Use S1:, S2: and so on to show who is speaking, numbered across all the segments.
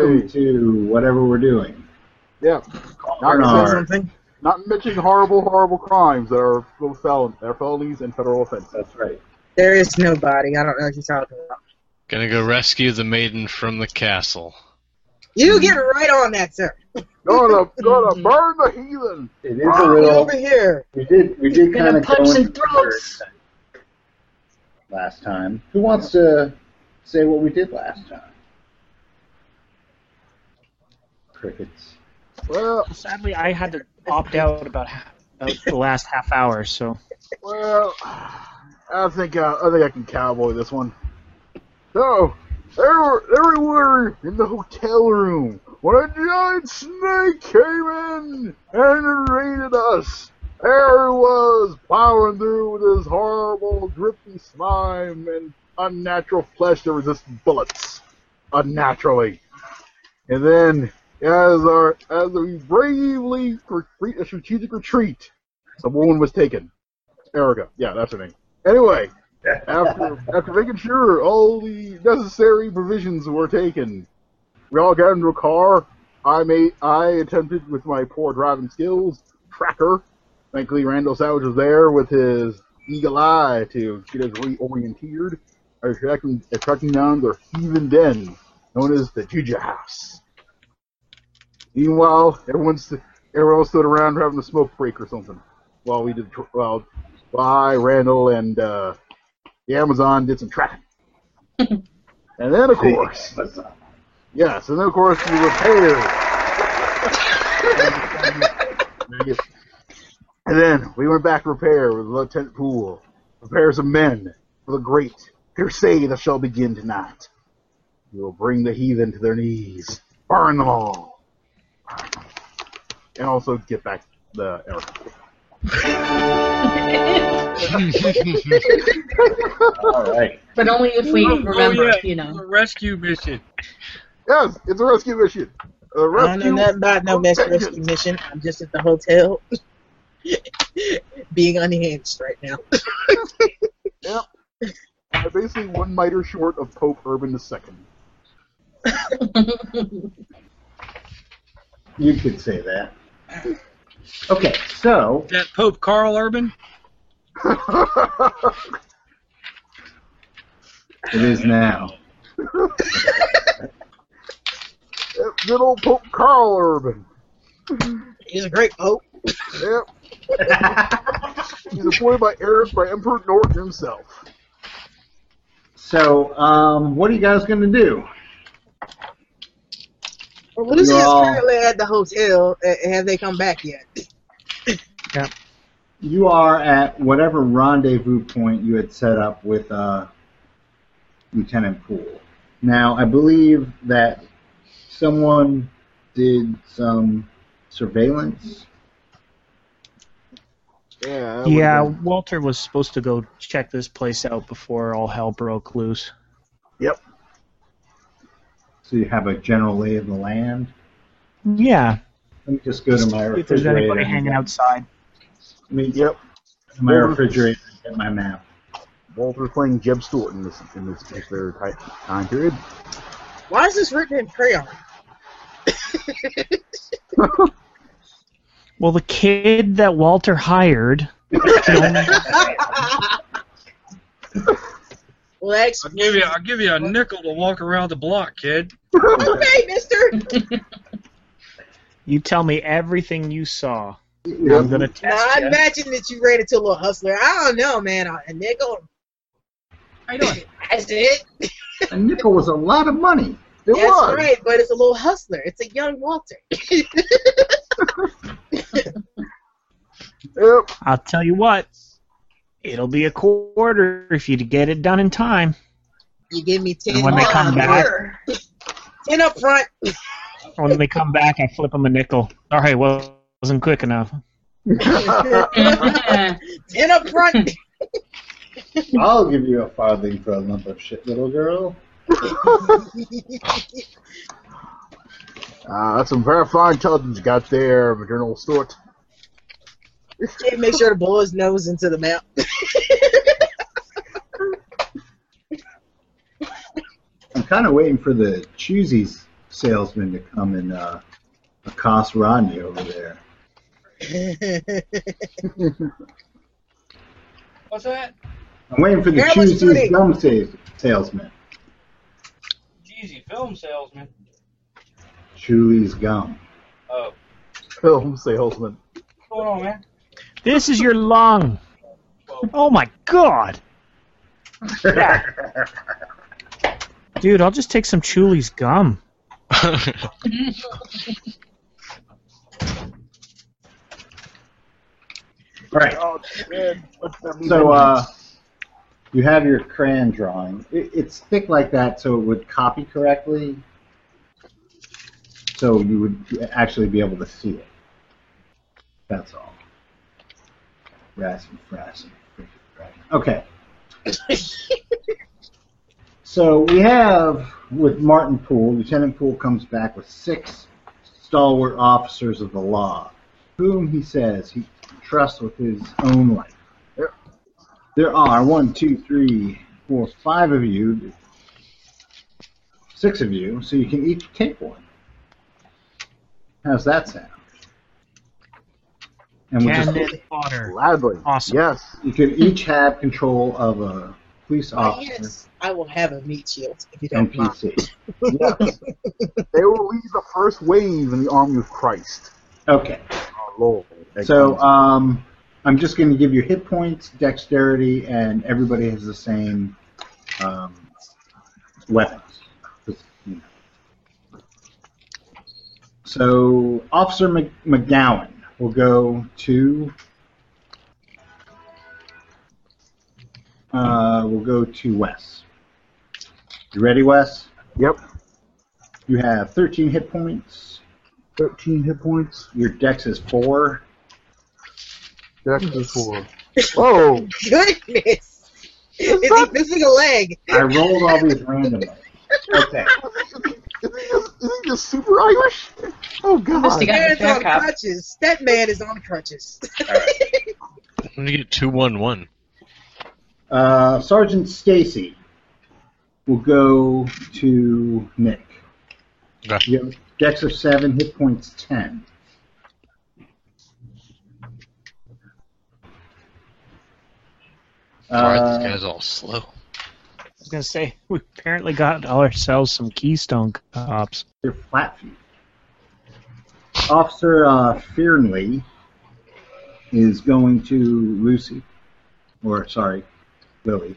S1: to whatever we're doing.
S2: Yeah.
S1: Darn.
S3: Say something?
S2: Not mentioning horrible, horrible crimes that are both felon, are felonies and federal offenses.
S1: That's right.
S3: There is no body. I don't know what you're talking about.
S4: Gonna go rescue the maiden from the castle.
S3: You get right on that, sir.
S2: Gonna, gonna burn the heathen.
S1: It is a
S3: Get
S1: little.
S3: over here.
S1: We did. We
S5: He's
S1: did kind
S5: Ah, gonna
S1: of
S5: punch some throats.
S1: Last time. Who wants to say what we did last time? Crickets.
S2: Well,
S6: Sadly, I had to opt out about, about the last half hour, so.
S2: well, I think uh, I think I can cowboy this one. So there, were- there we were in the hotel room when a giant snake came in and raided us. There he was, plowing through with his horrible, drippy slime and unnatural flesh that resists bullets unnaturally. And then, as our as we bravely retreat, a strategic retreat, the woman was taken. Erica, yeah, that's her name. Anyway, after after making sure all the necessary provisions were taken, we all got into a car. I made I attempted with my poor driving skills tracker. Thankfully, Randall Savage was there with his eagle eye to get us reorienteered, attracting attracting down their heathen den known as the Juju House. Meanwhile, everyone's everyone else stood around having a smoke break or something while we did tr- while well, I, Randall, and uh, the Amazon did some tracking. and then, of course, yes, and then of course we repaired. and then we went back to repair with Lieutenant Poole, repairs of men for the great crusade that shall begin tonight. We will bring the heathen to their knees, burn them all, and also get back the Eric.
S1: All right.
S5: But only if we
S7: Oh,
S5: remember,
S7: yeah.
S5: you
S7: A
S5: know.
S7: rescue mission.
S2: Yes, it's a rescue mission. A
S3: I don't know
S2: rescue.
S3: nothing about no mess rescue mission. I'm just at the hotel being unhinged right now.
S2: I'm basically one miter short of Pope Urban II.
S1: You could say that. Okay, so
S7: That Pope Carl Urban.
S1: it is now.
S2: Good old Pope Carl Urban.
S3: He's a great oh. pope.
S2: Yep. He's appointed by Eric by Emperor Norton himself.
S1: So, um, what are you guys gonna do?
S3: Well, Lucy is
S1: No.
S3: currently at the hotel. Uh, Have they come back yet?
S1: You are at whatever rendezvous point you had set up with uh, Lieutenant Poole. Now, I believe that someone did some surveillance.
S2: Yeah.
S6: Yeah, Walter was supposed to go check this place out before all hell broke loose.
S1: So you have a general lay of the land.
S6: Yeah,
S1: Let me just go to my refrigerator.
S6: if there's anybody
S1: and
S6: hanging
S1: get-
S6: outside.
S1: Let me get
S2: Yep.
S1: to my refrigerator and get my map.
S2: Walter's playing Jeb Stuart in this in this particular ti- time period.
S3: Why is this written in crayon?
S6: Well, the kid that Walter hired.
S3: Well, that's
S7: I'll give you. I'll give you a nickel to walk around the block, kid.
S3: okay, Mister.
S6: You tell me everything you saw.
S1: Yeah.
S6: I'm gonna
S3: Now,
S6: test
S3: I
S6: you.
S3: imagine that you ran into a little hustler. I don't know, man. A a nickel.
S5: How you doing?
S3: That's it.
S1: A nickel was a lot of money.
S2: It
S3: That's
S2: was.
S3: right, but it's a little hustler. It's a young Walter.
S2: Yep.
S6: I'll tell you what. It'll be a quarter if you get it done in time.
S3: You give me ten.
S6: And when they
S3: up
S6: come
S3: front.
S6: back-
S3: ten up front.
S6: When they come back, I flip them a nickel. All right, well, wasn't quick enough.
S3: ten up front.
S1: I'll give you a farthing for a lump of shit, little girl.
S2: Uh, that's some very fine intelligence you got there, General Stuart.
S3: Kid, make sure to blow his nose into the map.
S1: I'm kind of waiting for the choosies salesman to come and uh, accost Rodney over there.
S5: What's that?
S1: I'm waiting for the
S3: Here,
S1: choose
S3: let's do
S1: these
S3: it.
S1: gum sa- salesman.
S8: Jeezy, film salesman.
S1: Chew these gum.
S8: Oh,
S2: Film salesman.
S8: what's going on, man?
S6: This is your lung. Oh my god. Dude, I'll just take some Chuli's gum.
S1: All right.
S2: Oh, man. What's that
S1: So uh, you have your crayon drawing. It, it's thick like that, so it would copy correctly. So you would actually be able to see it. That's all. Rassy, frassy, frassy, frassy. Okay. so we have with Martin Poole, Lieutenant Poole comes back with six stalwart officers of the law, whom he says he trusts with his own life. There are one, two, three, four, five of you, six of you, so you can each take one. How's that sound? And we just,
S6: Cannon
S2: uh,
S6: fodder.
S2: Gladly.
S6: Awesome.
S2: Yes.
S1: you could each have control of a police
S6: Oh.
S3: Ah,
S1: officer
S3: yes, I will have a meat shield if you
S1: and
S3: don't mind.
S1: PC.
S2: yes. they will lead the first wave in the army of Christ.
S1: Okay,
S2: Oh, Lord.
S1: so um, I'm just going to give you hit points, dexterity, and everybody has the same um, weapons. So Officer Mc- McGowan will go to uh, will go to Wes. You ready, Wes?
S2: Yep.
S1: You have 13 hit points.
S2: 13 hit points.
S1: Your dex is four.
S2: That's the four. Whoa.
S3: Goodness! Is he missing a leg?
S1: I rolled all these randomly. Okay.
S2: Is he just, is he just super Irish? Oh, God.
S5: This guy- Yeah,
S3: Man's
S5: Jack
S3: on
S5: up.
S3: crutches. That man is on crutches.
S4: When you get two one one,
S1: Uh, Sergeant Stacy will go to Nick.
S4: Okay.
S1: You have dex of seven, hit points ten.
S4: alright, this
S1: Uh,
S4: guy's all slow.
S6: I was gonna say we apparently got ourselves some Keystone cops.
S1: They're flat feet. Officer uh, Fearnley is going to Lucy, or sorry, Lily.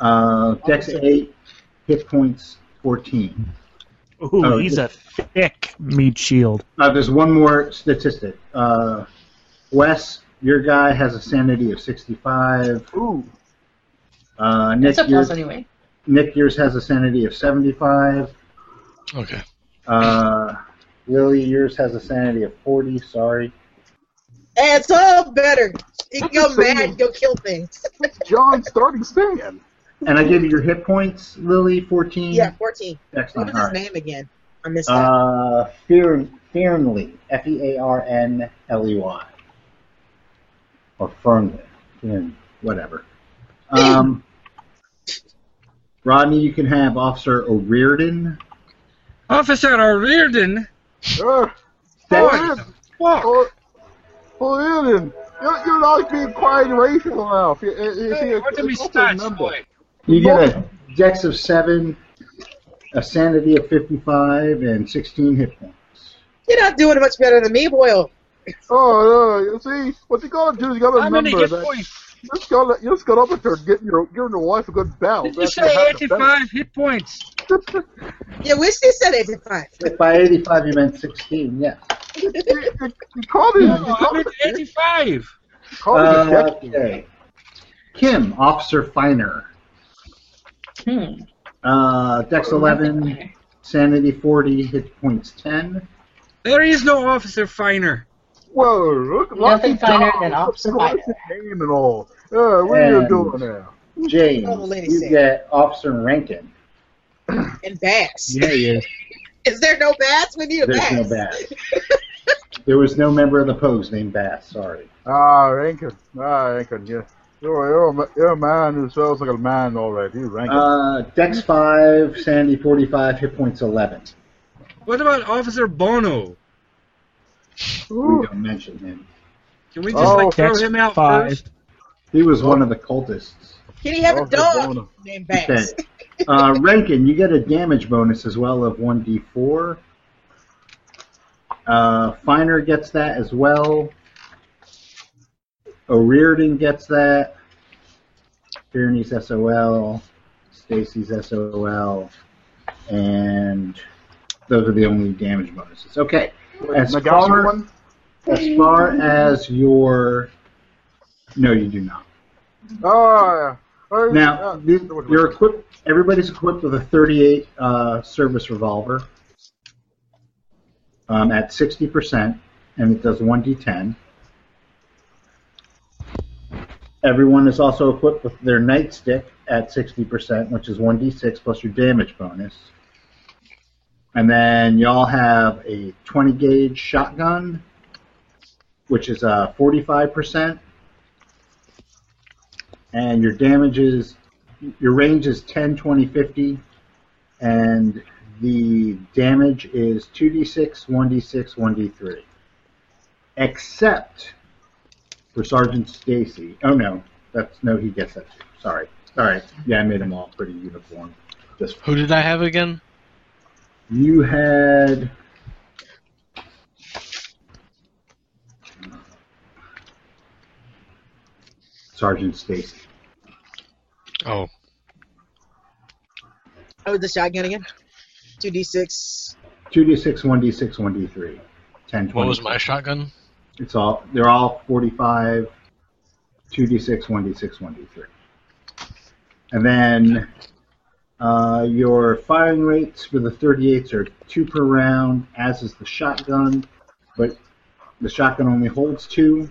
S1: Uh, Dex
S3: Officer.
S1: 8, hit points 14.
S6: Ooh,
S1: Oh,
S6: he's a thick meat shield.
S1: Uh, there's one more statistic. Uh, Wes, your guy has a sanity of 65.
S2: Ooh.
S1: Uh, Nick,
S5: It's a
S1: yours,
S5: plus anyway.
S1: Nick, yours has a sanity of 75.
S4: Okay.
S1: Uh, Lily, yours has a sanity of 40. Sorry.
S3: And it's all better. He can go
S2: That's
S3: mad
S2: insane.
S3: and go kill things.
S2: John starting stand.
S1: And I gave you your hit points, Lily, 14.
S3: Yeah, 14. What
S1: Excellent.
S3: was
S1: All
S3: his
S1: right.
S3: name again? I missed that.
S1: Mm. Uh, Fear, Fearnley, F E A R N L E Y, or Fernley, Fearn- whatever. Um, Rodney, you can have Officer O'Riordan.
S7: Officer O'Riordan.
S2: Uh,
S1: Dex,
S2: oh, yeah.
S7: Fuck.
S2: Oh, oh, yeah, then. You're, you're not being quite racial now. You, you, you see,
S7: Hey,
S2: it's-
S7: what did we
S2: it's also
S7: start,
S2: number.
S7: boy?
S1: you get a Dex of seven, a Sanity of fifty-five, and sixteen hit points.
S3: You're not doing much better than me, Boyle.
S2: Oh, yeah, you see, what you gotta do is you gotta
S7: I'm gonna
S2: remember
S7: get
S2: that
S7: forty.
S2: you just gotta, you just gotta up and start getting your, giving your wife a good bow.
S7: Did you
S2: That's
S7: say
S2: how it happens.
S7: eighty-five hit points?
S3: Yeah, we still said 85.
S1: If by eighty-five you meant sixteen, yeah.
S2: You, you, you called it, you
S7: No,
S2: called it, you
S7: eighty-five.
S2: called it a
S1: Uh,
S2: death game.
S1: okay. Kim, Officer Finer.
S5: Hmm.
S1: Uh, Dex 11, Sanity 40, hit points 10.
S7: There is no officer finer.
S2: Well, look,
S5: Nothing
S2: Lucky
S5: finer
S2: Charms,
S5: than Officer
S2: look at
S5: Biden.
S2: the name and all. Uh, what are you
S1: And-
S2: doing now?
S1: James,
S3: Oh, the lady
S1: you
S3: said.
S1: get Officer Rankin.
S3: And Bass.
S6: yeah.
S3: Is there no Bass? We need a
S1: There's
S3: Bass.
S1: no Bass. there was no member of the Pogues named Bass, sorry.
S2: Ah, Rankin. Ah, Rankin, yeah. You're, you're, a, ma- you're a man who sounds like a man already. You rank it.
S1: Uh, Dex 5, Sandy 45, hit points 11.
S7: What about Officer Bono?
S1: We don't mention him.
S7: Can we just
S2: Oh,
S7: like throw
S6: Dex
S7: him out
S6: five.
S7: first?
S1: He was one of the cultists.
S3: Can he have a
S2: Officer
S3: dog
S2: Bono.
S3: named Bass?
S1: Uh, Rankin, you get a damage bonus as well of 1d4. Uh, Finer gets that as well. O'Riordan gets that. Tierney's SOL. Stacy's SOL. And those are the only damage bonuses. Okay. As
S2: Nagashi
S1: far-
S2: one?
S1: As far as your. No, you do not.
S2: Oh, yeah. I-
S1: Now,
S2: yeah.
S1: th- you're equipped. Everybody's equipped with a 38 uh, service revolver um, at 60%, and it does 1d10. Everyone is also equipped with their nightstick at 60%, which is 1d6 plus your damage bonus. And then y'all have a 20 gauge shotgun, which is uh, 45%. And your damage is your range is 10, 20, 50, and the damage is 2d6, 1d6, 1d3. Except for Sergeant Stacy. Oh, no. That's No, he gets that too. Sorry. All right. Yeah, I made them all pretty uniform. Just
S4: Who did I have again?
S1: You had. Sergeant Stacy.
S4: Oh,
S3: Oh, the shotgun again. Two d six.
S1: 2d6, 1d6, 1d3. 10, 20.
S4: what was my shotgun?
S1: It's all they're all 45, 2d6, 1d6, 1d3. And then uh, your firing rates for the 38s are two per round, as is the shotgun, but the shotgun only holds two.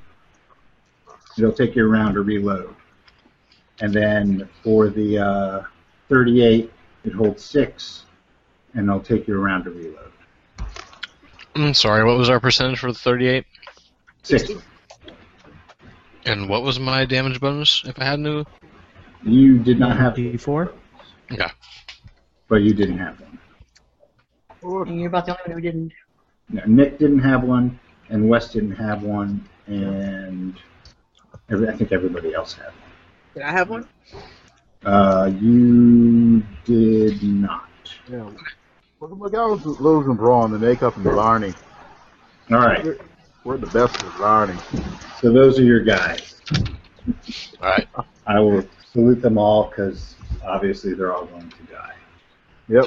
S1: It'll take you a round to reload. And then for the uh, 38, it holds six, and it'll take you a round to reload.
S4: I'm Mm, sorry, what was our percentage for the 38?
S1: Six.
S4: And what was my damage bonus if I had no?
S1: You did not have,
S6: D4.
S4: Yeah.
S1: but you didn't have one.
S5: And you're about the only one who didn't.
S1: No, Nick didn't have one, and Wes didn't have one, and every, I think everybody else had one.
S3: Did I have one?
S1: Uh, you did not.
S2: Yeah. Look at my guys with Lowe's and Braun, the makeup and the Larney.
S1: All right,
S2: We're the best at Larney.
S1: so those are your guys.
S4: Alright.
S1: I will salute them all because obviously they're all going to die.
S2: Yep.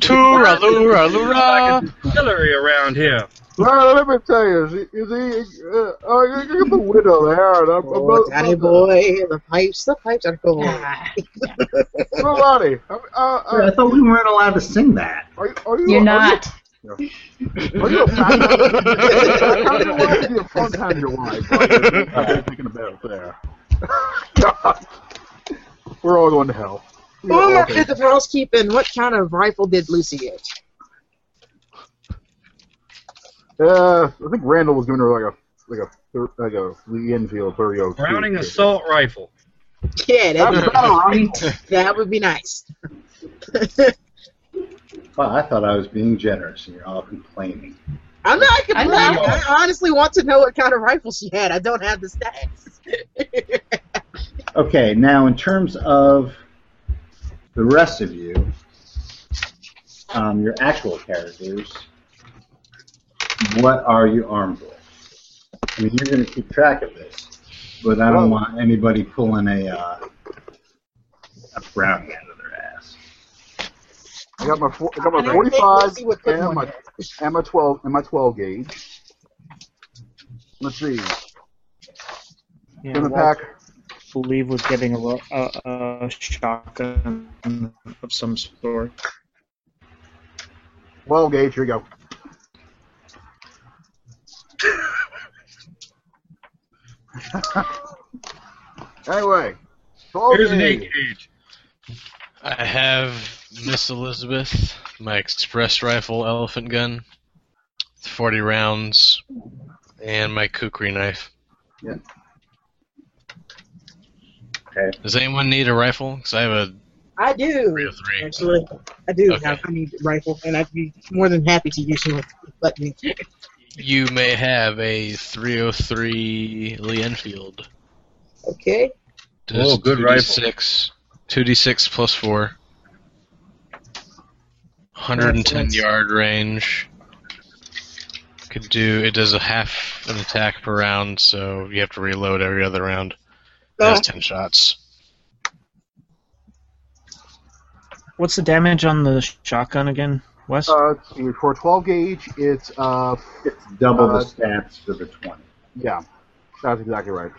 S4: Toora, lura, lura!
S7: Hillary around here.
S2: well, let me tell you, is he, is he uh, oh, you you got the widow there, and I'm, I'm
S3: Oh,
S2: not-
S3: Danny boy, the pipes, the pipes are cool.
S2: Well, Lonnie, I'm, uh,
S1: I
S2: uh,
S1: thought we weren't allowed to sing that.
S2: are, you- are you?
S5: You're
S2: are
S5: not.
S2: You, are you a fan? I kind of want to be a fun time your wife. I'm thinking about it there. God, we're all going to hell. We are all
S3: Boomer
S2: going
S3: did the housekeeping. What kind of rifle did Lucy get?
S2: Uh, I think Randall was giving her like a like a thir- like a Lee Enfield 30
S7: Browning assault rifle.
S3: Yeah, that'd
S2: That's
S3: be,
S2: about right.
S3: that would be nice.
S1: Wow, I thought I was being generous, and you're all complaining.
S3: I'm not
S5: I'm
S3: complaining. I
S5: not-
S3: honestly want to know what kind of rifle she had. I don't have the stats.
S1: Okay, now in terms of the rest of you, um, your actual characters, what are you armed with? I mean, you're going to keep track of this, but I
S2: Oh.
S1: don't want anybody pulling a uh, a brownie out of their ass.
S2: I got my four, I got my
S3: And I think
S2: 45
S3: Lucy would put
S2: and
S3: one
S2: my
S3: there.
S2: and my 12 and my 12 gauge. Let's see.
S6: Yeah,
S2: In the
S6: well,
S2: pack.
S6: I believe was getting a, lo- a, a shotgun of some sort.
S2: 12 gauge. Here we go. anyway, 12
S7: Here's an eight
S2: gauge.
S7: gauge.
S4: I have Miss Elizabeth, my express rifle elephant gun, 40 rounds, and my kukri knife.
S1: Okay.
S4: Does anyone need a rifle? Because I have a
S3: I do.
S4: 303.
S3: Actually, I do
S4: Okay.
S3: have a new rifle, and I'd be more than happy to use it. Let me.
S4: You may have a 303 Lee Enfield.
S3: Okay.
S4: Does
S9: Oh, good
S4: 2d6, 2d6 plus 4. 110
S3: Nice.
S4: yard range. Could do. It does a half an attack per round, so you have to reload every other round. It
S1: Oh.
S4: has
S3: Uh,
S4: 10 shots.
S6: What's the damage on the shotgun again, Wes?
S2: Uh, let's see, for 12 gauge, it's uh,
S1: It's double
S2: Uh,
S1: the stats for the 20.
S2: yeah, that's exactly right.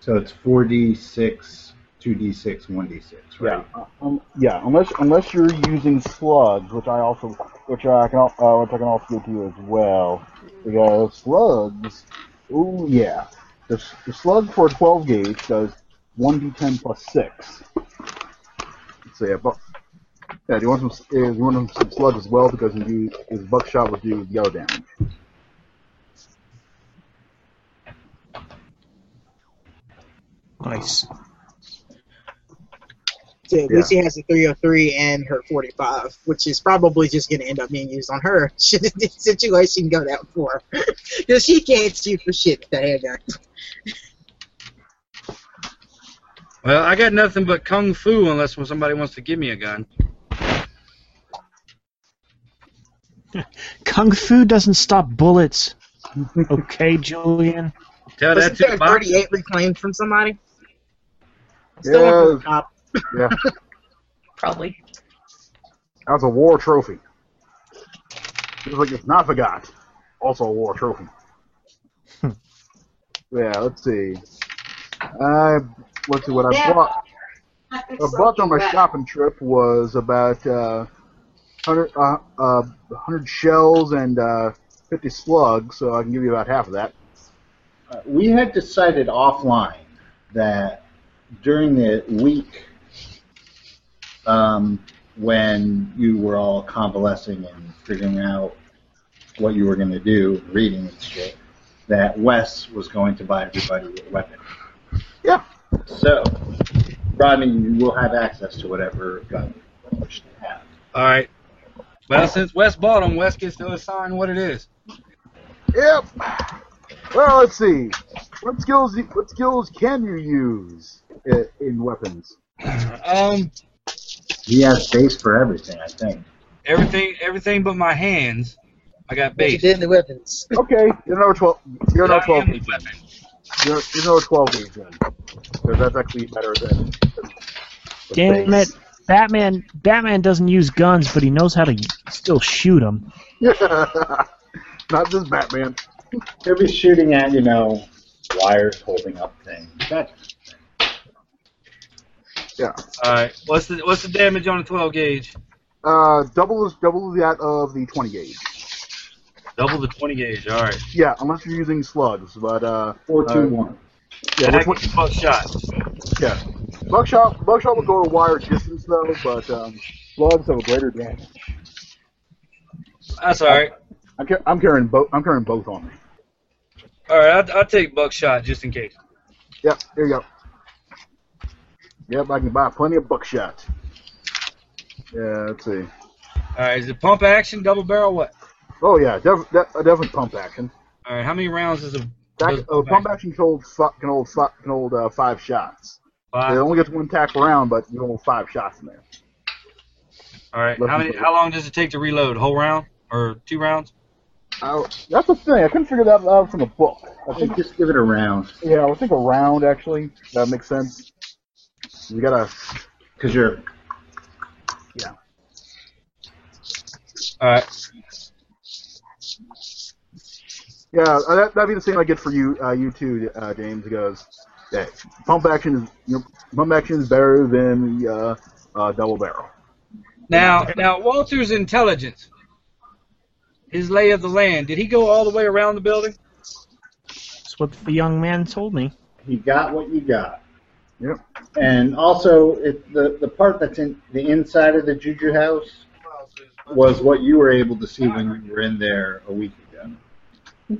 S1: So it's 4d6, 2d6, 1d6, right?
S2: Yeah, um, yeah. Unless unless you're using slugs, which I also which I can al- uh, which I can also do as well. Because slugs, oh yeah, the, s- the slug for 12 gauge does 1d10 plus six. So yeah, but yeah, do you want some s- uh, you want some- some slug as well because you do because buckshot will do yellow damage.
S6: nice.
S3: So Lucy has a 303 and her 45, which is probably just going to end up being used on her. Should the situation go that far? Because she can't shoot for shit with that handgun.
S7: Well, I got nothing but kung fu unless when somebody wants to give me a gun.
S6: Kung Fu doesn't stop bullets. okay, Julian.
S7: Tell that
S3: Wasn't
S7: to the
S3: there
S7: box.
S3: 38 reclaimed from somebody? Stolen from the cop.
S5: Probably.
S2: That's a war trophy. Just like it's not forgot. Also a war trophy.
S6: Hmm.
S2: yeah, let's see. I let's see what I
S5: Yeah.
S2: bought. A bought on my shopping trip was about uh, 100, uh, uh, 100 shells and uh, 50 slugs, so I can give you about half of that.
S1: Uh, we had decided offline that during the week um, when you were all convalescing and figuring out what you were going to do, reading and shit, that Wes was going to buy everybody a weapon.
S2: Yeah.
S1: So, Rodney, you will have access to whatever gun you wish to have.
S7: All right. Well, since Wes bought them, Wes gets to assign what it is.
S2: Yep. Well, let's see. What skills? What skills can you use i in weapons?
S7: Um,
S1: He has base for everything, I think.
S7: everything, everything but my hands. I got
S3: What you
S7: base.
S3: did in the weapons.
S2: Okay, you're number twelve. You're
S7: But I
S2: number twelve.
S7: am the weapon.
S2: You're, you're number twelve gauge then, because that's actually better than. the
S6: Damn it.
S2: base.
S6: Batman Batman doesn't use guns, but he knows how to still shoot them.
S2: Not just Batman.
S1: He'll be shooting at, you know, wires holding up things. That
S7: All right. What's the what's the damage on a 12 gauge?
S2: Uh, double is double that of the twenty gauge.
S7: Double the 20 gauge. All right.
S2: Yeah, unless you're using slugs, but uh,
S1: four two one.
S2: yeah,
S7: That
S2: which one-
S7: gets buck shot.
S2: yeah. Buckshot, buckshot will go a wire distance though, but um, slugs have a greater damage.
S7: That's all right.
S2: I'm, car- I'm carrying both. I'm carrying both on me.
S7: All right. I'll, I'll take buckshot just in case.
S2: Yep, there you go. Yep, I can buy plenty of buckshot. Yeah, let's see.
S7: All right. Is it pump action, double barrel, what?
S2: Oh yeah, def- de- a definite pump action.
S7: All right. How many rounds is a
S2: That, uh, pump action can hold fi- can hold fi- can hold uh, five shots.
S7: five?
S2: it only gets one tackle round, but you hold five shots in there.
S7: All right.
S2: Looking
S7: How many?
S2: for-
S7: How long does it take to reload? Whole round or two rounds?
S2: I, that's the thing. I couldn't figure that out from the book. I
S1: I think
S2: think
S1: just give it a round
S2: yeah, I would think a round actually. That makes sense. You gotta
S1: because you're
S7: All right.
S2: yeah. uh, That that'd be the same I get for you uh, you too, uh, James. Because yeah, pump action is you know, pump action is better than the uh, uh, double barrel.
S7: Now, now Walter's intelligence, his lay of the land. Did he go all the way around the building?
S6: That's what the young man told me.
S1: he got what you got.
S2: Yep.
S1: And also, it, the the part that's in the inside of the Juju house was what you were able to see when you were in there a week ago.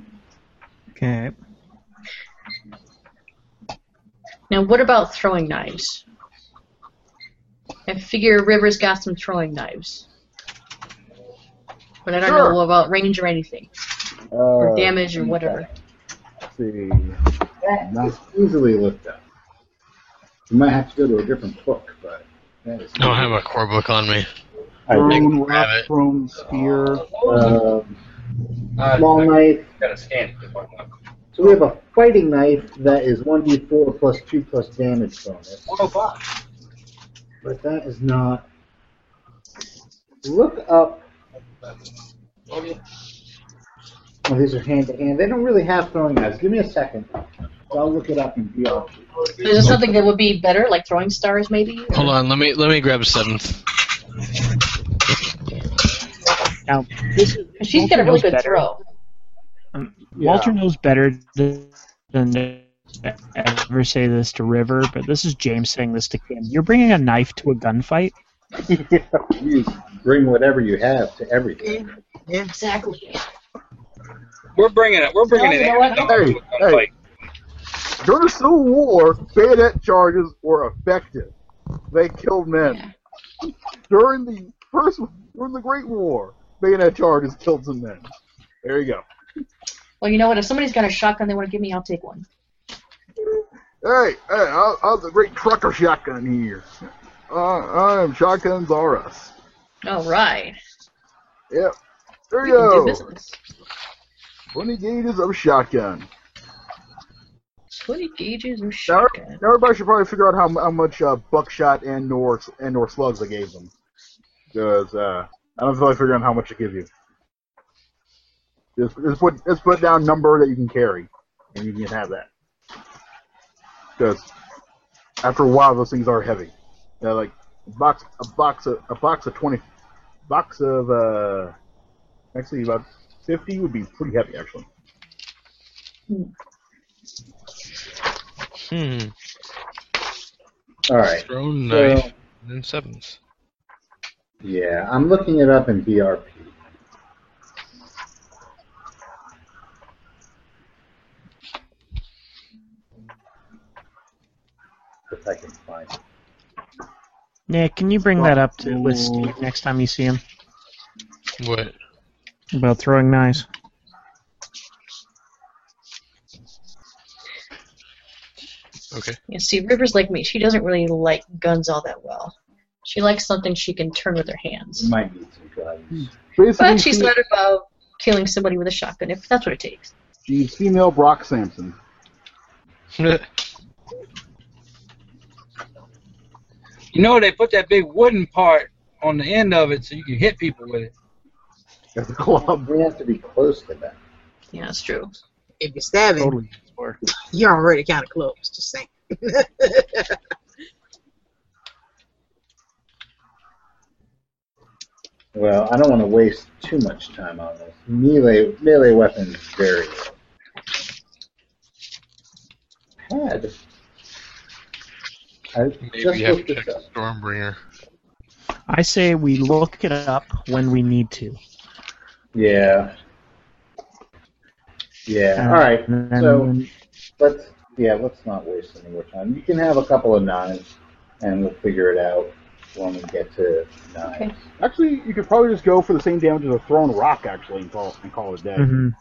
S6: Okay.
S5: Now, what about throwing knives? I figure River's got some throwing knives. But I don't
S2: Sure.
S5: know about range or anything,
S2: Uh,
S5: or damage or whatever.
S2: Let's see.
S1: That is easily looked up. You might have to go to a different book, but that is.
S4: Oh, I don't have a core book on me.
S1: I think,
S2: Prone
S4: grab
S2: rock,
S4: it.
S2: prone spear.
S1: um,
S8: Uh,
S1: small
S8: I
S1: knife.
S8: gotta scan it. Why not?
S1: So we have a fighting knife that is 1d4 plus 2 plus damage bonus,
S8: 105.
S1: but that is not. Look up. Oh, these are hand to hand. They don't really have throwing knives. Give me a second. I'll look it up and be off.
S5: Is there something that would be better, like throwing stars, maybe?
S4: Hold on, let me let me grab a seventh.
S6: This is,
S5: She's got a really good throw.
S6: Walter knows better than, than to ever say this to River, but this is James saying this to Kim. You're bringing a knife to a gunfight.
S1: You bring whatever you have to everything.
S3: Yeah, yeah.
S5: Exactly.
S7: We're bringing it. We're bringing
S5: No,
S7: it.
S5: you know what?
S2: Hey, hey. During the Civil War, bayonet charges were effective. They killed men. During the first, during the Great War, bayonet charges killed some men. There you go.
S5: Well, you know what? If somebody's got a shotgun they want to give me, I'll take one.
S2: Hey, hey, I, I was a great trucker shotgun here. Uh, I am shotguns R us.
S5: All right.
S2: Yep. There
S5: We
S2: you
S5: can do
S2: go.
S5: business.
S2: 20 gauges of shotgun.
S5: 20 gauges of
S2: Now,
S5: shotgun.
S2: now everybody should probably figure out how, how much uh, buckshot and nor and nor slugs I gave them. Because uh, I don't feel like figuring out how much to give you. Just, just put just put down number that you can carry, and you can have that. Because after a while, those things are heavy. They're like a box a box of a box of twenty box of uh actually about fifty would be pretty heavy actually.
S4: Hmm.
S1: All right.
S4: Throw
S1: So-
S4: knife and sevens.
S1: Yeah, I'm looking it up in BRP. If I can find it.
S6: Nick, can you bring that up to with Steve next time you see him
S4: What?
S6: about throwing knives?
S4: Okay.
S5: You see, River's like me. She doesn't really like guns all that well. She likes something she can turn with her hands.
S1: It might need some guidance.
S2: Basically,
S5: But she's not about killing somebody with a shotgun if that's what it takes.
S2: she's female Brock Sampson.
S7: You know they put that big wooden part on the end of it so you can hit people with it.
S2: At the club.
S1: We have to be close to that.
S5: Yeah, that's true.
S3: If you're stabbing,
S6: Totally. Or-
S3: you're already kind of close. Just saying.
S1: Well, I don't want to waste too much time on this. Melee melee weapons is very low. Had. I
S4: Maybe
S1: just
S4: you have
S1: looked
S4: to check
S1: this up.
S4: Stormbringer.
S6: I say we look it up when we need to.
S1: Yeah. Yeah. All right.
S6: And then
S1: So
S6: when-
S1: let's yeah, let's not waste any more time. You can have a couple of knives, and we'll figure it out when we get to knives.
S5: Okay.
S2: Actually, you could probably just go for the same damage as a thrown rock, actually, and call, and call it dead.
S6: Mhm.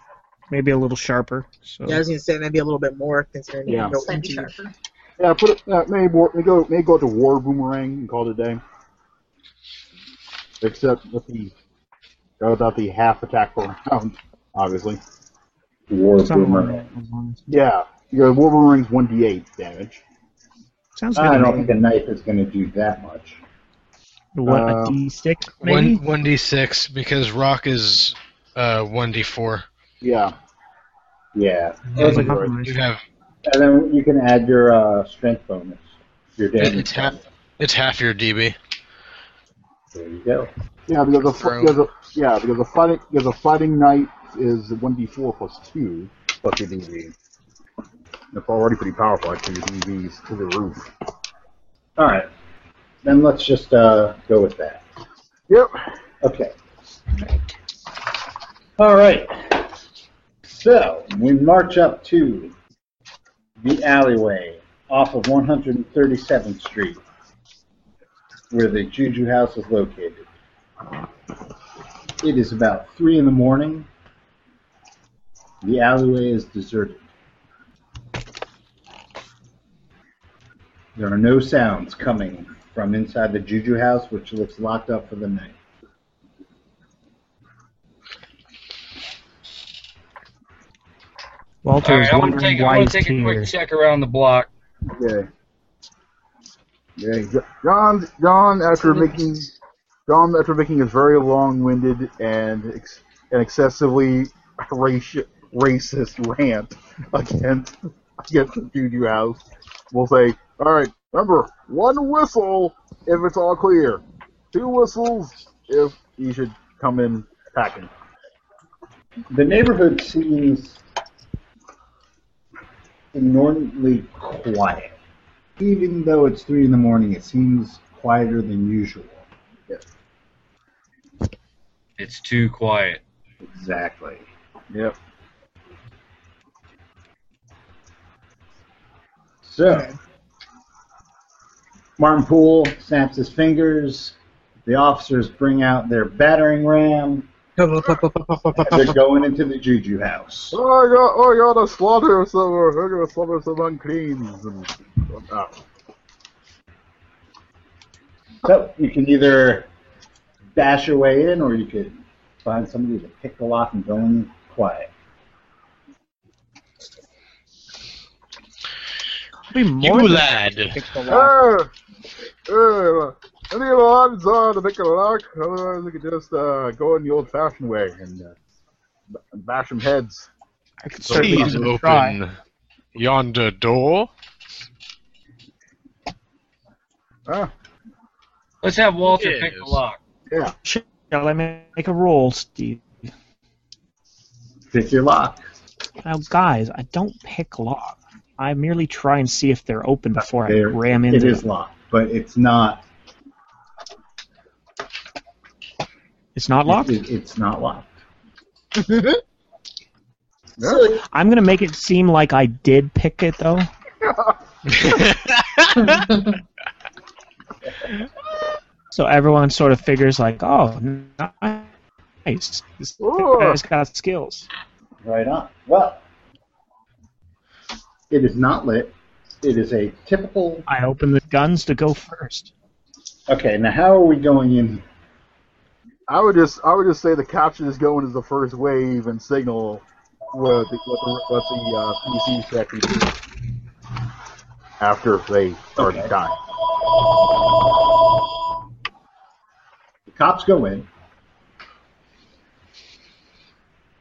S6: maybe a little sharper. So
S3: Yeah, I was gonna say that'd be a little bit more considering you
S2: Yeah.
S3: go
S5: Slightly
S3: into-
S5: sharper.
S2: Yeah, put it, uh, maybe, war, maybe, go, maybe go to War Boomerang and call it a day. Except with the, without the half attack per round, obviously.
S1: War
S6: something along
S1: boomerang.
S6: those lines.
S2: Yeah, your War Boomerang's 1d8 damage.
S6: Sounds good.
S1: I
S6: to
S1: don't
S6: me.
S1: think a knife is going to do that much.
S6: What
S2: Uh,
S6: a d6 maybe?
S4: One one d six because rock is uh one d four.
S2: Yeah.
S1: Yeah.
S4: That's
S6: Like
S1: And
S6: compromise.
S4: You have
S1: then you can add your uh, strength bonus. Your
S4: it's
S1: damage.
S4: half
S1: bonus.
S4: it's half your DB.
S1: There you go.
S2: Yeah, because the, fi-
S4: Throw.
S2: because the, yeah, because the fighting, because the fighting knight is 1d4 plus 2 plus your DV. That's already pretty powerful, actually, your DVs to the roof.
S1: All right. Then let's just uh, go with that.
S2: Yep.
S1: Okay. All right. So we march up to the alleyway off of 137th Street, where the Juju House is located. It is about three in the morning. The alleyway is deserted. There are no sounds coming from inside the Juju House, which looks locked up for the night.
S6: Walter
S7: All
S6: is
S7: right, I'm gonna
S6: wondering
S7: take, I'm
S6: why
S7: gonna
S6: he's
S7: take a quick
S6: here.
S7: check around the block.
S2: Okay. Yeah, Jo- John. John, after making John, after making his very long-winded and ex- and excessively raci- racist rant against against the Juju House, will say, "All right, remember one whistle if it's all clear, two whistles if you should come in packing."
S1: The neighborhood seems inordinately quiet. Even though it's three in the morning, it seems quieter than usual.
S7: It's too quiet.
S1: Exactly.
S2: Yep.
S1: So, Martin Poole snaps his fingers. The officers bring out their battering ram. They're going into the Juju house.
S2: Oh, I got, oh, I got to slaughter some, I got to slaughter some uncleans and whatnot.
S1: So, you can either dash your way in or you could find somebody to pick the lock and go in quiet.
S6: Be more
S4: You
S6: than-
S4: lad.
S6: Pick the lock.
S2: Uh, uh, any of the odds are to make it a lock, otherwise we could just uh, go in the old-fashioned way and uh, b- bash them heads.
S6: I could certainly
S4: Please
S6: give it a try.
S4: open yonder door.
S2: Huh?
S7: Let's have Walter pick the
S4: Yes.
S7: lock.
S2: Yeah.
S6: Shall I ma- make a roll, Steve?
S1: Pick your lock.
S6: Now, guys, I don't pick lock. I merely try and see if they're open before I
S1: There-
S6: ram
S1: It
S6: into
S1: is
S6: it.
S1: locked, but it's not.
S6: It's not locked.
S1: it- it's not locked.
S5: Silly.
S6: I'm gonna make it seem like I did pick it though. So everyone sort of figures like, oh, nice. This
S2: Ooh.
S6: guy's got skills.
S1: Right on. Well, it is not lit. It is a typical.
S6: I open the guns to go first.
S1: Okay, now how are we going in?
S2: I would just, I would just say the caption is going as the first wave and signal what the, what the, what the uh, PC section do after they already
S1: Okay.
S2: die.
S1: The cops go in,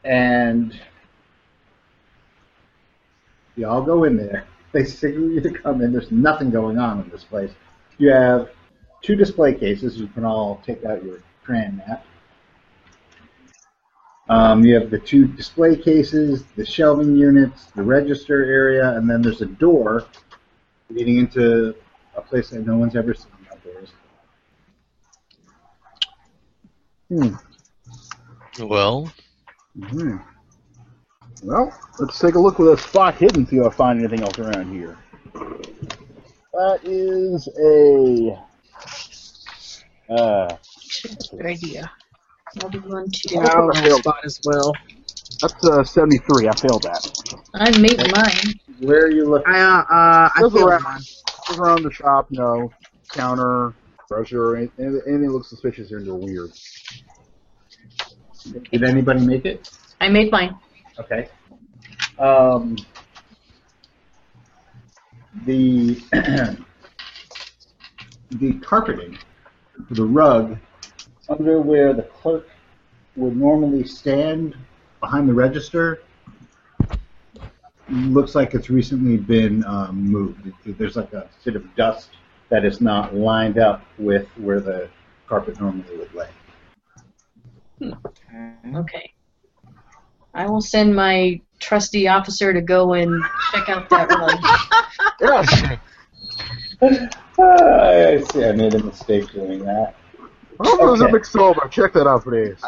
S1: and you all go in there. They signal you to come in. There's nothing going on in this place. You have two display cases. You can all take out your tran map. Um, you have the two display cases, the shelving units, the register area, and then there's a door leading into a place that no one's ever seen outdoors.
S4: well,
S2: Mhm. Well, let's take a look with a spot hidden, see if I find anything else around here. That is a. Uh,
S5: Good idea. I'll be one too.
S3: Yeah, I'll have a spot as well.
S2: that's uh, 73. I failed that.
S5: I made mine.
S1: Where are you looking?
S3: I uh, uh I
S2: Those
S3: feel
S2: are-
S3: mine.
S2: Look around the shop, no counter, pressure, any- any- anything looks suspicious or weird.
S1: Did anybody make it?
S5: I made mine.
S1: Okay. Um, the the carpeting, the rug, under where the clerk would normally stand behind the register, looks like it's recently been um, moved. There's like a bit of dust that is not lined up with where the carpet normally would lay.
S5: Okay. I will send my trusty officer to go and check out that rug.
S2: Yes!
S1: Ah, I see. I made a mistake doing that.
S2: Oh, there's a
S1: Okay.
S2: big silver. Check that out, please.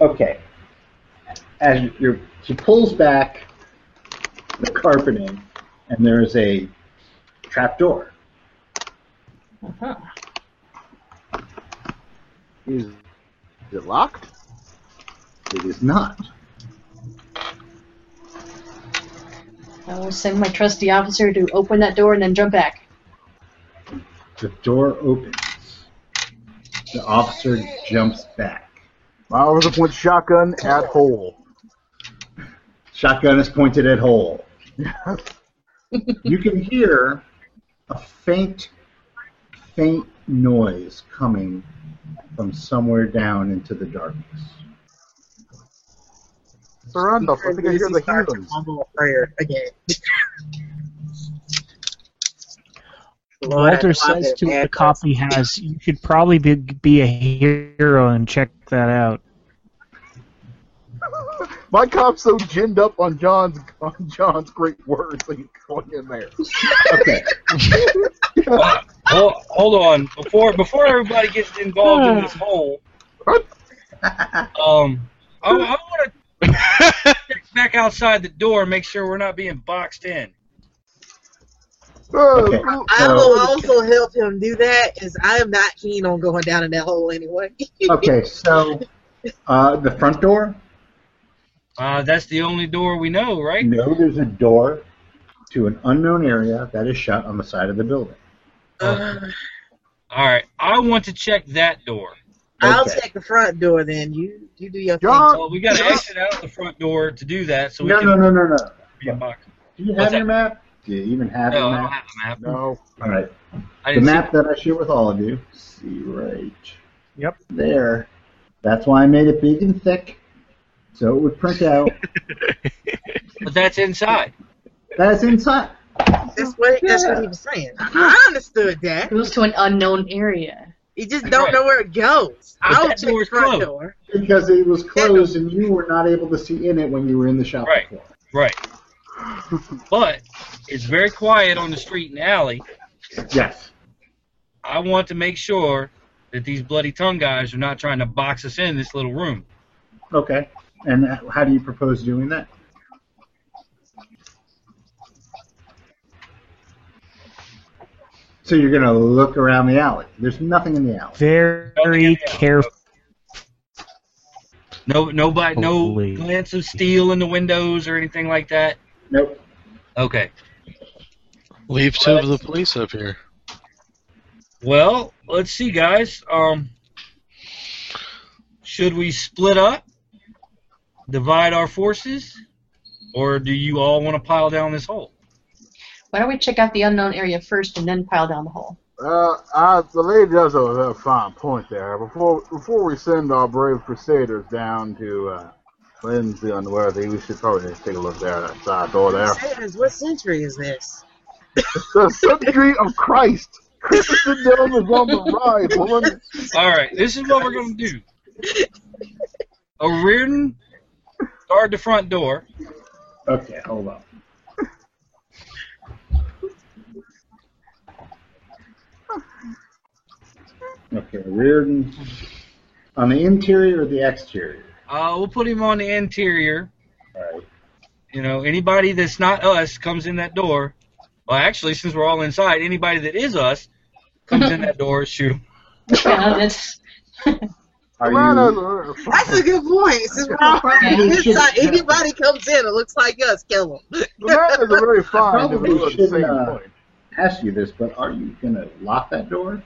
S1: Okay. As you're, she pulls back the carpeting, and there is a trapdoor.
S5: Uh-huh.
S2: Is it locked?
S1: It is not.
S5: I will send my trusty officer to open that door and then jump back.
S1: The door opens. The officer jumps back.
S2: My officer points shotgun at hole.
S1: Shotgun is pointed at hole. you can hear a faint, faint noise coming from somewhere down into the darkness.
S2: Surround us. I think I hear the
S3: Start to
S2: heathens.
S3: mumble a prayer again. Lord, I
S6: Walter
S3: love
S6: says
S3: it,
S6: to
S3: man.
S6: the cop he has, "You should probably be, be a hero and check that out."
S2: My cop's so ginned up on John's on John's great words that he's going in there.
S1: Okay.
S7: Hold, hold on. Before before everybody gets involved in this hole, um, I, I want to check back outside the door and make sure we're not being boxed in.
S2: Oh,
S1: Okay.
S2: cool.
S3: I
S1: So-
S3: will also help him do that, as I am not keen on going down in that hole anyway.
S1: Okay, so uh, the front door?
S7: Uh, that's the only door we know, right?
S1: No, there's a door to an unknown area that is shut on the side of the building.
S3: Uh,
S7: All right. I want to check that door.
S3: I'll
S1: Okay.
S3: check the front door then. You you do your
S2: John,
S7: Well, we got to exit out the front door to do that, so we
S1: no,
S7: can
S1: no, no, no, no.
S7: be boxed.
S1: Do you
S7: What's
S1: have your map? Do you even have
S7: No,
S1: your
S7: I don't
S1: map?
S7: have the map.
S2: no.
S1: All right.
S7: I
S1: The
S7: didn't see
S1: map that I share with all of you. See right.
S6: Yep.
S1: There. That's why I made it big and thick, so it would print out.
S7: it, but that's inside.
S1: That's inside.
S3: thing. That's what that's what he was saying. I understood that.
S5: Goes to an unknown area.
S3: You just don't know where it goes.
S7: But
S3: I'll check
S7: that
S3: the
S7: door's
S3: front
S7: closed.
S3: door.
S1: Because it was closed and you were not able to see in it when you were in the shop
S7: Right.
S1: before.
S7: Right. But it's very quiet on the street and alley.
S1: Yes.
S7: I want to make sure that these bloody tongue guys are not trying to box us in this little room.
S1: Okay. And how do you propose doing that? So you're gonna look around the alley. There's nothing in the alley. Oh,
S6: Very careful.
S7: No, nobody, no
S6: Holy.
S7: glance of steel in the windows or anything like that.
S1: Nope.
S7: Okay.
S4: Leave two of the police up here.
S7: Well, let's see, guys. Um, should we split up, divide our forces, or do you all want to pile down this hole?
S5: Why don't we check out the unknown area first and then pile down the hole?
S2: Uh, I, the lady does a, a fine point there. Before before we send our brave crusaders down to uh, cleanse the unworthy, we should probably just take a look there at that side door there.
S3: Says, what century is this?
S2: the century of Christ. Christendom is on the rise, woman.
S7: All right, this is what we're gonna do. O'Reardon, guard the front door.
S1: Okay, hold on. Okay, Reardon. On the interior or the exterior?
S7: Uh, we'll put him on the interior.
S1: All right.
S7: You know, anybody that's not us comes in that door. Well, actually, since we're all inside, anybody that is us comes in that door. Shoot 'em.
S5: yeah, that's
S1: Are you,
S2: Man,
S3: That's a good point. Since we're all
S5: Yeah,
S3: probably
S5: you
S3: inside, anybody comes in, it looks like us. Kill them.
S2: the man is a very fine
S1: Probably
S2: individual at the
S1: shouldn't,
S2: same
S1: uh,
S2: point.
S1: ask you this, but are you gonna lock that door?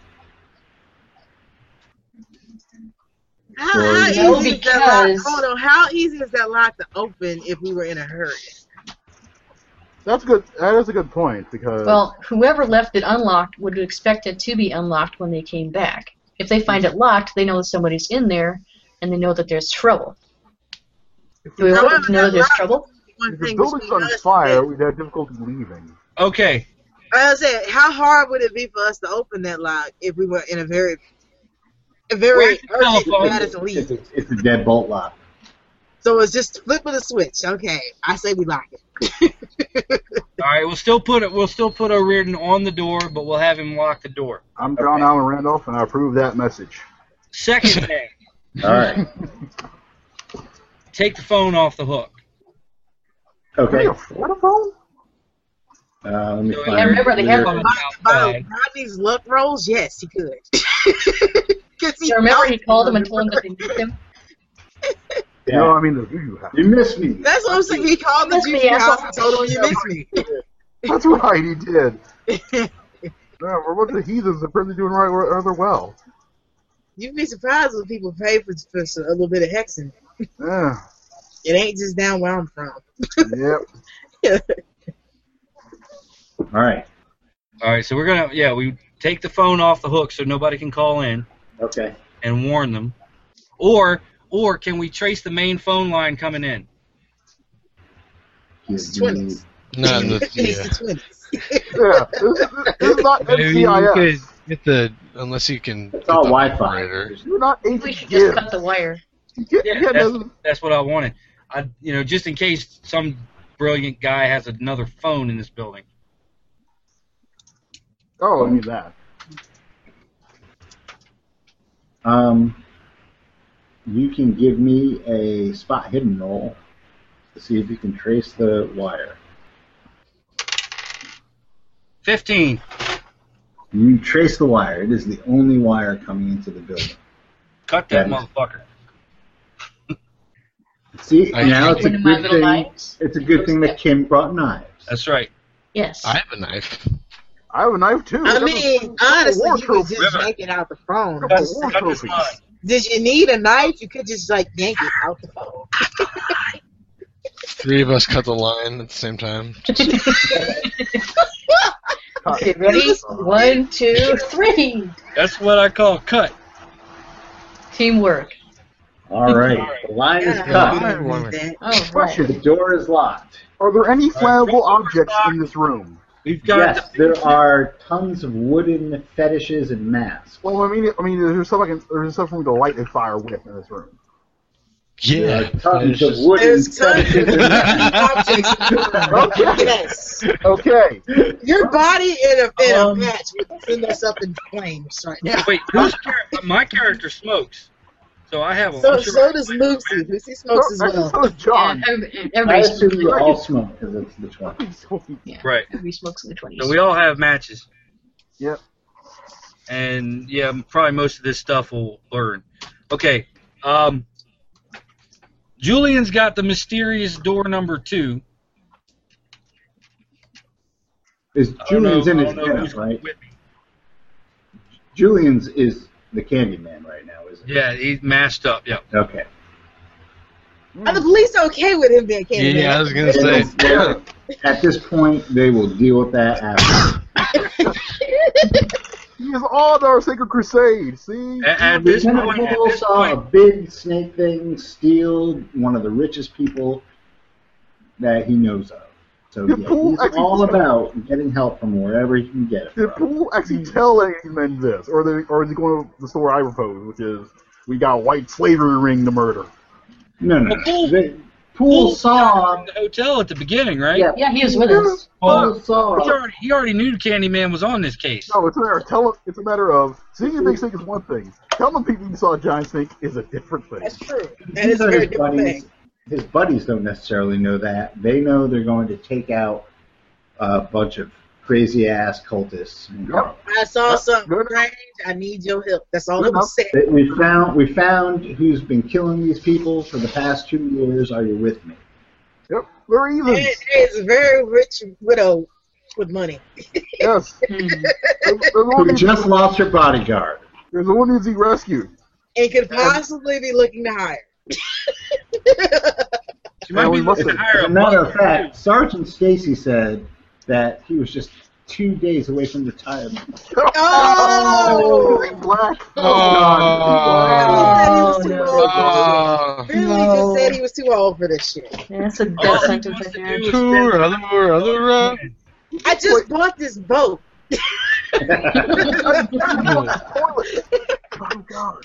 S3: How,
S1: Well,
S3: how
S5: No,
S3: easy is that
S5: because-
S3: lock? Hold on. How easy is that lock to open if we were in a hurry?
S2: That's good. That is a good point because
S5: well, whoever left it unlocked would expect it to be unlocked when they came back. If they find it locked, they know that somebody's in there, and they know that there's trouble. Do we want them to know that there's trouble?
S3: One
S2: if the
S3: thing
S2: building's
S3: between
S2: on
S3: us
S2: fire,
S3: and-
S2: we'd have difficulty leaving.
S7: Okay,
S3: I said, how hard would it be for us to open that lock if we were in a very, a very
S7: Where's the
S3: urgent
S7: telephone?
S3: matter to
S1: It's
S3: leave?
S1: a, it's a deadbolt lock.
S3: So it's just flip of the switch. Okay, I say we lock it.
S7: all right. We'll still put it. We'll still put O'Reardon on the door, but we'll have him lock the door.
S2: I'm John Allen Randolph, and I approve that message.
S7: Second thing,
S1: All right.
S7: take the phone off the hook.
S2: Can
S1: Okay.
S2: you afford a phone?
S1: Uh, let me
S7: So,
S1: find
S5: I remember they have
S1: your-
S5: one.
S3: By Rodney's luck rolls, yes, he could. Because he
S5: So remember he
S3: knows-
S5: called them and told them that they need him?
S1: Yeah.
S2: No, I mean the you have.
S1: You missed me.
S3: That's what I'm saying. He called the
S5: Miss me,
S3: juju
S5: I
S3: house
S5: thought-
S3: and told him you missed me.
S2: That's right, he did. No, we're a bunch of heathens that apparently doing right rather well.
S3: You'd be surprised when people pay for, for s- a little bit of hexing.
S2: Yeah.
S3: It ain't just down where I'm from.
S2: yep.
S1: All right.
S7: All right, so we're gonna yeah we take the phone off the hook so nobody can call in
S1: Okay.
S7: and warn them, or or can we trace the main phone line coming in?
S3: It's
S1: Give me-
S3: 20s.
S4: Not in the,
S3: it's
S4: yeah.
S3: the 20s.
S2: Yeah. This is, this is not
S4: Maybe you
S2: NCIS.
S4: could get the unless you can.
S1: It's all
S4: get the
S1: Wi-Fi.
S4: operator.
S2: You're not eight
S5: We should
S2: years.
S5: just cut the wire.
S2: You can't- you
S7: Yeah,
S2: can't
S7: that's,
S2: do-
S7: that's what I wanted. I you know just in case some brilliant guy has another phone in this building.
S2: oh, I mean that.
S1: Um, you can give me a spot hidden roll to see if you can trace the wire.
S7: Fifteen.
S1: You trace the wire. It is the only wire coming into the building.
S7: Cut that
S1: Yeah.
S7: motherfucker.
S1: See,
S4: I
S1: now
S4: can't
S1: it's a
S5: One of my
S1: good
S5: little
S1: thing.
S5: knives.
S1: It's a good thing that Kim brought knives.
S7: That's right.
S5: Yes.
S4: I have a knife.
S2: I have a knife too.
S3: I
S2: That's a-
S3: mean,
S2: that's a
S3: honestly,
S2: war
S3: you could
S2: trophy.
S3: just yank it out the phone.
S2: That's
S3: Just-
S2: a war
S7: Cut this
S2: trophy.
S7: line.
S3: did you need a knife? You could just like yank it out the phone.
S4: Three of us cut the line at the same time.
S5: Okay, ready? One, two, three.
S7: That's what I call cut.
S5: Teamwork.
S1: All right.
S7: Alright.
S1: The line is
S3: Yeah,
S1: cut.
S3: I don't
S4: Cut.
S3: need that.
S5: All right.
S1: The
S2: Question:
S1: door is locked.
S2: Are there any flammable
S7: Alright.
S2: objects in this room?
S7: We've got
S1: Yes, there are tons of wooden fetishes and masks.
S2: Well, I mean, I mean, there's stuff I can, there's stuff for me to light a fire with in this room.
S1: There are
S4: Yeah.
S1: tons of
S4: fetishes.
S1: wooden
S3: There's tons
S1: fetishes
S3: of
S1: and masks.
S3: objects in the room. Yes.
S2: Okay.
S3: Your body in a, in a
S7: Um,
S3: match would send us up in flames right now.
S7: Wait, whose char- my character smokes, so I have one.
S3: So,
S7: I'm sure-
S3: so does Lucy. Lucy smokes as
S2: I
S3: well.
S2: just told John.
S5: Everybody,
S1: I
S5: everybody,
S1: assume
S5: smokes,
S1: you all smoke because it's the 20s.
S7: right.
S5: everybody smokes in the 20s.
S7: So we all have matches.
S2: Yep.
S7: And yeah, probably most of this stuff will burn. Okay. Um, Julian's got the mysterious door number two.
S1: Is
S7: I don't
S1: Julian's
S7: know-
S1: in
S7: I
S1: his
S7: don't know
S1: getup,
S7: who's
S1: right?
S7: with me.
S1: Julian's is the candy man right now, isn't he?
S7: Yeah, he's masked up. Yeah.
S1: Okay.
S3: Are the police okay with him being candy?
S4: Yeah, I was gonna say.
S1: Well, At this point, they will deal with that after.
S2: He is on our sacred crusade. See.
S4: Eh.
S7: A- At, this point,
S1: Lieutenant
S7: at
S1: Bull
S7: this
S1: saw a
S7: point,
S1: big snake thing steal one of the richest people that he knows of. So
S2: The
S1: yeah,
S2: pool
S1: he's
S2: actually-
S1: all about getting help from wherever he can get it
S2: Did
S1: from.
S2: Poole actually tell any men this, or they, or is he going to the store I propose, which is we got a white slavery ring to murder?
S1: No, no,
S7: Well, Poole-
S1: no. They-
S7: Bull
S1: Poole saw.
S7: in the hotel at the beginning, right?
S1: Yeah,
S5: yeah, he was with us.
S7: Well,
S1: Poole saw.
S7: he already, he already knew Candyman was on this case.
S2: No, it's a matter of tell. It's a matter of seeing a big snake is one thing. Telling people you saw a giant snake is a different thing.
S3: That's true. That
S1: These
S3: is a
S1: are
S3: very
S1: his
S3: different
S1: buddies.
S3: thing.
S1: His buddies don't necessarily know that. They know they're going to take out a bunch of crazy ass cultists. and
S2: Yep.
S3: I saw
S2: That's
S3: something
S2: good.
S3: strange. I need your help. That's all
S2: Good
S3: I'm
S2: enough.
S3: saying.
S1: That We found we found who's been killing these people for the past two years. Are you with me?
S2: Yep, they're even.
S3: There there is a very rich widow with money.
S2: yes,
S5: Hmm.
S2: there's, there's, one
S1: Who
S2: who's,
S1: just lost her bodyguard?
S2: there's one who's he rescued.
S3: And could possibly be looking to hire.
S7: She might
S2: Well,
S7: be
S2: we must
S7: looking to
S2: have-
S7: hire
S1: As
S7: a
S1: a matter
S7: butler.
S1: of fact, Sergeant Stacy said that he was just two days away from retirement.
S3: Oh!
S2: He's black.
S4: Oh,
S2: God.
S3: He said he was too old for this shit.
S4: Ah,
S3: Really just said he was too old for this shit.
S5: That's a death
S7: All he
S5: sentence
S7: wants
S5: right
S7: to
S5: there.
S7: do is spend-
S4: tour, allure, allure.
S3: I just bought this boat.
S2: He's black. Oh, God.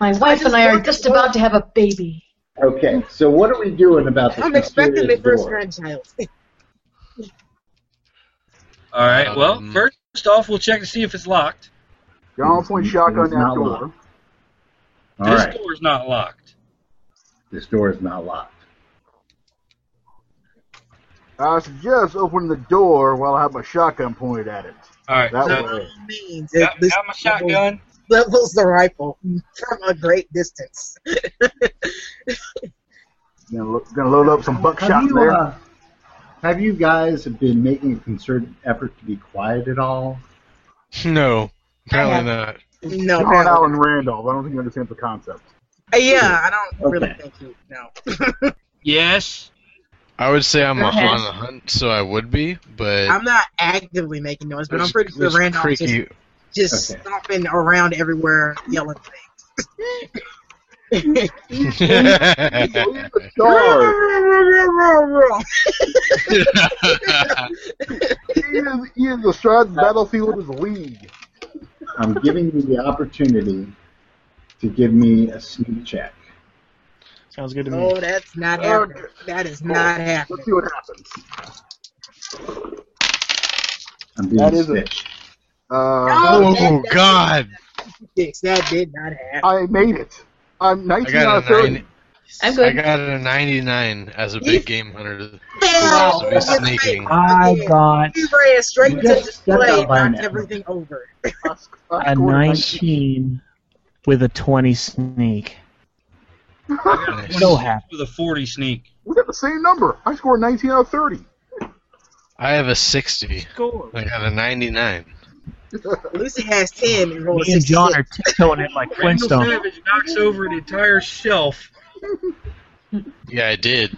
S5: My wife and I are just about to have a baby.
S1: okay, so what are we doing about this?
S3: I'm expecting the
S1: mysterious
S3: first
S1: door?
S3: grandchild.
S7: All right. Well,
S4: Um,
S7: first off, we'll check to see if it's locked.
S2: John point shotgun
S1: It's
S2: that
S1: not
S2: door.
S1: locked. All
S7: this
S1: right,
S7: door's not locked.
S1: this door is not locked.
S2: I suggest opening the door while I have my shotgun pointed at it.
S7: All right.
S2: That
S7: so,
S2: way.
S3: means
S7: got,
S3: this
S7: got my shotgun.
S3: levels the rifle from a great distance.
S2: Gonna, lo- gonna load up some buckshot
S1: Have you,
S2: there.
S1: uh, have you guys been making a concerted effort to be quiet at all?
S4: No, apparently not.
S3: no,
S2: John
S3: apparently.
S2: Allen Randolph. I don't think you understand the concept.
S3: Uh, yeah, I don't really
S1: Okay.
S3: think you. No,
S7: Yes.
S4: I would say I'm
S5: Go
S4: a-
S5: ahead.
S4: on a hunt, so Uh-huh. I would be, but
S3: I'm not actively making noise, but I'm
S4: there's-
S3: pretty sure
S4: there's
S3: Randolph just
S4: creaky.
S3: just
S1: Okay.
S3: stomping around everywhere, yelling things.
S2: Dog, he is, he is astride the battlefield of the league.
S1: I'm giving you the opportunity to give me a sneak check.
S6: Sounds good to me.
S3: oh, that's not
S2: Okay.
S3: happening. That is not
S2: Let's
S3: happening.
S2: see what happens.
S1: I'm being
S2: That is a-
S1: stitched.
S2: Uh,
S4: oh God!
S3: Six, That did not happen.
S2: I made it. I'm
S4: I
S2: 19 out
S4: got
S2: of
S4: a
S2: 30.
S4: nine.
S5: I'm
S4: I
S5: good.
S4: got a 99 as a big game hunter.
S3: Fail!
S4: So he's sneaking.
S6: I got
S3: You ran straight
S1: You
S3: to
S1: just stepped
S3: display,
S1: out by
S3: knocked
S1: now.
S3: everything over.
S2: I sc- I
S6: a
S2: scored a
S6: 19 with a 20 sneak. So happy.
S7: With a 40 sneak.
S2: We got the same number. I scored 19 out of 30.
S4: I have a 60.
S7: Score.
S4: I got a 99.
S3: Lucy has ten and rolled
S6: Me
S3: a
S6: and John are
S3: sixty-six.
S6: tiptoeing it like
S7: Randall
S6: Flintstone.
S7: Savage knocks over an entire shelf.
S4: Yeah, I did.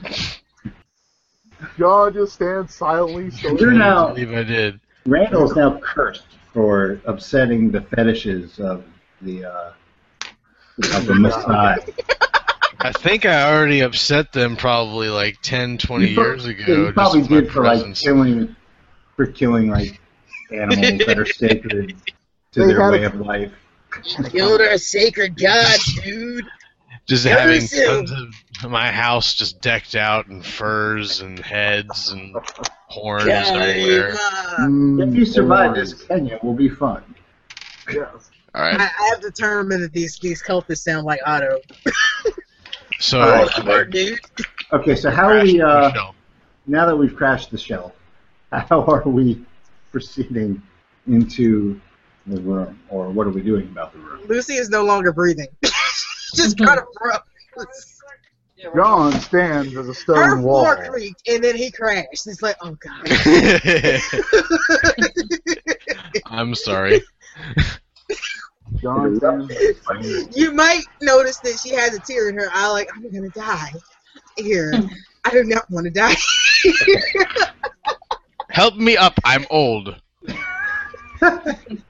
S2: John just stands silently. So
S1: You're
S4: I
S1: now
S4: believe I did.
S1: Randall's now cursed for upsetting the fetishes of the uh, of the Messiah.
S4: I think I already upset them probably like 10, 20
S1: prob-
S4: years ago.
S1: yeah, you
S4: just
S1: probably
S4: with my
S1: did for like
S4: presence.
S1: killing for killing like animals that are sacred to
S2: They
S1: their
S2: had
S1: way
S2: a-
S1: of life.
S3: Killed her sacred god, dude.
S4: Just
S3: Kill
S4: having
S3: yourself.
S4: tons of my house just decked out in furs and heads and horns everywhere.
S3: Kayla.
S2: Mm,
S1: If you survive
S2: everyone.
S1: this, Kenya will be fun.
S2: Yes.
S4: All right,
S3: I, I have determined that these these cultists sound like Otto.
S4: so
S3: dude.
S1: Okay, so how are
S4: Crash
S1: Oh, we?
S4: the
S1: Uh,
S4: shell.
S1: now that we've crashed the shell, how are we proceeding into the room, or what are we doing about the room?
S3: Lucy is no longer breathing. Just kind of broke.
S2: John stands as a
S3: Her
S2: stone wall.
S3: floor creaked, and then he crashed. It's like, oh god.
S1: uh,
S4: I'm sorry.
S2: John stands as a stone wall.
S3: you might notice that she has a tear in her eye, like, I'm gonna die. Here, I do not want to die.
S4: Help me up. I'm old.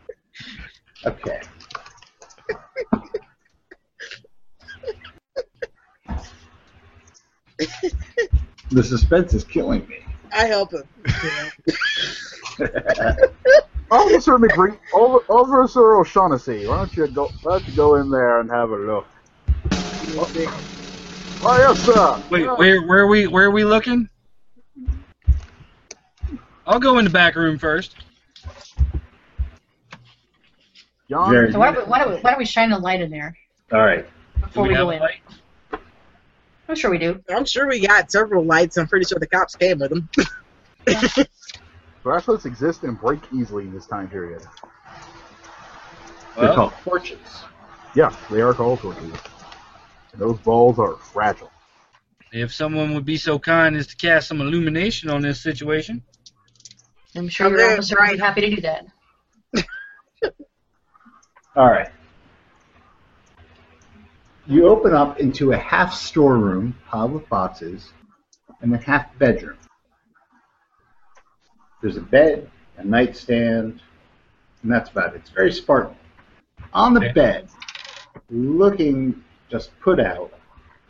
S1: Okay. the suspense is killing me.
S3: I help him. you know.
S2: Officer McGree, Officer- Officer O'Shaughnessy, why don't you go? Why don't you go in there and have a look? Oh yes, sir.
S7: Wait,
S2: Yeah.
S7: where where are we where are we looking? I'll go in the back room first.
S2: John,
S1: Very-
S5: So why don't, we, why, don't we, why don't we shine a light in there
S1: All right.
S7: Do
S5: before we,
S7: have
S5: go
S7: a
S5: in?
S7: light?
S5: I'm sure we do.
S3: I'm sure we got several lights. I'm pretty sure the cops came with them.
S2: bracelets exist and break easily in this time period.
S1: They're
S7: Well,
S1: called torches.
S2: Yes, they are called torches. Those balls are fragile.
S7: If someone would be so kind as to cast some illumination on this situation.
S5: I'm sure your
S3: Okay,
S5: officer would
S3: right.
S5: be happy to do that.
S1: All right. You open up into a half storeroom, pile of boxes, and a half bedroom. There's a bed, a nightstand, and that's about it. It's very spartan. On the
S7: Okay.
S1: bed, looking just put out,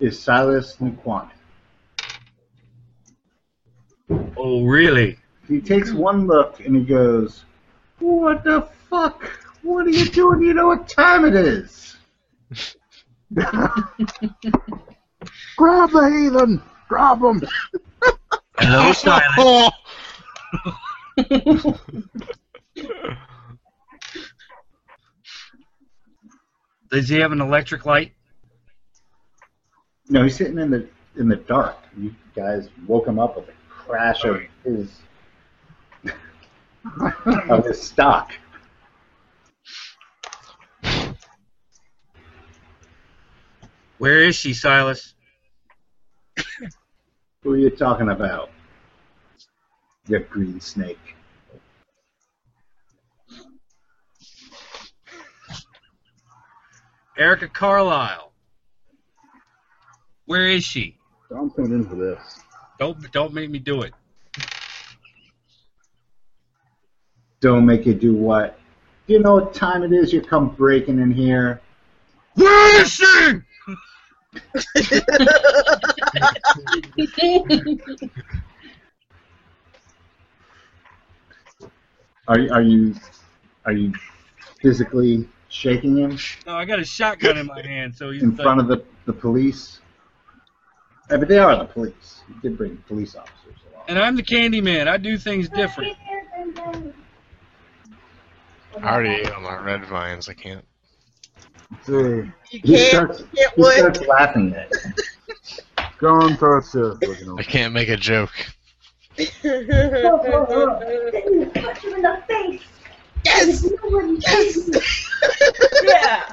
S1: is Silas Nkwane.
S7: Oh really?
S1: He takes one look and he goes, What the fuck? What are you doing? You know what time it is?
S2: Grab the heathen! Grab them!
S7: Hello, Silas.
S4: Oh,
S7: Does he have an electric light?
S1: No, he's sitting in the in the dark. You guys woke him up with a crash of his of his stock.
S7: Where is she, Silas?
S1: Who are you talking about? You green snake.
S7: Erica Carlisle. Where is she?
S2: I'm tuned in for this.
S7: Don't don't make me do it.
S1: Don't make you do what? Do you know what time it is? You come breaking in here.
S7: Where is she?
S1: Are are you are you physically shaking him
S7: No, I got a shotgun in my hand, so he's
S1: in front of the, the police? Yeah, but they are the police. You did bring police officers along.
S7: And I'm the candy man. I do things different.
S4: I already ate on my red vines. I can't.
S2: Let's see.
S3: You
S1: He
S3: can't,
S1: starts,
S3: you can't
S1: he
S3: what?
S1: starts laughing at it.
S2: Gone through upstairs looking
S4: I
S2: over.
S4: can't make a joke.
S9: Punch him in the face.
S3: yes!
S9: Nobody-
S3: Yes!
S5: Yeah.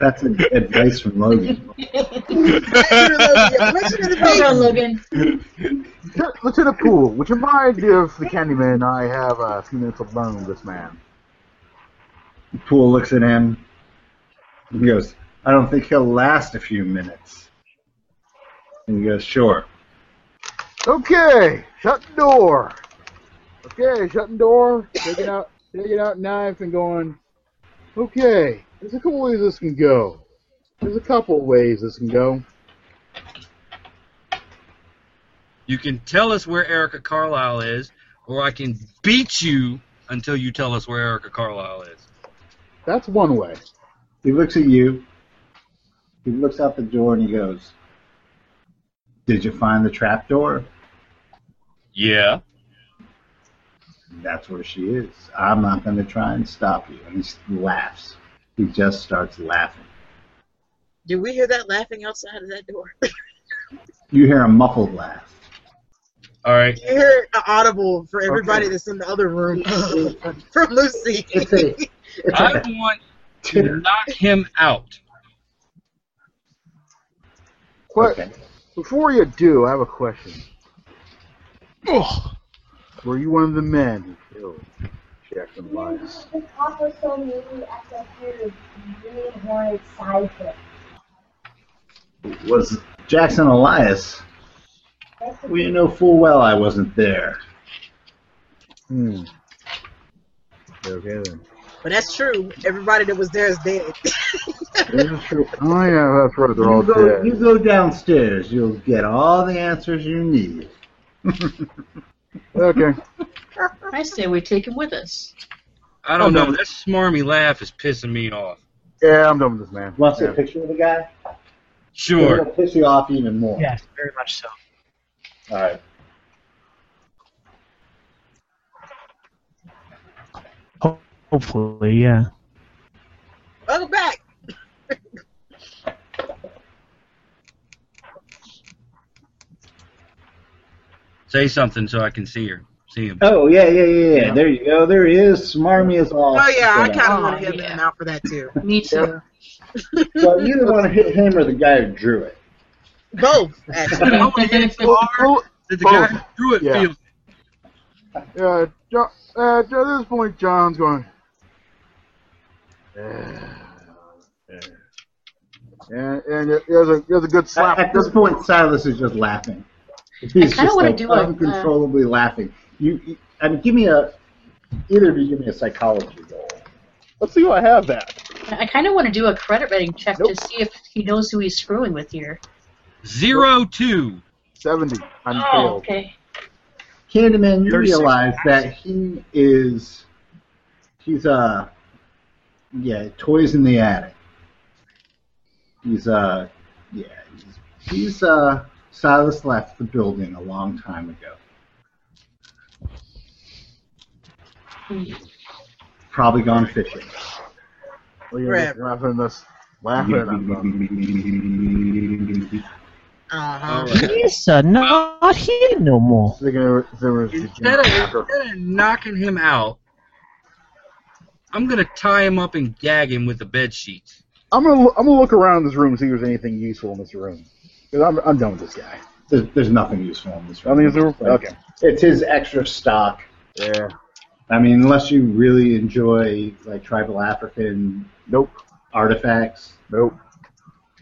S1: That's ad- advice from Logan.
S5: Hold on, Logan.
S2: Lieutenant Poole, would you mind if the Candyman and I have a few minutes alone with this man?
S1: Poole looks at him. He goes, I don't think he'll last a few minutes. And he goes, Sure.
S2: Okay, shut the door. Okay, shutting door, taking out taking out knife and going Okay, there's a couple ways this can go. There's a couple ways this can go.
S7: You can tell us where Erica Carlisle is, or I can beat you until you tell us where Erica Carlisle is.
S2: That's one way.
S1: He looks at you. He looks out the door and he goes, Did you find the trap door?
S7: Yeah.
S1: That's where she is. I'm not going to try and stop you. And he s- laughs. He just starts laughing.
S3: Do we hear that laughing outside of that door?
S1: You hear a muffled laugh.
S7: All right.
S3: You hear an audible for everybody that's in the other room from Lucy.
S1: It's a, it's
S7: I
S1: like a
S7: want to
S1: titter.
S7: knock him out.
S2: But before you do, I have a question.
S4: Oh,
S2: Were you one of the men who killed Jackson Lyons?
S9: This offer so maybe at the head of green hornet sidekick.
S1: was Jackson Elias.
S9: That's
S1: Well, you know full well I wasn't there.
S2: Hmm. Okay then.
S3: But that's true. Everybody that was there is dead.
S2: That's true. Oh yeah, that's right. They're all
S1: You go,
S2: dead.
S1: you go downstairs. You'll get all the answers you need.
S2: Okay.
S5: I say we take him with us.
S7: I don't know. That smarmy laugh is pissing me off.
S2: Yeah, I'm done with this man.
S1: Want to see a
S2: yeah.
S1: picture of the guy?
S7: Sure.
S1: It'll piss you off even more.
S6: Yes, very much so.
S1: All right.
S6: Hopefully, yeah.
S3: Welcome Oh, back.
S7: Say something so I can see her. See him.
S1: Oh yeah, yeah, yeah, yeah.
S7: Yeah.
S1: There you go. There he is. Smarmy as all.
S3: Oh yeah, I kind
S5: Aw,
S3: of want to hit
S5: yeah.
S3: him out for that too.
S5: Me too.
S1: Well, you didn't want to hit him or the guy who drew it.
S3: Both, actually.
S7: I want to hit it so hard
S2: Oh,
S7: that the guy who threw it
S2: Yeah.
S7: feels.
S2: Uh, John, uh, at this point, John's going. And, and there's a there's a good slap.
S1: At, at this point, Silas is just laughing. He's
S5: kinda
S1: just
S5: wanna
S1: like
S5: do a, uh,
S1: uncontrollably laughing. You, you, I mean, give me a. Either of you give me a psychology roll.
S2: Let's see who I have that.
S5: I kind of want to do a credit rating check
S2: Nope.
S5: to see if he knows who he's screwing with here.
S7: Zero two.
S2: Seventy. I'm
S5: Oh,
S2: failed.
S5: okay.
S1: Candyman, you
S6: 36
S1: realize that he is he's uh yeah, toys in the attic. He's uh yeah, he's, he's uh Silas left the building a long time ago.
S5: Hmm.
S1: Probably gone fishing.
S2: We're gonna be laughing this. Laughing. at him.
S3: Uh-huh.
S6: He's uh, not here no more.
S1: They're gonna, they're gonna
S7: Instead of, instead of knocking him out, I'm gonna tie him up and gag him with the bed sheets.
S2: I'm gonna I'm gonna look around this room and see if there's anything useful in this room. 'Cause I'm, I'm done with this guy.
S1: there's, there's nothing useful in this
S2: I think it's
S1: room.
S2: a- okay.
S1: It's his extra stock.
S2: Yeah.
S1: I mean, unless you really enjoy like tribal African
S2: Nope.
S1: artifacts.
S2: Nope.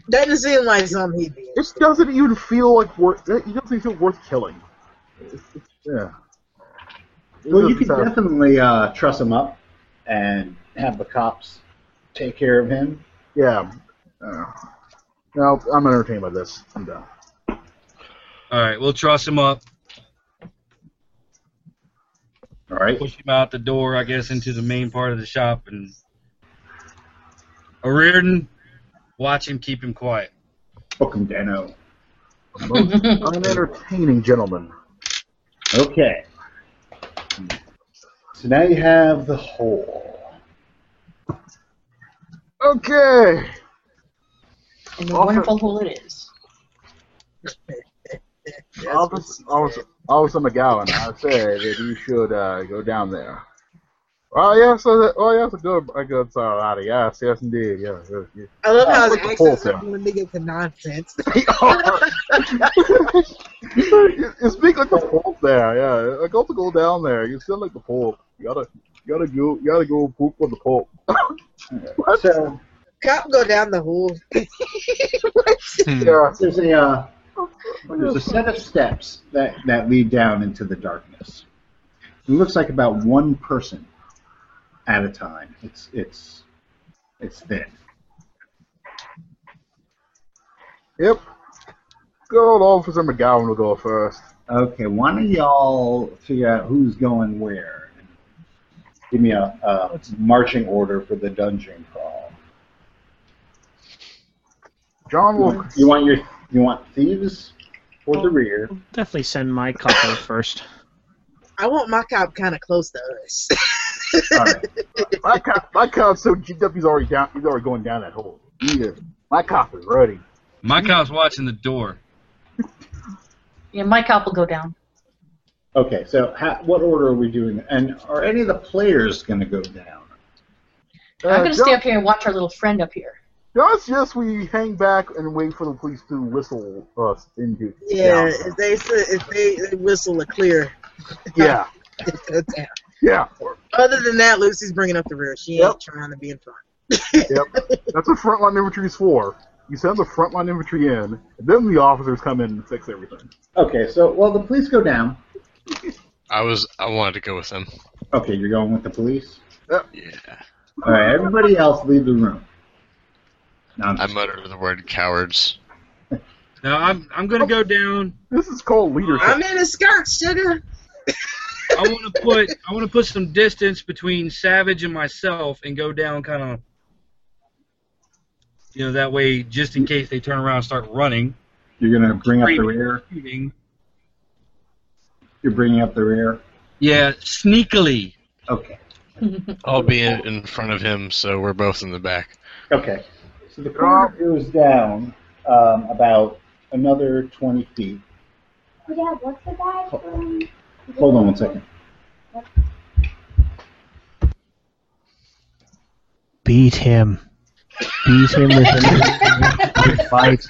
S3: That doesn't seem like something he'd be.
S2: It doesn't even feel like worth. It doesn't even feel worth killing. It's- it's- yeah. It
S1: Well, you
S2: doesn't
S1: could
S2: sound-
S1: definitely uh, truss him up and have the cops take care of him.
S2: Yeah. Uh, no, I'm entertained by this. I'm done.
S7: All right, we'll truss him up,
S1: All right.
S7: push him out the door, I guess, into the main part of the shop, and O'Riordan, watch him, keep him quiet.
S1: Book him, Dano.
S2: I'm an entertaining gentleman.
S1: Okay. So now you have the hole.
S2: Okay.
S5: And the
S2: Officer-
S5: wonderful hole it is.
S2: Officer, Officer, Officer McGowan, I said that you should uh, go down there. Oh yes, uh, oh yes, a good, a good sorority. Yes, yes, indeed. Yes, yes, yes.
S3: I love how his
S2: What the full
S3: accent's
S2: thing?
S3: when they get to nonsense.
S2: it's big like the Pope there, yeah. Like also go down there. You sound like the Pope. You gotta, you gotta go, you gotta go poop on the Pope. what?
S1: So
S3: Cop go down the hole.
S2: Yeah.
S1: there's a uh, there's a set of steps that that lead down into the darkness. It looks like about one person at a time. It's it's it's thin.
S2: Yep. Good old Officer McGowan will go first.
S1: Okay, why don't y'all figure out who's going where? Give me a, a marching order for the dungeon crawl.
S2: John
S1: You
S2: will.
S1: want, you want your you want thieves for the rear.
S6: I'll definitely send my couple first.
S3: I want my cop kind of close to us.
S1: All right.
S2: My cop, my cop's so g up. He's already down. He's already going down that hole. Yeah. My cop is ready.
S7: My cop's watching the door.
S5: Yeah, my cop will go down.
S1: Okay, so ha- what order are we doing? And are any of the players going to go down?
S5: I'm
S2: Uh,
S5: gonna
S2: John,
S5: stay up here and watch our little friend up here.
S2: John's yes, we hang back and wait for the police to whistle us into.
S3: yeah,
S2: down.
S3: if they say- if they they whistle a clear,
S2: Yeah.
S3: go down.
S2: Yeah.
S3: Other than that, Lucy's bringing up the rear. She ain't
S2: Yep.
S3: trying to be in front.
S2: That's what frontline infantry is for. You send the frontline infantry in, and then the officers come in and fix everything.
S1: Okay, so well the police go down.
S4: I was I wanted to go with him.
S1: Okay, you're going with the police.
S4: Yeah.
S1: All right, everybody else leave the room. No, I'm
S4: I mutter the word cowards.
S7: Now I'm I'm gonna go down.
S2: This is called leadership.
S3: I'm in a skirt, sugar.
S7: I want to put I want to put some distance between Savage and myself and go down kind of you know that way just in case they turn around and start running
S1: you're gonna bring up the rear.
S7: shooting.
S1: You're bringing up the rear.
S7: Yeah, sneakily.
S1: Okay.
S4: I'll be in, in front of him, so we're both in the back.
S1: Okay. So the car goes down um, about another 20 feet.
S9: Yeah, what's the guy from?
S1: Hold on one second.
S6: Beat him. Beat him with a fight.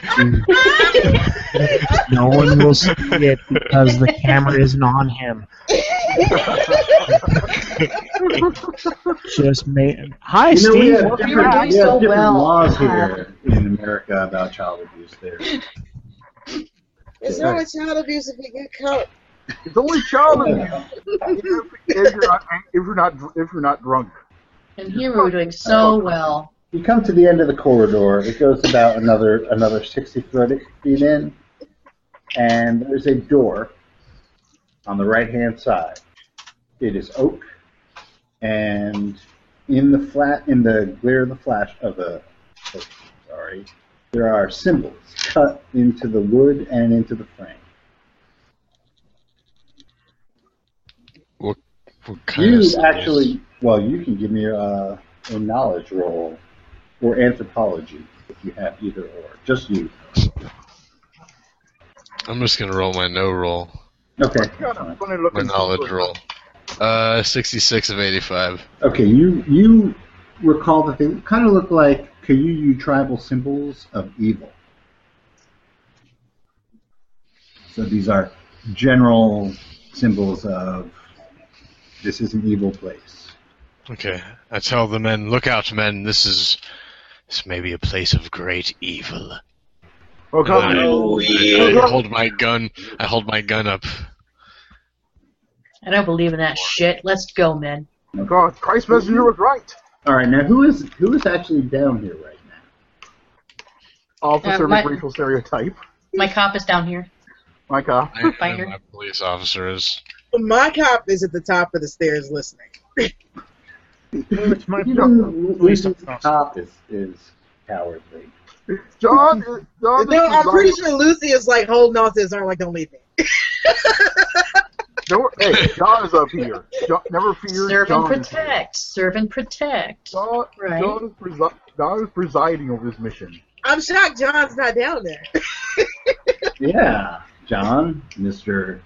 S6: No one will see it because the camera isn't on him. Just make. Hi,
S1: You know, we
S6: Steve.
S1: have
S6: welcome
S5: You're
S1: different,
S6: back.
S5: doing
S1: we have
S5: so
S1: different
S5: well. Uh-huh.
S1: laws here in America about child abuse there.
S3: It's not a child abuse if you get caught.
S2: It's only child abuse if, if you're not if you're not if you're not drunk.
S5: And here we were doing so well.
S1: You come to the end of the corridor. It goes about another another 60 foot- feet in, and there's a door on the right hand side. It is oak, and in the flat in the glare of the flash of the oh, sorry, there are symbols cut into the wood and into the frame.
S4: What kind of
S1: you
S4: symbols?
S1: actually, well, you can give me a, a knowledge roll or anthropology if you have either or. Just you.
S4: I'm just gonna roll my no roll,
S1: Okay.
S2: Kind of funny
S4: my
S2: looking.
S4: knowledge roll. Uh, 66 of 85.
S1: Okay, you you recall that they kind of look like Kayuyu tribal symbols of evil. So these are general symbols of this is an evil place.
S4: Okay, I tell the men, look out, men. This is this may be a place of great evil.
S2: Well,
S4: And then
S2: come
S4: I-
S2: on.
S4: I hold my gun. I hold my gun up.
S5: I don't believe in that shit. Let's go, men.
S2: Oh, God, Christ Messenger was right.
S1: All right, now who is who is actually down here right now?
S2: Officer
S5: Uh, my-
S2: with racial stereotype.
S5: My cop is down here.
S2: Like, uh,
S4: I don't know
S5: Finder.
S4: who my police officer is.
S3: My cop is at the top of the stairs listening.
S7: Which might be
S1: Even
S7: police
S1: losing
S7: officer.
S1: top is is cowardly.
S2: John, John, this
S3: No,
S2: is
S3: I'm
S2: like-
S3: pretty sure Lucy is like holding on to his arm, like, don't leave me.
S2: Don't, hey, John is up here. John, never fear,
S5: Serve and
S2: John. is here.
S5: protect. Serve and protect.
S2: John,
S5: Right.
S2: John, is presi- John is presiding over this mission.
S3: I'm shocked John's not down there.
S1: Yeah, John, Mister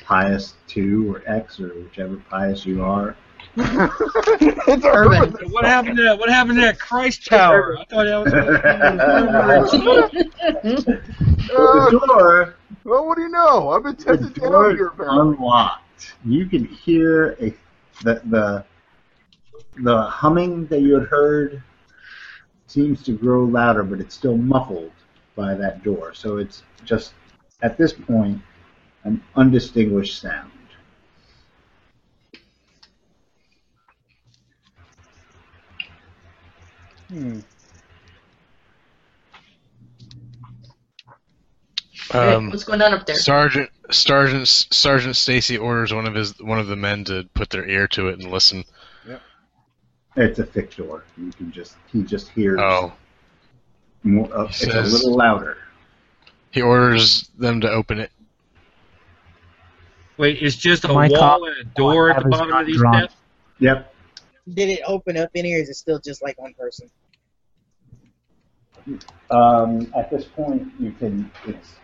S1: Pious Two or X or whichever pious you are.
S2: it's a
S5: Urban.
S2: hermit.
S7: What happened to that? What happened to that Christ Tower? I thought that was.
S1: Well, the door
S2: Uh, Well, what do you know? I've been
S1: the
S2: tested
S1: door
S2: down
S1: is
S2: here, apparently.
S1: unlocked. You can hear a the the the humming that you had heard seems to grow louder, but it's still muffled by that door. So it's just at this point an undistinguished sound.
S2: Hmm.
S5: Hey,
S4: Um,
S5: what's going on up there?
S4: Sergeant Sergeant Sergeant Stacy orders one of his one of the men to put their ear to it and listen.
S1: It's a thick door. You can just he just hears
S4: Oh,
S1: more. Uh, it's a
S4: Says-
S1: little louder.
S4: he orders them to open it.
S7: Wait, it's just a
S6: My cop-
S7: wall and a door at the
S6: Have is
S7: bottom
S6: not
S7: of these
S6: drawn.
S7: steps.
S1: Yep.
S3: Did it open up in here? Is it still just like one person?
S1: Um, at this point, you can. It's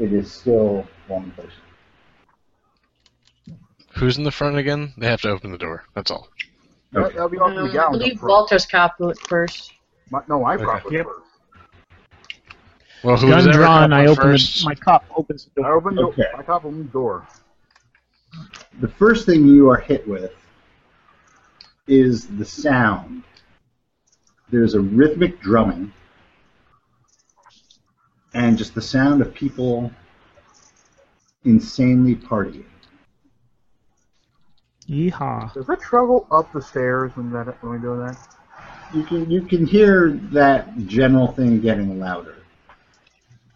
S1: it is still one person.
S4: Who's in the front again? They have to open the door. That's all.
S2: That, that'll be off to the
S5: Um, I
S2: gallons. up
S5: believe
S2: front.
S5: Walter's cop went first.
S2: My- no, I proper
S7: Yep.
S2: first.
S4: Well, who's
S6: Gun
S4: ever
S6: drawn.
S4: come
S6: I
S4: up
S6: open the,
S4: first?
S6: my cop opens the
S2: I
S6: door.
S2: opened
S1: Okay.
S2: the, I cop opened the door.
S1: the first thing you are hit with is the sound. There's a rhythmic drumming and just the sound of people insanely partying.
S6: Yeehaw!
S2: Does that travel up the stairs when that when we do that?
S1: You can you can hear that general thing getting louder.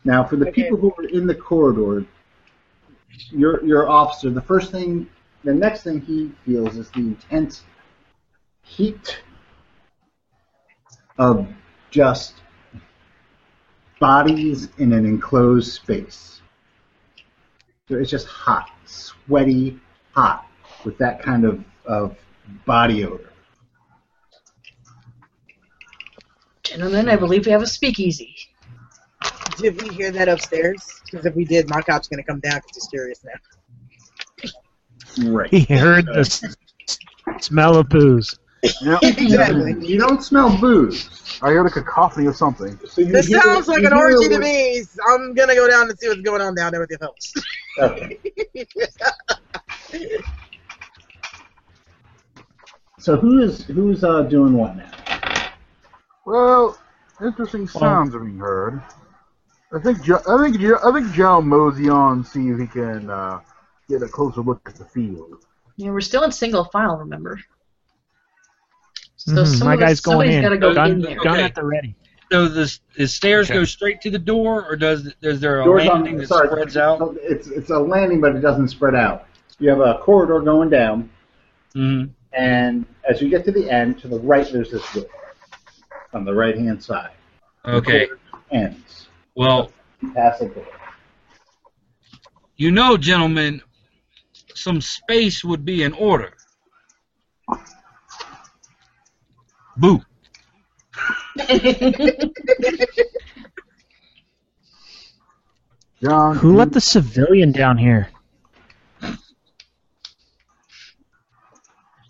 S1: Now, for the
S3: Okay.
S1: people who are in the corridor, your your officer, the first thing, the next thing he feels is the intense heat of just bodies in an enclosed space. So it's just hot, sweaty, hot with that kind of, of body odor.
S5: Gentlemen, I believe we have a speakeasy.
S3: Did we hear that upstairs? Because if we did, my cop's gonna come down because he's curious now.
S1: Right.
S6: He heard the s- smell of booze.
S3: exactly.
S1: You don't smell booze.
S2: I heard a cacophony of something.
S1: So you
S3: This
S1: hear-
S3: sounds like
S1: you
S3: an
S1: hear
S3: orgy to
S1: what-
S3: me. I'm gonna go down and see what's going on down there with your folks.
S1: Okay. So who is who's uh, doing what now?
S2: Well, interesting sounds are being heard. I think jo- I think jo- I think Joe mosey on see if he can uh, get a closer look at the field.
S5: You know, we're still in single file, remember? So
S6: Mhm,
S5: some
S6: my
S5: of us-
S6: guy's going
S5: somebody's
S6: in.
S5: gotta go
S6: gun,
S5: in there.
S7: gun-
S6: gun
S7: Okay.
S6: at the ready.
S7: So the, the stairs
S4: Okay.
S7: go straight to the door, or does does there a
S1: Doors on-
S7: landing that
S1: sorry,
S7: spreads out?
S1: It's it's a landing, but it doesn't spread out. You have a corridor going down,
S7: Mm-hmm.
S1: and as you get to the end, to the right, there's this door on the right hand side.
S7: Okay.
S1: Ends.
S7: Well,
S1: Pass the door.
S7: you know, gentlemen, some space would be in order. Boo.
S2: John.
S6: Who let the civilian down here?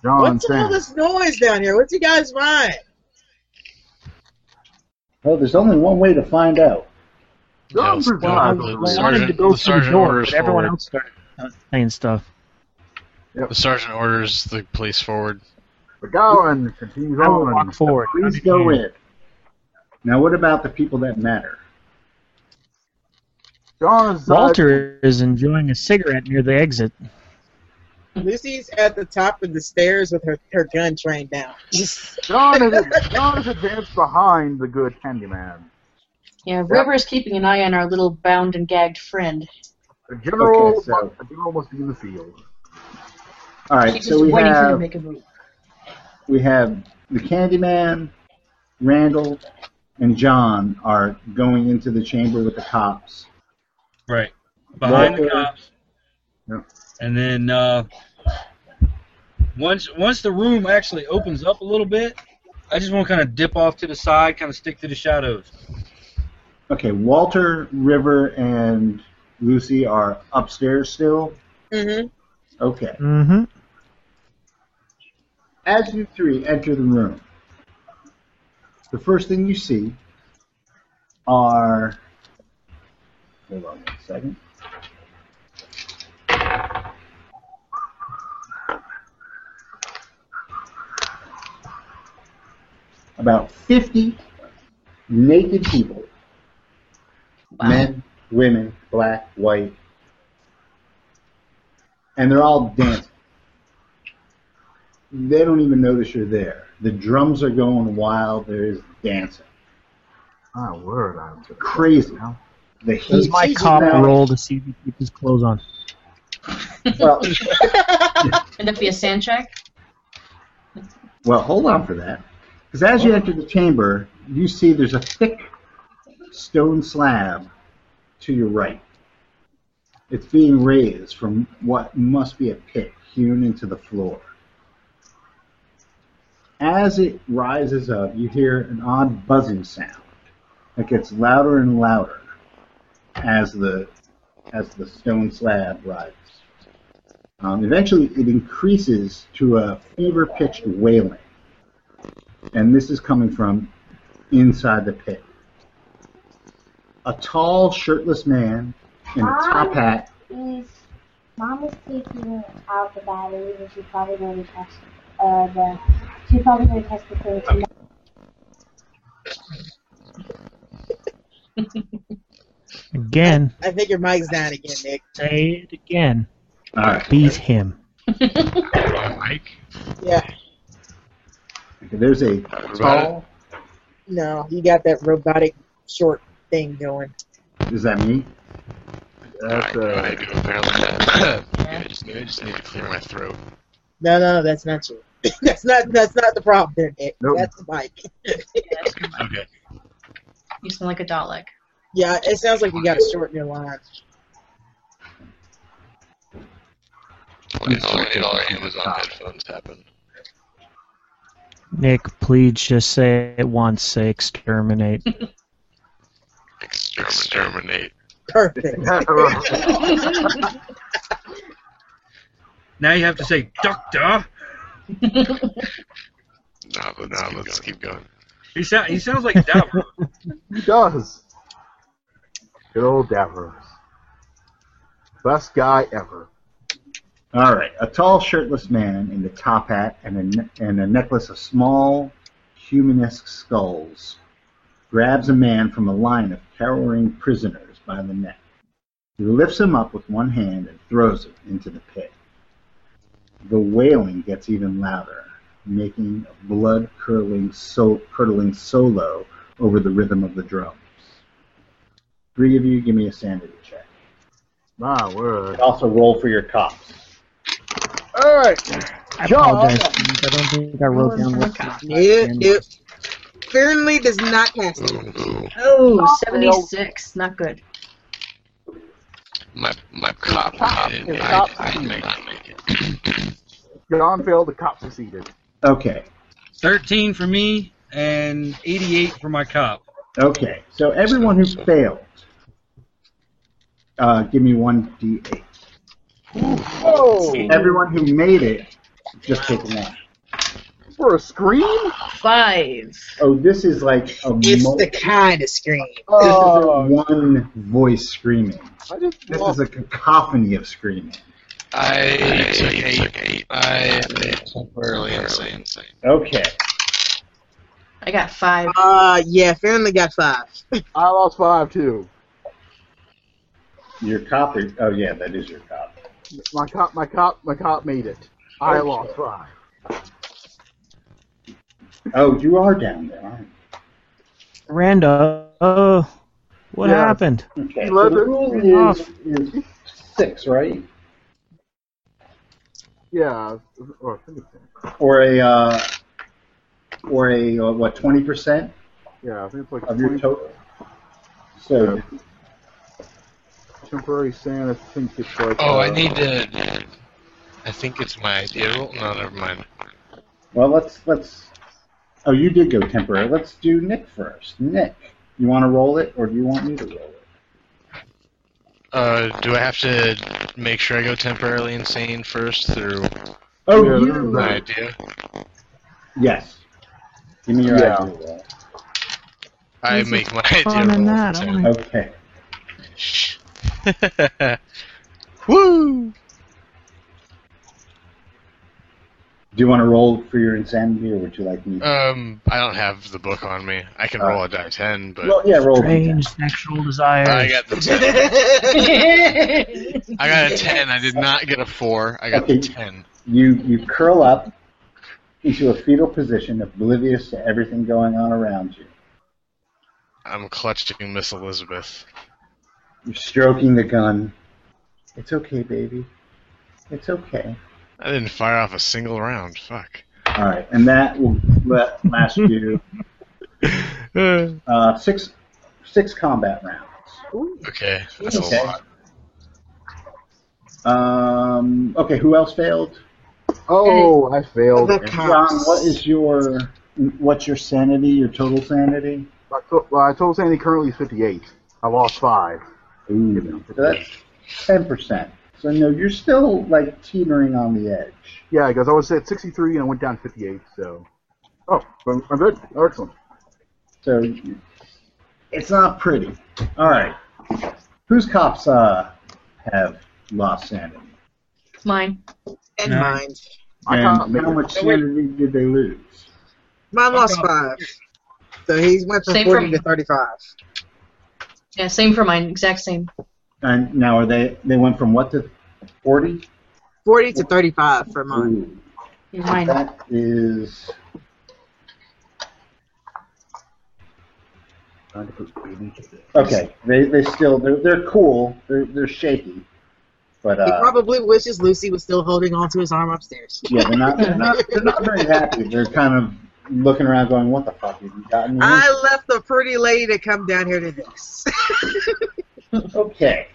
S2: John
S3: What's all
S2: Sam.
S3: this noise down here? What's you guys mind?
S1: Well, there's only one way to find out.
S2: John
S4: Yes,
S6: Well,
S2: Presidente.
S6: I
S4: Uh, the
S6: wanted to
S4: sergeant-
S6: go
S4: the
S6: through the
S4: sergeant
S6: door,
S4: orders
S6: but everyone
S4: forward.
S6: else started saying stuff.
S4: The sergeant orders the police forward.
S2: McGowan continues
S6: I will
S2: on.
S6: walk forward.
S1: Please go in. Now, what about the people that matter?
S2: John is uh,
S6: Walter is enjoying a cigarette near the exit.
S3: Lucy's at the top of the stairs with her, her gun trained down. Mm-hmm. Just-
S2: John is John is advanced behind the good handyman.
S5: Yeah, River is keeping an eye on our little bound and gagged friend.
S2: The general,
S1: Okay, so-
S2: the general must be in the field.
S1: All right,
S5: She's
S1: so
S5: just
S1: we
S5: waiting for you to
S1: have
S5: make a move.
S1: we have the Candyman, Randall, and John are going into the chamber with the cops.
S7: Right. Behind the
S1: Walker.
S7: cops.
S2: Yep.
S7: And then uh, once once the room actually opens up a little bit, I just want to kind of dip off to the side, kind of stick to the shadows.
S1: Okay, Walter, River, and Lucy are upstairs still.
S3: mhm.
S1: Okay.
S6: Mm-hmm.
S1: As you three enter the room, the first thing you see are. Hold on one second. About 50 naked people. Men, women, black, white. And they're all dancing they don't even notice you're there. The drums are going wild. There is dancing.
S2: My word, I'm just-
S1: Crazy.
S2: Now.
S1: The heat
S6: Does my
S1: is
S6: cop
S1: now-
S6: roll to see if he keeps his clothes on?
S1: Well,
S5: Can that be a sand check?
S1: well, hold on for that. Because as you enter the chamber, you see there's a thick stone slab to your right. It's being raised from what must be a pit hewn into the floor. As it rises up, you hear an odd buzzing sound that gets louder and louder as the as the stone slab rises. Um, eventually, it increases to a fever-pitched wailing, and this is coming from inside the pit. A tall, shirtless man in a top hat
S9: Is mom is taking out the batteries and she's probably going to test uh the she's probably going to test the thing tonight.
S6: Again,
S3: I think your mic's down again, Nick.
S6: say it again.
S1: All right.
S6: Beat him.
S4: Mike?
S3: Yeah.
S1: There's a tall.
S3: No, you got that robotic short thing going.
S1: Is that me?
S2: That's
S4: I
S2: uh,
S4: do, apparently. I, just, I just need to clear my throat.
S3: No, no, that's not you. that's not that's not the problem there, Nick.
S2: Nope.
S3: That's the mic.
S4: Okay.
S5: You sound like a Dalek.
S3: Yeah, it sounds like you got to shorten your line.
S4: Well, all I need all our Amazon headphones happen.
S6: Nick, please just say it once. Say exterminate.
S4: Exterminate.
S3: Perfect.
S7: Now you have to say, Doctor!
S4: No, but no, let's keep going.
S7: He, sound, he sounds like Davros.
S2: he does. Good old Davros. Best guy ever.
S1: All right. A tall, shirtless man in the top hat and a, ne- and a necklace of small, humanesque skulls grabs a man from a line of cowering prisoners by the neck. He lifts him up with one hand and throws him into the pit. The wailing gets even louder, making a blood-curdling, so- curdling solo over the rhythm of the drums. Three of you, give me a sanity check.
S2: My word.
S1: And also roll for your cops.
S2: All right.
S6: I apologize. I don't think I wrote down what.
S3: Nope, nope. Fairly does not cast it.
S5: Oh, 76. Not good.
S8: My my cop.
S1: Your
S8: I,
S1: cop.
S8: I, I make it.
S2: John failed. The cop succeeded.
S1: Okay.
S7: 13 for me and 88 for my cop.
S1: Okay, so everyone who failed Uh, give me one d8.
S2: Oh,
S1: Everyone who made it, just take one.
S2: for a scream?
S5: Five.
S1: Oh, this is like a
S3: It's
S1: mul-
S3: the kind of scream.
S1: this isn't
S2: Oh,
S1: one voice screaming.
S2: I just
S1: This
S2: lost
S1: is a cacophony of screaming.
S4: I took eight. I am temporarily insane.
S1: Okay.
S5: I got five.
S3: Uh, yeah, Finley got five.
S2: I lost five too.
S1: Your copy. Oh yeah, that is your copy.
S2: My cop, my cop, my cop made it. I lost five.
S1: Oh, you are down there. Aren't
S6: Rando, oh, what
S2: Yeah.
S6: happened?
S1: you? Okay.
S2: He
S1: So
S2: left
S1: the
S2: it.
S1: rule is, is six, right?
S2: Yeah. Or, I think it's six.
S1: Or a uh, or a uh, what twenty percent
S2: yeah, I think it's like
S1: of your
S2: 20
S1: total. So
S2: temporary sand. I think it's like.
S4: Oh, I
S2: uh,
S4: need to. I think it's my idea roll. No, never mind.
S1: well, let's let's. Oh, you did go temporary. Let's do Nick first. Nick, you want to roll it, or do you want me to roll it?
S4: Uh, do I have to make sure I go temporarily insane first through
S1: Oh,
S2: Yeah,
S1: you.
S4: my idea?
S1: Yes. Give me your
S2: Yeah.
S1: idea roll.
S4: I
S6: Where's
S4: make my idea
S6: fun in
S4: roll.
S6: that?
S4: for
S6: I
S4: temp.
S1: Okay.
S4: Woo!
S1: Do you want to roll for your insanity, or would you like me?
S4: Um, I don't have the book on me. I can roll a die ten, but
S1: Uh, well, yeah, roll. it.
S6: Strange sexual desires.
S4: I got the ten.
S5: I
S4: I got a ten. I did not get a four. I got the ten.
S1: You you curl up into a fetal position, oblivious to everything going on around you.
S4: I'm clutching Miss Elizabeth.
S1: You're stroking the gun. It's okay, baby. It's okay.
S4: I didn't fire off a single round. Fuck.
S1: All right, and that will let last you
S4: okay,
S1: uh, six six combat rounds.
S4: that's
S1: Okay.
S4: a lot.
S1: Um, okay, who else failed?
S2: Oh, I failed.
S3: The
S1: Ron,
S3: cops.
S1: what is your what's your sanity? Your total sanity?
S2: I told, well, I told Sandy currently he's 58. I lost five.
S1: Ooh, so that's ten percent. So no, you're still like teetering on the edge.
S2: Yeah, because I was at 63 and I went down to 58. So. Oh, I'm, I'm good. Oh, excellent.
S1: So you- it's not pretty. All right, whose cops uh, have lost sanity?
S5: Mine.
S3: And
S6: No.
S3: mine.
S2: I
S1: And
S2: can't make
S1: how
S2: it.
S1: much
S7: No, wait.
S1: sanity did they lose?
S3: Mine lost five. So he went from
S5: Same for
S3: 40
S5: me.
S3: to 35.
S5: Yeah, same for mine. Exact same.
S1: And now are they? They went from what to forty?
S3: 40 to 35 for mine.
S1: Ooh,
S5: Mine.
S1: That is. Okay, they they still they're they're cool. They're they're shaky, but
S3: He
S1: uh,
S3: probably wishes Lucy was still holding onto his arm upstairs.
S1: yeah, they're not they're not they're not very happy. They're kind of looking around, going, "What the fuck have you gotten?" me
S3: I left the pretty lady to come down here to this.
S1: into?" okay,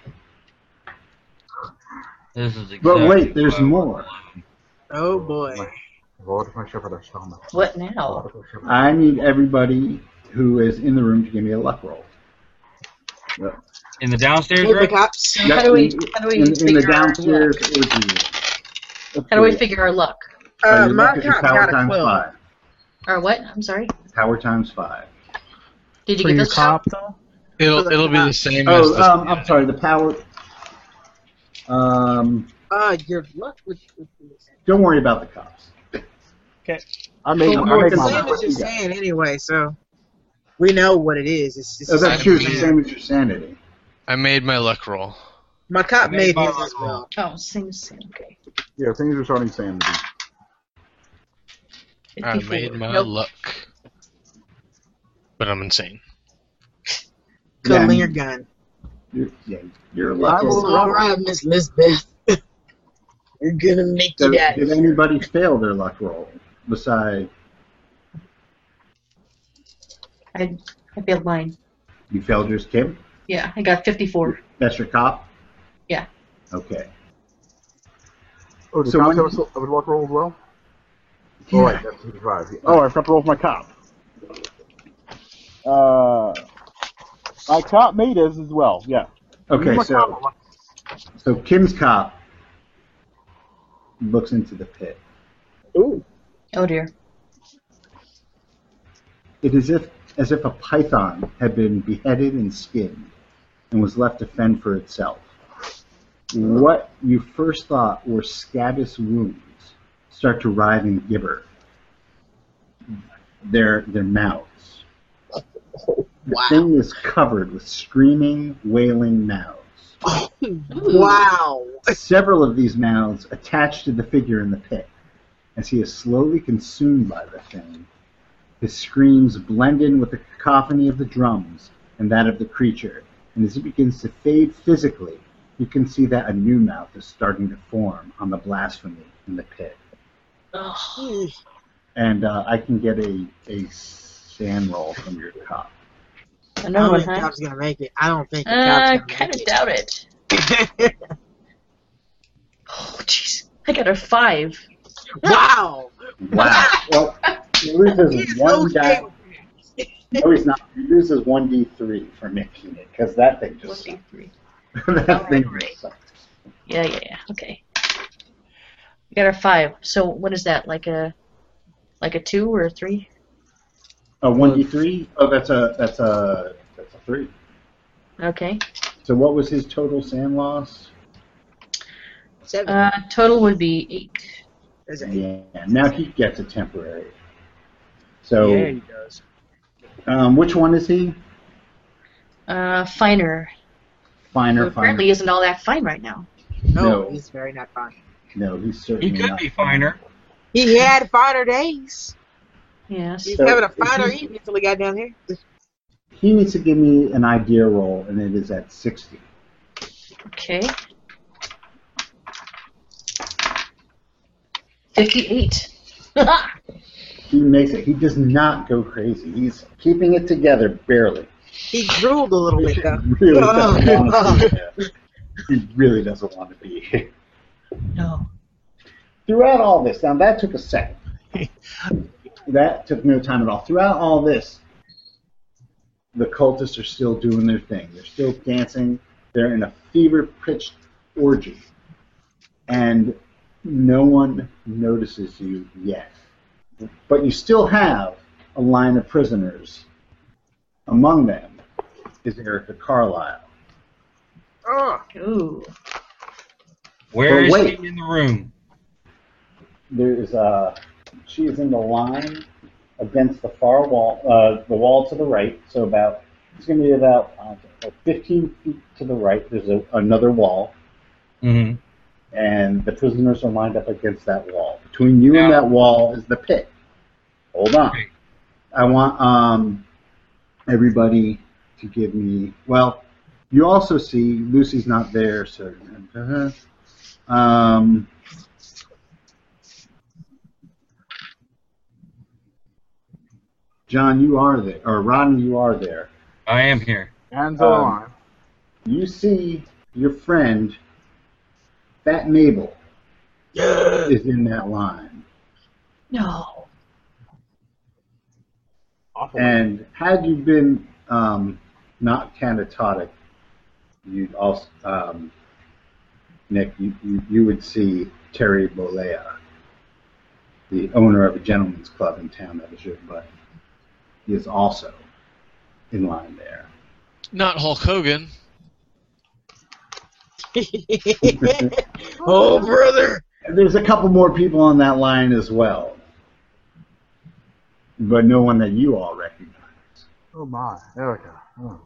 S8: This is
S1: but
S8: exactly
S1: wait, there's
S8: what-
S1: more.
S3: oh boy.
S2: Lord, my shepherd, I shall not.
S5: What now?
S2: Lord, my shepherd.
S1: I need everybody who is in the room to give me a luck roll.
S7: In the downstairs
S3: Hey, the
S7: room?
S3: cops.
S5: How do we? How do we
S1: in, in
S5: figure
S1: the
S5: out luck?
S1: downstairs orgy room.
S5: How do we figure our luck?
S3: Uh,
S1: your
S3: my
S1: luck is your
S3: cop
S1: power
S3: got a
S1: times
S3: 12.
S1: five.
S5: Or what? I'm sorry.
S1: Power times five.
S5: Did you
S6: for
S5: get
S6: your
S5: this?
S6: cop, though?
S4: It'll it'll be the same as
S1: Oh,
S4: the,
S1: um, I'm sorry. The power. Um,
S3: Uh, your luck would. would be-
S1: don't worry about the cops.
S2: I made,
S5: Well,
S2: I
S5: we're
S2: made
S3: It's the
S2: my
S3: same as
S1: luck.
S3: your saying anyway, so we know what it is. It's, it's
S1: Oh, that's
S4: I
S1: true. It's the
S4: made-
S1: same as your sanity.
S4: I made my luck roll.
S3: my cop made his as
S7: mine.
S3: well.
S5: Oh, same, same. Okay.
S2: Yeah, things are starting sanity.
S4: I
S5: 54.
S4: made my
S5: Nope.
S4: luck. But I'm insane.
S3: Cuddling
S1: Yeah.
S3: your gun.
S1: Your, yeah, your
S2: I
S1: luck.
S2: will-
S1: is-
S3: It's all right, Miss Lisbeth. You're gonna make
S1: So,
S3: it out.
S1: did anybody fail their luck roll besides
S5: I, I failed mine.
S1: you failed yours, Kim?
S5: Yeah, I got 54.
S1: That's your cop.
S5: Yeah.
S1: Okay.
S2: Oh, did
S1: So
S2: so cops
S1: when-
S2: have a s- have a luck roll as well? Oh, right, that's 55. Oh, I forgot to roll for my cop. Uh, my cop made his as well, yeah.
S1: Okay,
S2: My
S1: so
S2: combo.
S1: so Kim's cop looks into the pit.
S3: Ooh.
S5: Oh dear.
S1: It is if as if a python had been beheaded and skinned and was left to fend for itself. What you first thought were scabbous wounds start to writhe and gibber. Their their mouths. The
S3: Wow.
S1: thing is covered with screaming, wailing mouths.
S3: Wow.
S1: several of these mouths attached to the figure in the pit. As he is slowly consumed by the thing, his screams blend in with the cacophony of the drums and that of the creature, and as he begins to fade physically, you can see that a new mouth is starting to form on the blasphemy in the pit. And uh, I can get a, a sand roll from your cop.
S3: I
S5: Another
S3: don't
S5: one,
S3: think
S5: huh?
S3: Cop's gonna make it. I don't think the
S5: Uh,
S3: Cop's gonna
S5: kind of
S3: make
S5: doubt it.
S3: it.
S5: Oh jeez, I got a five.
S3: wow.
S1: Wow. well, he loses
S3: He's
S1: one
S3: okay.
S1: die. No, he's not. He loses one d three for making it because that thing
S5: One,
S1: just
S5: two, three.
S1: that
S5: Alright,
S1: thing
S5: alright.
S1: sucked.
S5: Yeah, yeah, yeah. Okay. I got a five. So what is that? Like a, like a two or a three?
S1: A one d three. Oh, that's a that's a that's a three.
S5: Okay.
S1: So what was his total sand loss?
S3: Seven.
S5: Uh, total would be eight.
S3: Is it?
S1: Yeah. Now he gets a temporary. So
S6: Yeah, he does.
S1: um, which one is he?
S5: Uh, finer.
S1: Finer,
S5: Who apparently
S1: finer.
S5: isn't all that fine right now.
S1: No.
S3: No, he's very not fine.
S1: No, he's
S7: He
S1: certainly
S7: could
S1: not
S7: be finer.
S3: He had finer days.
S5: Yes.
S3: He's
S1: So-
S3: having a finer evening until he got down here.
S1: He needs to give me an idea roll, and it is at sixty.
S5: Okay. Fifty-eight.
S1: He makes it. He does not go crazy. He's keeping it together barely.
S3: He drooled a little bit though.
S1: really doesn't want to be there. He really doesn't want to be here.
S5: no.
S1: Throughout all this, now that took a second. that took no time at all. Throughout all this, the cultists are still doing their thing. They're still dancing. They're in a fever pitched orgy. And no one notices you yet. But you still have a line of prisoners. Among them is Erica Carlisle.
S2: Ah,
S5: Ooh.
S7: Where
S1: But
S7: is
S1: wait.
S7: he in the room?
S1: there's uh she is in the line against the far wall uh the wall to the right so about it's going to be about uh, 15 feet to the right there's a, another wall
S7: Mm-hmm.
S1: and the prisoners are lined up against that wall between you
S7: Yeah.
S1: and that wall is the pit hold on
S7: Okay.
S1: i want um everybody to give me well you also see lucy's not there so uh-huh. um John, you are there, or Rodney, you are there.
S7: I am here.
S2: hands on the
S1: Um,
S2: line.
S1: You see your friend, Fat Mabel, is in that line.
S5: No.
S2: Awful.
S1: And had you been um, not catatotic, you'd also, um, Nick, you, you, you would see Terry Bolea, the owner of a gentleman's club in town that is your buddy. He is also in line there.
S4: Not Hulk Hogan.
S3: oh brother.
S1: There's a couple more people on that line as well, but no one that you all recognize.
S2: oh my, there we go.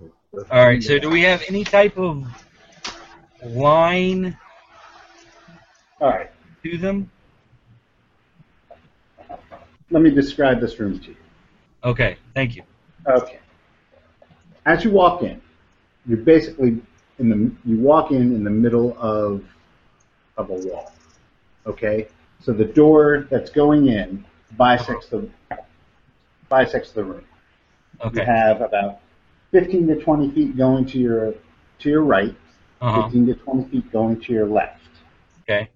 S2: Oh.
S7: All right. So do we have any type of line
S1: All right,
S7: to them?
S1: let me describe this room to you.
S7: Okay. Thank you.
S1: Okay. As you walk in, you're basically in the you walk in in the middle of of a wall. Okay. So the door that's going in bisects the bisects the room. You
S7: Okay.
S1: have about 15 to 20 feet going to your to your right,
S7: Uh huh.
S1: 15 to 20 feet going to your left.
S7: Okay.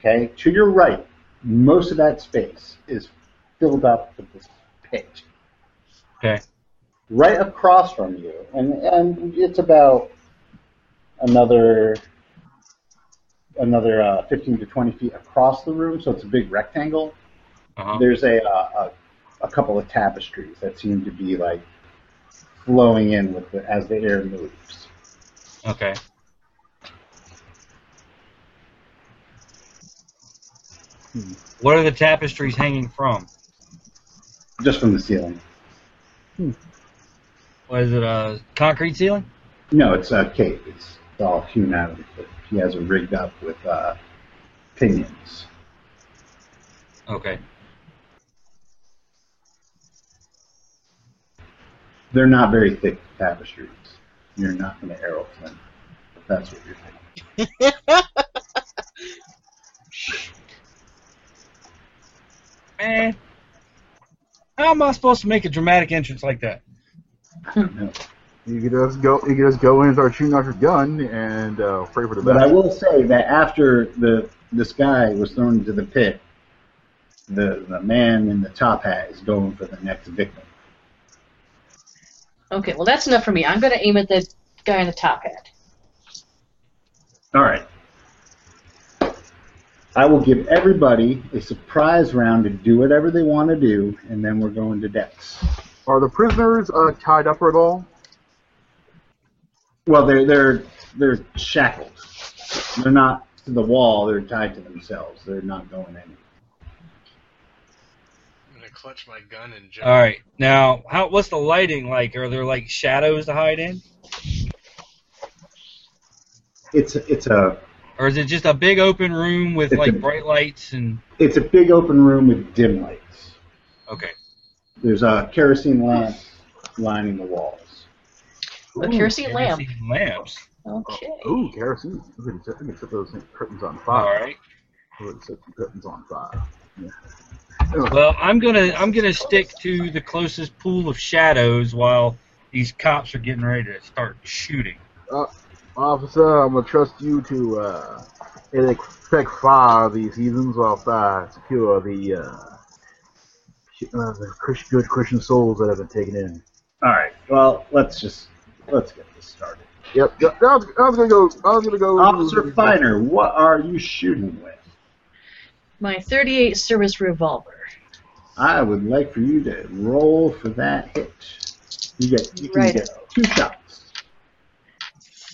S1: Okay. To your right, most of that space is filled up with this pit.
S7: Okay.
S1: right across from you, and and it's about another another uh, 15 to 20 feet across the room, so it's a big rectangle.
S7: Uh-huh.
S1: There's a, uh, a a couple of tapestries that seem to be like flowing in with the, as the air moves.
S7: Okay.
S1: Hmm.
S7: What are the tapestries hanging from?
S1: just from the ceiling.
S7: What is it a concrete ceiling?
S1: No, it's a cave. It's all hewn out of the cliff. He has it rigged up with uh, pinions.
S7: Okay.
S1: They're not very thick tapestries. You're not going to arrow them. If that's what you're thinking.
S7: Man, Eh, how am I supposed to make a dramatic entrance like that?
S1: No.
S2: You could just go. You could just go in and start shooting out your gun and uh, pray for the
S1: But I
S2: best.
S1: will say that after the this guy was thrown into the pit, the the man in the top hat is going for the next victim.
S5: Okay, well that's enough for me. I'm gonna aim at the guy in the top hat.
S1: All right. I will give everybody a surprise round to do whatever they want to do, and then we're going to Dex.
S2: Are the prisoners uh, tied up at all?
S1: Well, they're they're they're shackled. They're not to the wall. They're tied to themselves. They're not going anywhere.
S4: I'm gonna clutch my gun and jump.
S7: All right. Now, how what's the lighting like? Are there like shadows to hide in,
S1: It's it's a
S7: or is it just a big open room with
S1: It's
S7: like
S1: a-
S7: bright lights and?
S1: it's a big open room with dim lights.
S7: Okay.
S1: There's a kerosene lamp lining the walls.
S5: A kerosene lamp.
S7: Kerosene Lamps.
S5: Okay.
S2: Uh, Ooh, kerosene. We can set, we can set those curtains on
S7: All
S2: fire.
S7: right.
S2: We can set the curtains on fire.
S7: Well, I'm gonna I'm gonna stick to the closest pool of shadows while these cops are getting ready to start shooting.
S2: Officer, I'm gonna trust you to uh, effect fire these heathens while I secure the uh, sh- uh, the Chris- good Christian souls that have been taken in.
S1: All right. Well, let's just let's get this started.
S2: Yep. yep I, was, I was gonna go. I was gonna go.
S1: Officer Finer, what are you shooting with?
S5: My 38 service revolver.
S1: I would like for you to roll for that hit. You get you can
S5: Right.
S1: get two shots.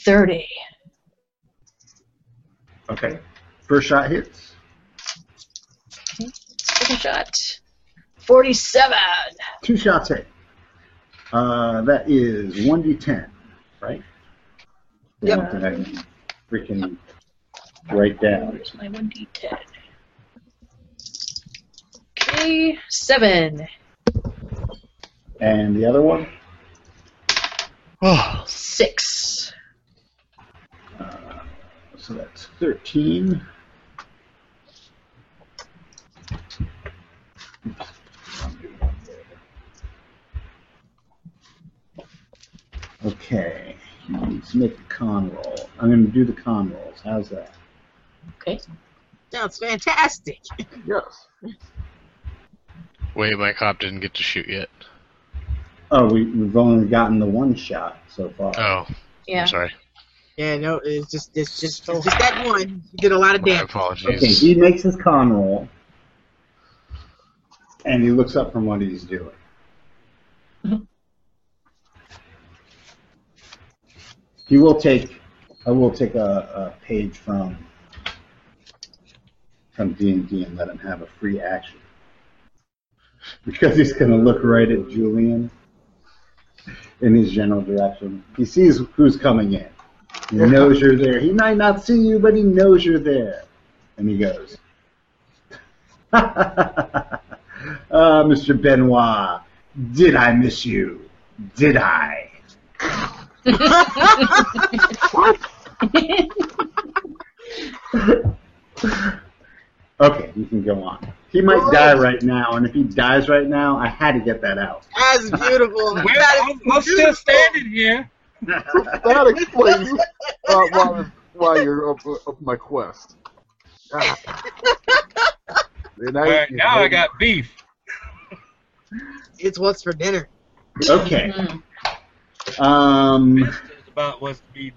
S5: 30.
S1: Okay. First shot hits.
S5: Second shot. 47.
S1: Two shots hit. Uh, that is 1d10, right?
S5: Yep.
S1: Something I can freaking write down.
S5: Where's my 1d10? Okay, 7.
S1: And the other one?
S4: Oh,
S5: 6.
S1: Uh, so that's 13. Oops. Okay, let's make a con roll. I'm going to do the con rolls. How's that?
S5: Okay.
S3: Sounds fantastic.
S2: Yes.
S4: Wait, my cop didn't get to shoot yet.
S1: Oh, we, we've only gotten the one shot so far.
S4: Oh,
S5: Yeah.
S4: I'm sorry.
S3: Yeah, no, it's just it's just just that one. You did a lot of
S4: My
S3: damage.
S4: apologies.
S1: Okay, he makes his con roll, and he looks up from what he's doing.
S5: Mhm.
S1: He will take. I will take a, a page from from D and D and let him have a free action because he's going to look right at Julian in his general direction. He sees who's coming in. He knows you're there. He might not see you, but he knows you're there. And he goes, Ah, Mr. Benoit, did I miss you? Did I? Okay, you can go on. He might die right now, and if he dies right now, I had to get that out.
S3: That's beautiful.
S7: Well,
S3: That is
S7: I'm, I'm still
S3: beautiful.
S7: standing here.
S2: That explains uh, why, why you're up, up my quest. Ah. And I-
S7: All right, now I got beef.
S3: It's what's for dinner.
S1: Okay.
S5: Mm.
S1: Um,
S7: It's about what's to be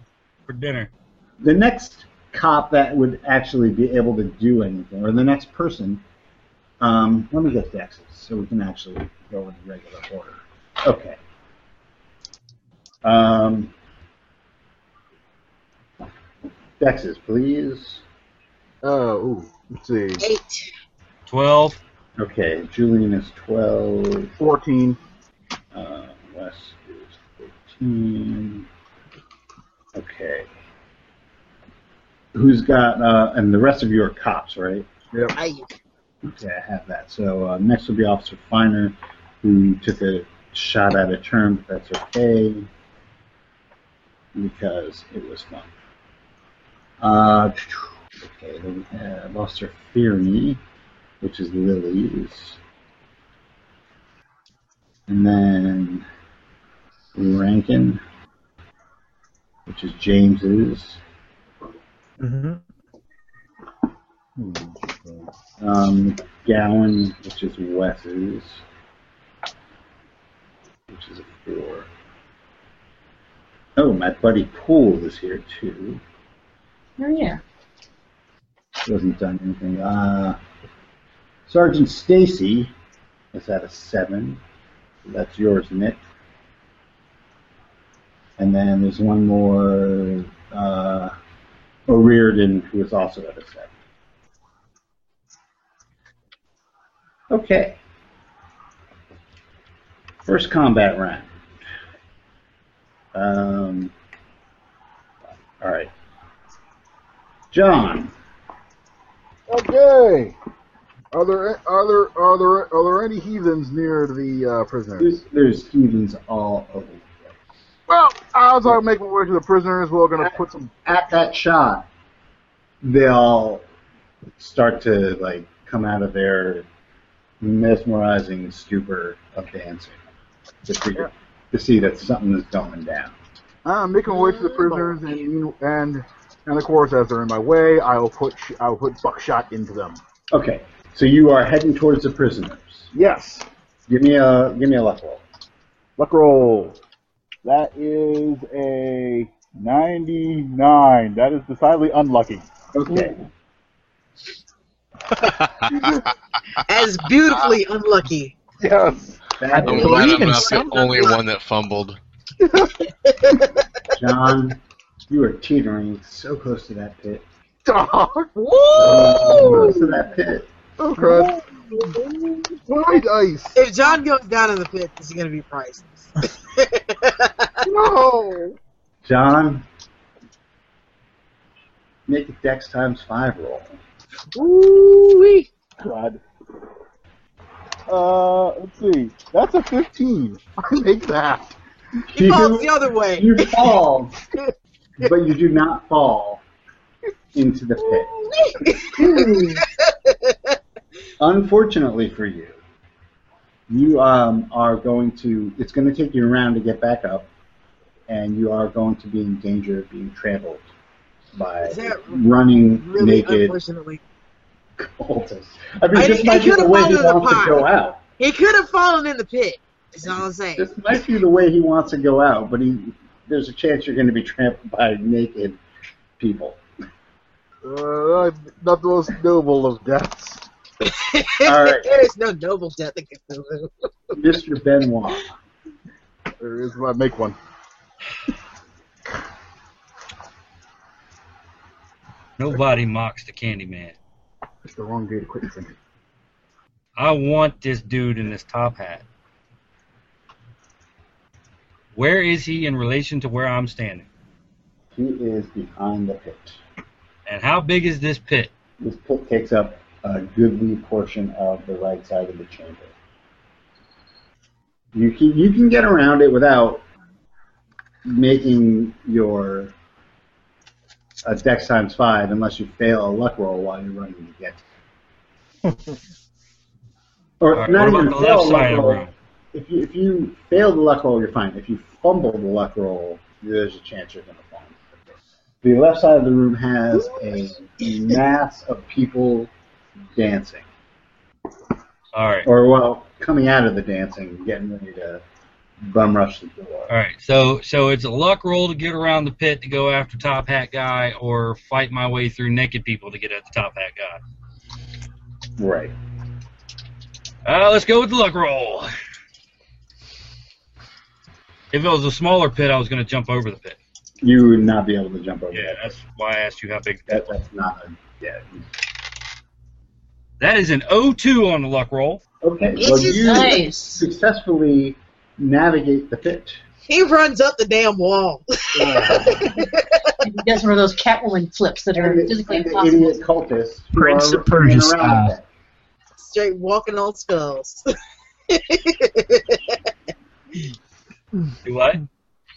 S7: for dinner.
S1: the next cop that would actually be able to do anything, or the next person. Um, let me get the exits so we can actually go in regular order. Okay. Um, Dexes, please.
S2: Oh, ooh, let's see.
S3: Eight.
S7: Twelve.
S1: Okay, Julian is 12.
S2: 14.
S1: Uh, Wes is 14. Okay. Who's got, uh, and the rest of you are cops, right?
S2: Yep.
S3: I,
S1: Okay, I have that. So uh, next would be Officer Feiner, who took a shot at a term, but that's okay because it was fun. Uh, okay, then we have Officer Fearney, which is Lily's. And then Rankin, which is James's.
S6: Mm-hmm.
S1: Um, Gowan, which is Wes's, which is a four. Oh, my buddy Poole is here too.
S5: Oh yeah.
S1: He hasn't done anything. Uh, Sergeant Stacy is at a seven. That's yours, Nick. And then there's one more, uh, O'Riordan, who is also at a seven. Okay. First combat round. Um, all right. John,
S2: Okay. Are there are there are there are there any heathens near the uh, prisoners?
S1: there's, there's heathens all over. the place.
S2: Well, as I make my way to the prisoners, we're gonna put some.
S1: At that shot, they all start to like come out of their mesmerizing stupor of dancing to figure to see that something is going down.
S2: I'm making my way to the prisoners, and and and of course, as they're in my way, I will put sh- I will put buckshot into them.
S1: Okay, so you are heading towards the prisoners.
S2: Yes.
S1: Give me a give me a luck roll.
S2: Luck roll. That is a 99. That is decidedly unlucky.
S1: Okay.
S3: as beautifully unlucky.
S2: Yes.
S1: That
S4: I'm
S1: is-
S4: glad
S5: Believe
S4: I'm
S5: in
S4: not the
S5: someone.
S4: only one that fumbled.
S1: John, you are teetering so close to that pit.
S2: Dog.
S3: Oh.
S1: So close to that pit.
S2: Oh, crud. My dice.
S3: If John goes down in the pit, this is gonna be priceless.
S2: No.
S1: John, make a dex times five roll.
S3: Ooh-wee.
S2: God. Uh, let's see. That's a 15. I make that.
S3: He falls the other way.
S1: you fall, but you do not fall into the pit. Unfortunately for you, you um, are going to. It's going to take you around to get back up, and you are going to be in danger of being trampled by
S3: Is that
S1: running
S3: really,
S1: naked
S3: unfortunately,
S1: cultists. I mean,
S3: I
S1: this
S3: think
S1: might
S3: they
S1: be the
S3: could've
S1: way he
S3: followed the
S1: wants to
S3: pot.
S1: go out.
S3: he could have fallen in the pit. That's all I'm saying.
S1: This might be the way he wants to go out, but he, there's a chance you're going to be trampled by naked people.
S2: Uh, not the most noble of deaths.
S1: All right.
S3: there is no noble death in Cthulhu.
S1: Mr. Benoit.
S2: There is I make one.
S7: Nobody mocks the Candyman.
S2: It's the wrong day to quit drinking.
S7: I want this dude in this top hat. Where is he in relation to where I'm standing?
S1: He is behind the pit.
S7: And how big is this pit?
S1: This pit takes up a goodly portion of the right side of the chamber. You can, you can get around it without making your a dex times five, unless you fail a luck roll while you're running to get. or
S7: All right,
S1: not
S7: what about
S1: even
S7: the
S1: fail a
S7: left
S1: luck
S7: side of the
S1: roll.
S7: room?
S1: If you if you fail the luck roll, you're fine. If you fumble the luck roll, there's a chance you're going to fall. The left side of the room has a mass of people dancing,
S7: All right.
S1: or well, coming out of the dancing, getting ready to bum rush the door.
S7: All right, so so it's a luck roll to get around the pit to go after Top Hat Guy, or fight my way through naked people to get at the Top Hat Guy.
S1: Right.
S7: Uh, let's go with the luck roll. If it was a smaller pit, I was going to jump over the pit.
S1: You would not be able to jump over
S7: Yeah,
S1: that.
S7: that's why I asked you how big the
S1: that.
S7: pit was.
S1: That's not a. Yeah.
S7: That is an 02 on the luck roll.
S1: Okay.
S5: It
S1: well,
S5: is
S1: you
S5: nice.
S1: successfully navigate the pit.
S3: He runs up the damn wall.
S5: He does one of those Catwoman flips that are
S1: and the,
S5: physically
S1: and the idiot
S5: impossible.
S1: cultists. who
S6: Prince
S1: are
S6: of Persia
S1: running around
S6: style.
S3: Straight walking on skulls.
S7: Do what?
S1: that.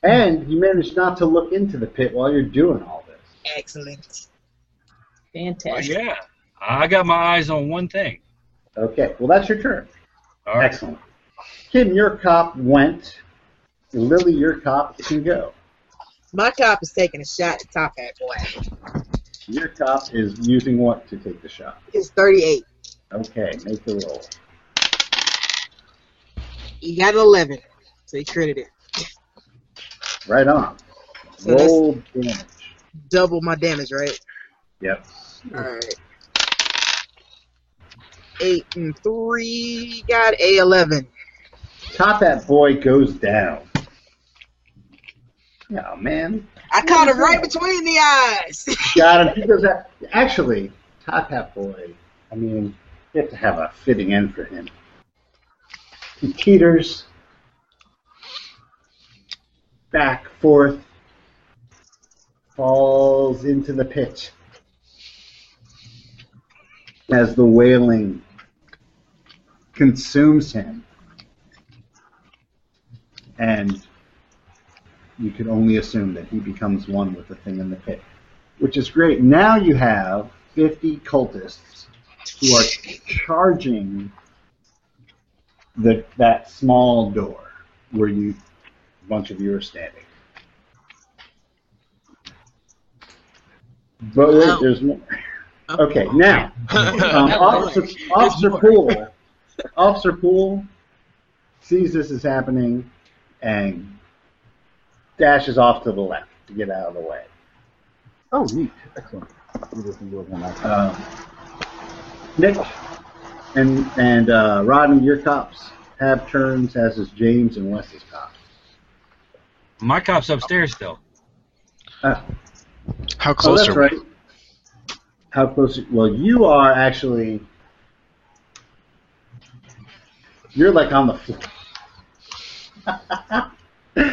S1: And you manage not to look into the pit while you're doing all this.
S3: Excellent.
S7: Well,
S5: Fantastic.
S7: Oh, yeah. I got my eyes on one thing.
S1: Okay. Well, that's your turn.
S7: All right.
S1: Excellent. Kim, your cop went. Lily, your cop can go.
S3: My cop is taking a shot at Top Hat Boy.
S1: Your cop is using what to take the shot?
S3: He's 38.
S1: Okay, make the roll.
S3: He got an 11, so he critted it.
S1: Right on.
S3: So that's-
S1: Roll damage.
S3: Double my damage, right?
S1: Yep.
S3: Alright. Eight and three got a eleven.
S1: Top that boy goes down. Oh man,
S3: I caught him right between the eyes.
S1: got him. He goes out. Actually, Top Hat Boy. I mean, you have to have a fitting end for him. He teeters back, forth, falls into the pit as the wailing consumes him, and you can only assume that he becomes one with the thing in the pit which is great. Now you have 50 cultists who are charging the, that small door where you, a bunch of you are standing. But
S3: Wow.
S1: wait, there's more. Okay, now, um, Officer, Officer Poole, Officer Poole sees this is happening and dashes off to the left to get out of the way.
S2: Oh, neat. Excellent. You just can do it when I-
S1: Um, Nick and and uh, Rodney, your cops have turns, as is James and Wes's cops.
S7: My cop's upstairs still.
S4: How
S1: Oh,
S4: close
S1: that's
S4: are we?
S1: right. How close? Well, you are actually. You're like on the floor.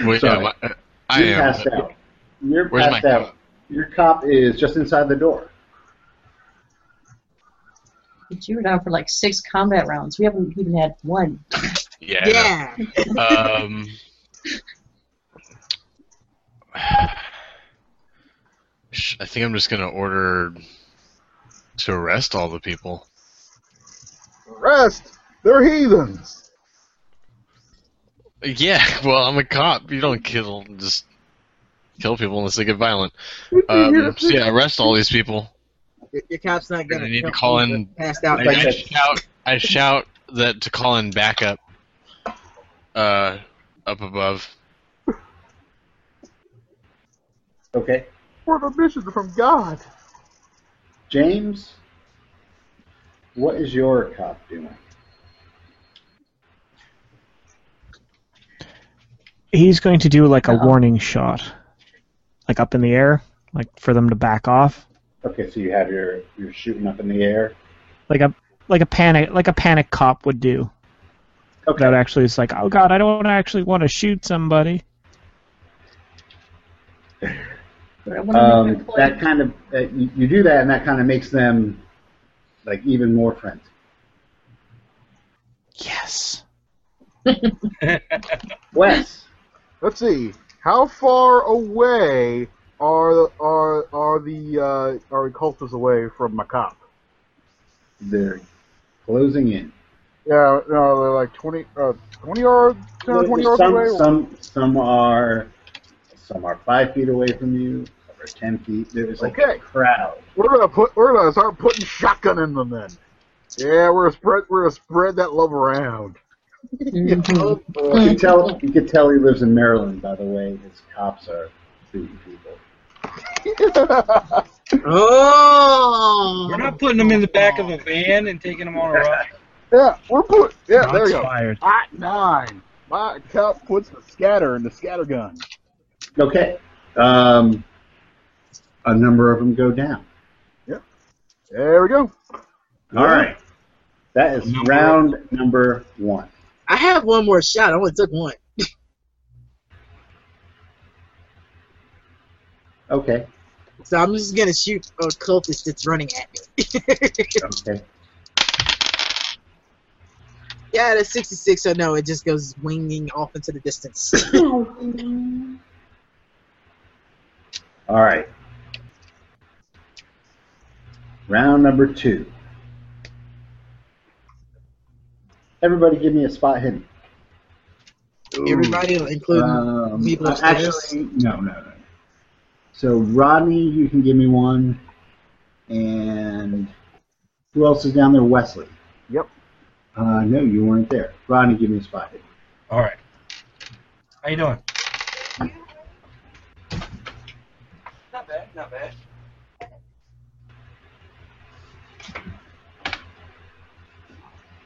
S4: Wait,
S1: Sorry.
S4: am I, uh, I
S1: You're
S4: am.
S1: passed out. You're
S4: Where's my
S1: passed out.
S4: cop?
S1: Your cop is just inside the door.
S5: But you were down for like six combat rounds. We haven't even had one.
S4: Yeah. I know.
S3: yeah.
S4: Um, sh- I think I'm just gonna order to arrest all the people.
S2: Rest! They're heathens!
S4: Yeah, well, I'm a cop. You don't kill just kill people unless they get violent. Um, so yeah, arrest all these people.
S3: Your, your cop's not gonna.
S4: Gonna need to
S3: help
S4: call
S3: you,
S4: in-
S3: but Passed out.
S4: I, I shout, I shout that to call in backup. Uh, up above.
S1: Okay,
S2: For the mission from God!
S1: James. What is your cop doing?
S6: He's going to do like a
S2: Uh-huh.
S5: Uh-oh.
S6: warning shot, like up in the air, like for them to back off,
S1: Okay, so you have your you're shooting up in the air.
S6: like a like a panic like a panic cop would do.
S1: Okay.
S6: That actually is like, oh god, I don't actually want to shoot somebody.
S5: I wanna make
S1: um,
S5: my point.
S1: that kind of uh, you, you do that, and that kind of makes them like even more friends.
S6: Yes.
S1: Wes,
S2: Let's see. How far away are are are the uh, are cultists away from my cop?
S1: they're closing in.
S2: Yeah, no, they're like 20, uh, 20 yards, 10 or 20 yards away.
S1: Some, some some are some are five feet away from you. Some are ten feet. There's like
S2: Okay.
S1: a crowd.
S2: We're gonna put, we're gonna start putting shotgun in them then. Yeah, we're gonna spread, we're gonna spread that love around.
S3: Mm-hmm.
S1: you can tell you can tell he lives in Maryland by the way his cops are treating people.
S3: Oh!
S7: We're not putting them in the back of a van and taking them on a ride.
S2: Yeah, we're put. Yeah, there
S6: Shots
S2: you go.
S6: fired.
S2: Hot nine. My cop puts the scatter in the scatter gun.
S1: Okay. Um, a number of them go down.
S2: There we go.
S1: All right. That is
S7: Number-
S1: round number one.
S3: I have one more shot. I only took one.
S1: Okay.
S3: So I'm just gonna shoot a cultist that's running at me.
S1: Okay.
S3: yeah, that's 66. So no, it just goes winging off into the distance.
S1: All right. Round number two. Everybody, give me a spot hidden.
S3: Everybody, including
S1: Um,
S3: people
S1: uh,
S3: upstairs.
S1: actually, no, no, no. So Rodney, you can give me one, and who else is down there? Wesley.
S2: Yep.
S1: Uh, no, you weren't there. Rodney, give me a spot. hidden.
S7: All right. How you doing?
S8: Not bad, not bad.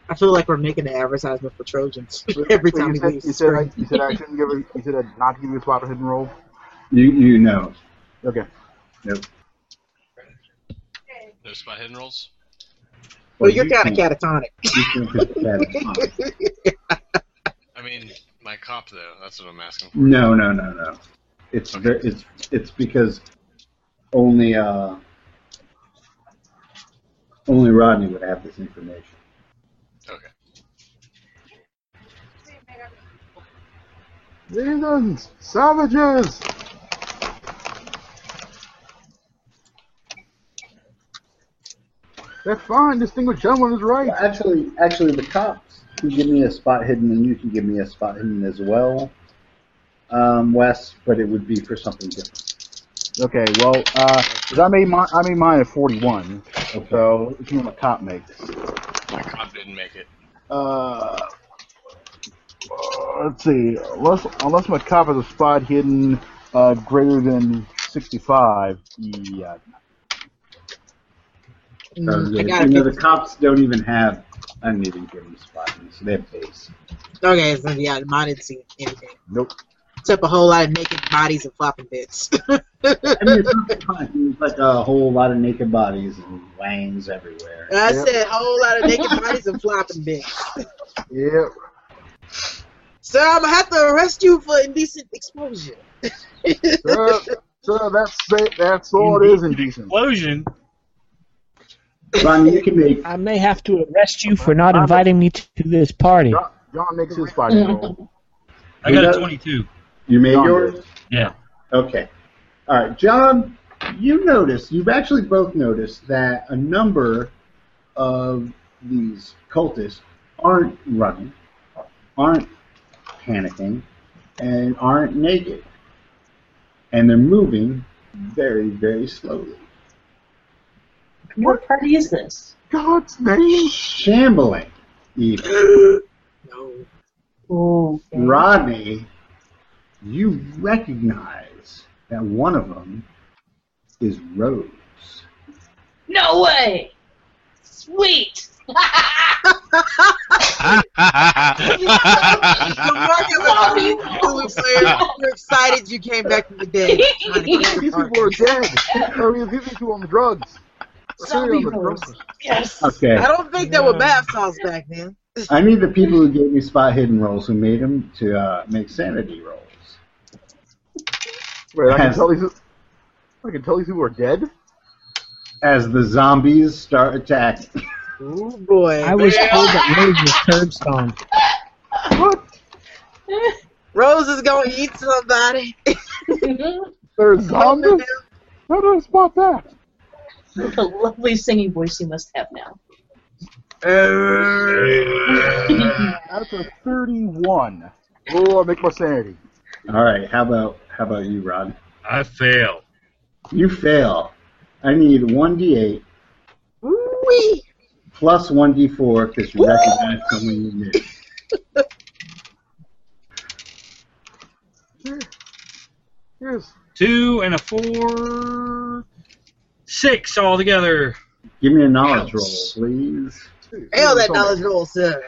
S3: I feel like we're making an advertisement for Trojans every time
S2: you
S3: we
S2: said,
S3: leave.
S2: you said, I, you said I shouldn't give a, you said I'd not give you a spot for hidden roll.
S1: You, you know.
S2: Okay.
S4: No spot hidden rolls.
S3: well, you're
S1: you
S3: kind of
S1: can't-
S3: catatonic.
S1: you can't put that in.
S4: I mean, my cop though. That's what I'm asking.
S1: No, no, no, no. It's ver- it's it's because only uh only Rodney would have this information.
S4: Okay.
S2: Heathens, savages. That's fine. Distinguished gentleman is right.
S1: Well, actually, actually, the cops can give me a spot hidden, and you can give me a spot hidden as well, um, Wes. But it would be for something different.
S2: Okay. Well, uh, 'cause I made my I made mine at 41. So it's what my cop makes.
S4: My cop didn't make it.
S2: Uh, uh, let's see. Unless unless my cop has a spot hidden uh, greater than 65. Yeah.
S3: Mm, I
S1: you
S3: gotta
S1: know,
S3: pick
S1: the cops don't even have uneven given spot hidden, so they have base.
S3: Okay, so yeah, mine didn't see anything.
S2: Nope.
S3: Except a whole lot of naked bodies and flopping bits.
S1: I mean, it's not fun. It's like a whole lot of naked bodies and wangs everywhere.
S3: I
S2: Yep.
S3: said whole lot of naked bodies and flopping bits.
S2: Yeah.
S3: So I'm gonna have to arrest you for indecent exposure.
S2: So, so that's it. That's all it is. Indecent.
S7: Explosion.
S1: Ron, you can make
S6: I may have to arrest you for
S2: Uh-huh.
S6: not inviting me to this party.
S2: John, John makes his spot hidden roll.
S7: I got
S1: Yeah.
S7: a 22.
S1: you made
S2: John
S1: yours.
S7: Yeah.
S1: Okay. All right, John, you noticed, you've actually both noticed that a number of these cultists aren't running, aren't panicking, and aren't naked. And they're moving very, very slowly.
S5: What party is this?
S2: God's name.
S1: Shambling, even.
S3: No.
S5: Oh, okay.
S1: Rodney, you recognize that one of them is Rose.
S5: No way! Sweet!
S3: Marcus, I'm so excited. You're excited you came back from the dead.
S2: These people are dead. Or these these people on drugs.
S5: Zombie
S2: Serial on
S5: horse.
S2: drugs.
S5: Yes.
S1: Okay.
S3: I don't think there were bath salts back then.
S1: I need the people who gave me spot hidden rolls who made them to uh, make sanity rolls.
S2: Wait, I can tell these. I can tell these people are dead.
S1: As the zombies start attacking.
S3: Oh boy.
S6: I was told that Rose was curbstone.
S3: Rose is gonna eat somebody.
S5: With
S2: They're zombies. How do I spot that?
S5: the lovely singing voice you must have now.
S2: That's a 31. Oh, I make my sanity.
S1: All right, how about how about you, Rod?
S7: I fail.
S1: You fail. I need one d8
S3: Wee.
S1: plus one d4 because you recognize someone you knew.
S2: Here- Here's
S7: Two and a four. Six altogether.
S1: Give me a knowledge roll,
S5: Ouch.
S1: please.
S2: two. Here's
S3: Hell, that
S2: some-
S3: knowledge roll, sir.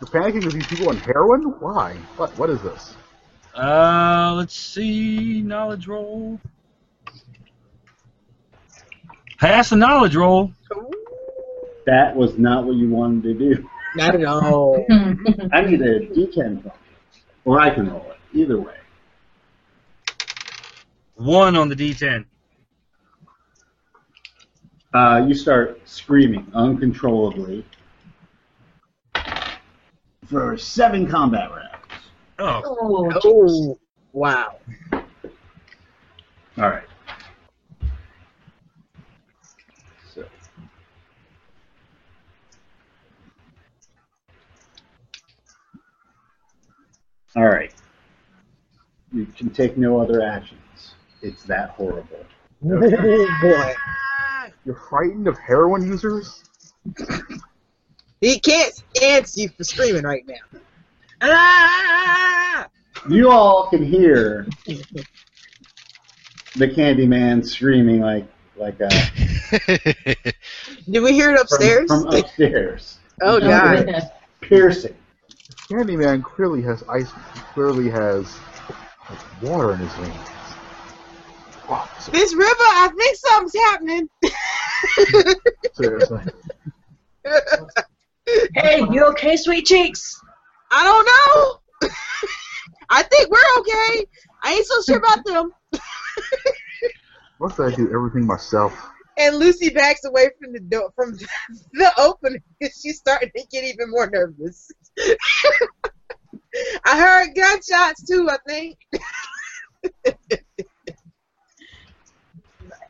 S2: You're panicking because these people on heroin? Why? What? What is this?
S7: Uh, let's see. Knowledge roll. Pass the knowledge roll.
S1: That was not what you wanted to do.
S3: Not at all.
S5: Mm-hmm.
S1: I need a D10 roll. Or I can roll it. Either way.
S7: One on the D10.
S1: Uh, you start screaming uncontrollably for seven combat rounds.
S7: Oh,
S5: oh,
S3: oh, wow.
S1: All right. So, all right. You can take no other actions. It's that horrible.
S3: Oh, boy.
S2: You're frightened of heroin users?
S3: He can't stand you for screaming right now. Ah!
S1: You all can hear the Candyman screaming like like uh,
S3: Did we hear it
S1: from,
S3: upstairs?
S1: from upstairs,
S3: oh, God.
S1: piercing.
S2: Candyman clearly has ice. Clearly has like, water in his veins. Wow, so-
S3: This river, I think something's happening.
S2: seriously.
S5: Hey, you okay, sweet cheeks?
S3: I don't know. I think we're okay. I ain't so sure about them.
S2: Must I do everything myself?
S3: And Lucy backs away from the door, from the opening. She's starting to get even more nervous. I heard gunshots too. I think.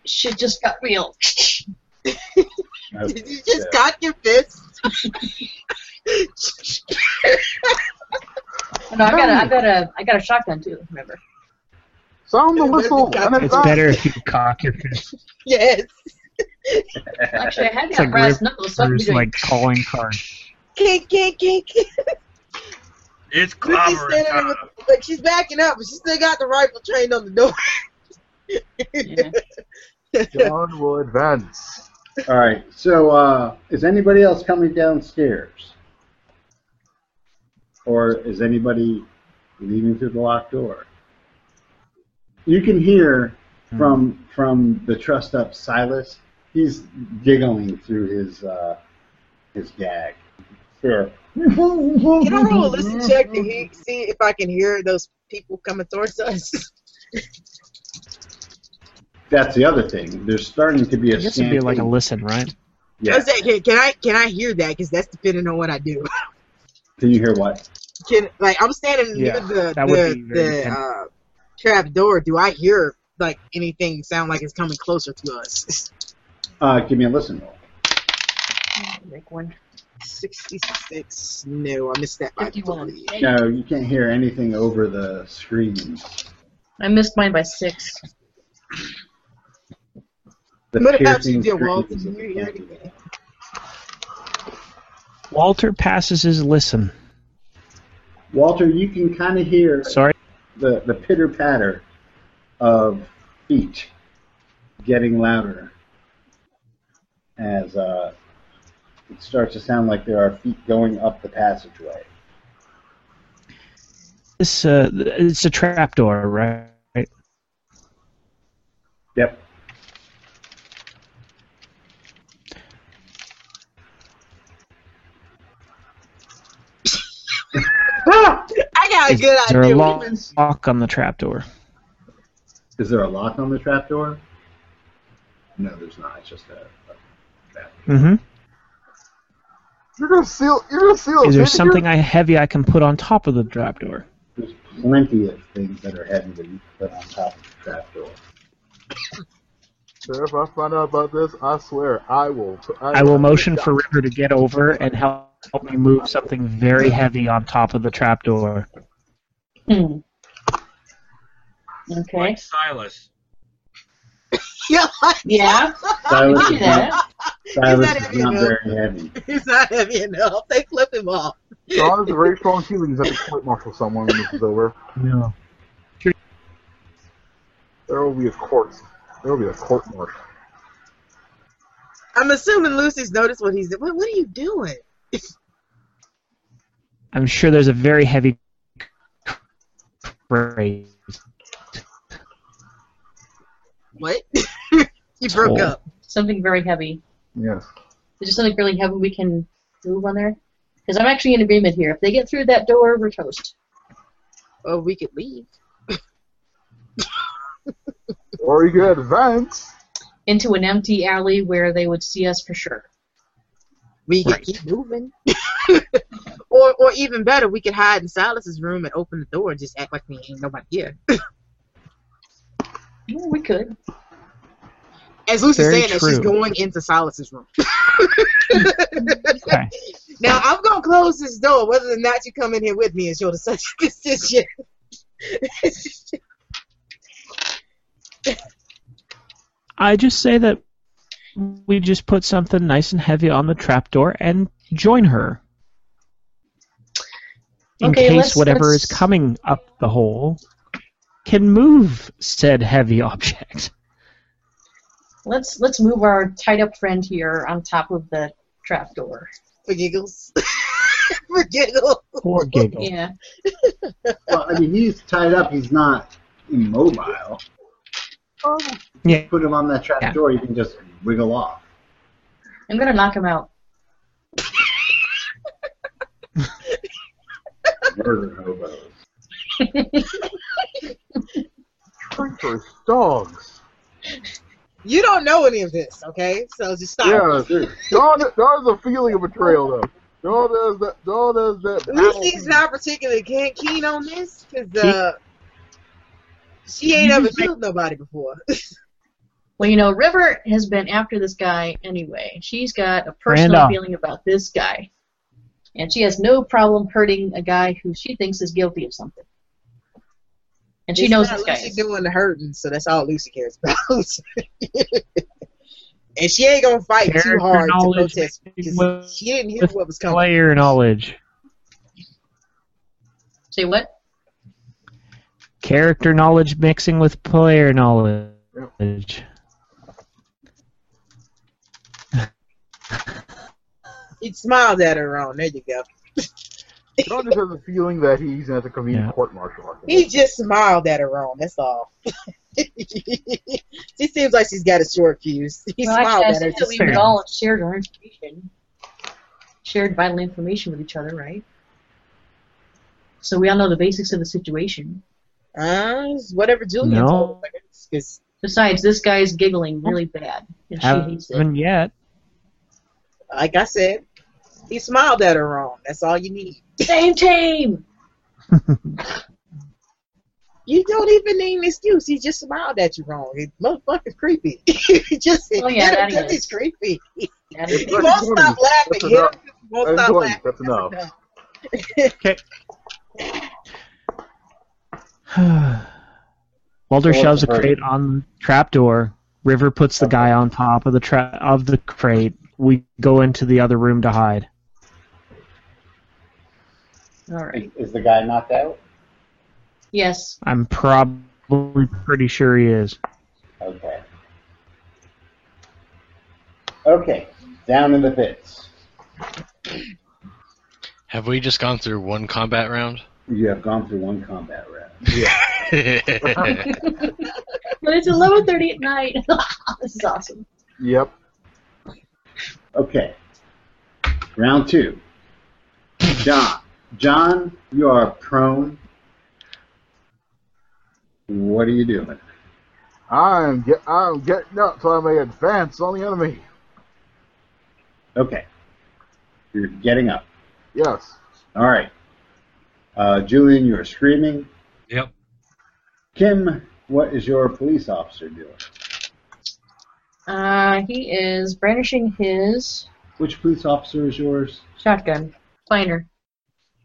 S5: Shit just got real.
S3: Did you just cock your fist?
S5: No, I got a, I got a, I got a shotgun too. Remember?
S2: Sound the
S3: It
S2: whistle.
S3: wasn't
S2: and
S6: It's better if you cock your fist.
S3: yes.
S5: Actually, I had
S6: It's
S5: that
S6: like
S5: brass
S6: Rip-
S5: knuckles. So I can be
S6: There's
S5: doing
S6: like calling card.
S3: Kink, kink, kink.
S7: it's
S3: Lucy's
S7: clobbering
S3: standing there
S7: time.
S3: with, like she's backing up, but she still got the rifle trained on the door.
S5: Yeah.
S2: John will advance.
S1: All right. So, uh, is anybody else coming downstairs, or is anybody leaving through the locked door? You can hear
S6: Hmm.
S1: from from the trussed up Silas. He's giggling through his uh, his gag. Sure.
S3: Can I roll a listen check to hear, see if I can hear those people coming towards us?
S1: That's the other thing. There's starting to be
S6: I
S1: a.
S6: guess it'd be like a
S1: stampede.
S6: listen, right?
S1: Yeah.
S3: Does that- can, can I can I hear that? Because that's depending on what I do.
S1: Can you hear what?
S3: can like I'm standing
S6: Yeah,
S3: near the
S6: that would
S3: the,
S6: be very
S3: the
S6: tempting.
S3: uh, trap door. Do I hear like anything sound like it's coming closer to us?
S1: Uh, give me a listen roll.
S5: Make one.
S3: 66. No, I missed that by
S5: Fifty-one.
S3: three.
S1: No, you can't hear anything over the screams.
S5: I missed mine by six.
S1: The
S3: What about
S1: piercing
S3: you, dear Walt? Did
S1: screams
S3: you
S1: of
S3: hear
S1: the
S3: anything?
S1: candy.
S6: Walter passes his listen.
S1: Walter, you can kind of hear
S6: Sorry.
S1: the, the pitter patter of feet getting louder as uh, it starts to sound like there are feet going up the passageway.
S6: This uh, it's a trapdoor, right?
S1: Yep.
S2: Ah!
S3: I got a
S6: Is
S3: good idea.
S6: there a
S3: We've
S6: lock,
S3: been-
S6: lock on the trapdoor?
S1: Is there a lock on the trapdoor? No, there's not. It's just a.
S6: Mm-hmm.
S2: You're gonna seal. You're gonna seal.
S6: Is
S2: it.
S6: there
S2: You're-
S6: something I heavy I can put on top of the trapdoor?
S1: There's plenty of things that are heavy that you can put on top of the trapdoor.
S2: Sir, if I find out about this, I swear I will. I,
S6: I will motion for River to get over and help, help me move something very heavy on top of the trapdoor.
S5: Hmm. Okay.
S7: Like Silas.
S3: Yeah.
S5: Yeah.
S1: Silas
S5: do
S1: is not,
S5: that.
S1: Silas
S3: Is that
S1: is not
S3: heavy
S1: very heavy.
S3: He's not heavy enough. They flip him off.
S2: Sean has a very strong feeling he's going to court martial someone when this is over.
S6: No.
S2: There will be a court. There will be a court martial.
S3: I'm assuming Lucy's noticed what he's doing. What, what are you doing?
S6: I'm sure there's a very heavy crate.
S3: What? you broke
S6: Toll.
S3: up.
S5: Something very heavy.
S2: Yes.
S5: Is there something really heavy we can move on there? Because I'm actually in agreement here. If they get through that door, we're toast.
S3: Well, we could leave.
S2: Or you could advance.
S5: Into an empty alley where they would see us for sure.
S3: We could
S6: Right.
S3: keep moving. or, or even better, we could hide in Silas's room and open the door and just act like we ain't nobody here.
S5: Yeah, Hmm, we could.
S3: As Lucy's
S6: Very
S3: saying that, she's
S6: true.
S3: going into Silas's room.
S6: Okay.
S3: Now I'm gonna close this door, whether or not you come in here with me is your deci- decision.
S6: I just say that we just put something nice and heavy on the trapdoor and join her. In
S5: Okay,
S6: case
S5: let's-
S6: whatever
S5: let's-
S6: is coming up the hole can move said heavy object.
S5: Let's let's move our tied up friend here on top of the trap door.
S3: For giggles. For giggles.
S6: Or giggle.
S5: Oh, Yeah.
S1: Well, I mean, he's tied up. He's not immobile.
S6: Yeah.
S1: Put him on that trap
S6: Yeah.
S1: door. You can just wiggle off.
S5: I'm gonna knock him out.
S1: Murder hobos.
S2: Creatures, dogs.
S3: You don't know any of this, okay? So just stop.
S2: Yeah, dude. Don, Don's a feeling of betrayal, though. Don has that. Don has that.
S3: Lucy's
S2: battle-
S3: not particularly keen keen on this because uh, she ain't ever killed nobody before.
S5: Well, you know, River has been after this guy anyway. She's got a personal
S6: Randolph.
S5: feeling about this guy. And she has no problem hurting a guy who she thinks is guilty of something. And she
S3: It's
S5: knows
S3: not
S5: this guy.
S3: Lucy
S5: is.
S3: doing the hurting, so that's all Lucy cares about. and she ain't gonna fight
S6: Character
S3: too hard to
S6: knowledge
S3: protest
S6: with-
S3: because she didn't hear what was coming.
S6: Player knowledge.
S5: Say what?
S6: Character knowledge mixing with player knowledge.
S3: He smiled at her wrong. There you go.
S2: Don just has a feeling that he's going to have to convene
S6: Yeah.
S2: a court martial.
S3: He just smiled at her wrong. That's all. she seems like she's got a short fuse. He
S5: Well,
S3: smiled
S5: actually,
S3: at
S5: I
S3: her.
S5: said that we
S3: Just,
S5: would
S6: fair.
S5: all share our information, shared vital information with each other, right? So we all know the basics of the situation.
S3: uh, whatever Julian
S6: No.
S3: told her. It's- it's-
S5: Besides, this guy is giggling really bad, and she hates it.
S6: Haven't yet.
S3: like I said, he smiled at her wrong. That's all you need.
S5: Same team.
S3: You don't even need an excuse. He just smiled at you wrong. It's motherfucking creepy. He just
S5: Oh, yeah,
S3: hit him
S5: that
S3: 'cause
S5: is.
S3: he's creepy. He
S5: Yeah.
S2: That's
S3: won't
S2: enough.
S3: stop laughing.
S2: That's
S3: Hit him
S2: enough.
S3: 'cause He won't
S2: That's
S3: stop
S2: enough.
S3: laughing.
S2: That's enough.
S6: Walter
S1: Or
S6: shoves a
S1: convert
S6: crate on the trapdoor. River puts the guy on top of the tra- of the crate. We go into the other room to hide.
S5: All right.
S1: Is the guy knocked out?
S5: Yes.
S6: I'm probably pretty sure he is.
S1: Okay. Okay. Down in the pits.
S4: Have we just gone through one combat round?
S1: You have gone through one combat round.
S5: But it's 11:30 at night. this is awesome.
S2: Yep.
S1: Okay. Round two. John. John, you are prone. What are you doing?
S2: I'm get I'm getting up so I may advance on the enemy.
S1: Okay. You're getting up.
S2: Yes.
S1: All right. Uh, Julian, you are screaming.
S7: Yep.
S1: Kim, what is your police officer doing?
S5: Uh, he is brandishing his
S1: Which police officer is yours?
S5: shotgun. Finer.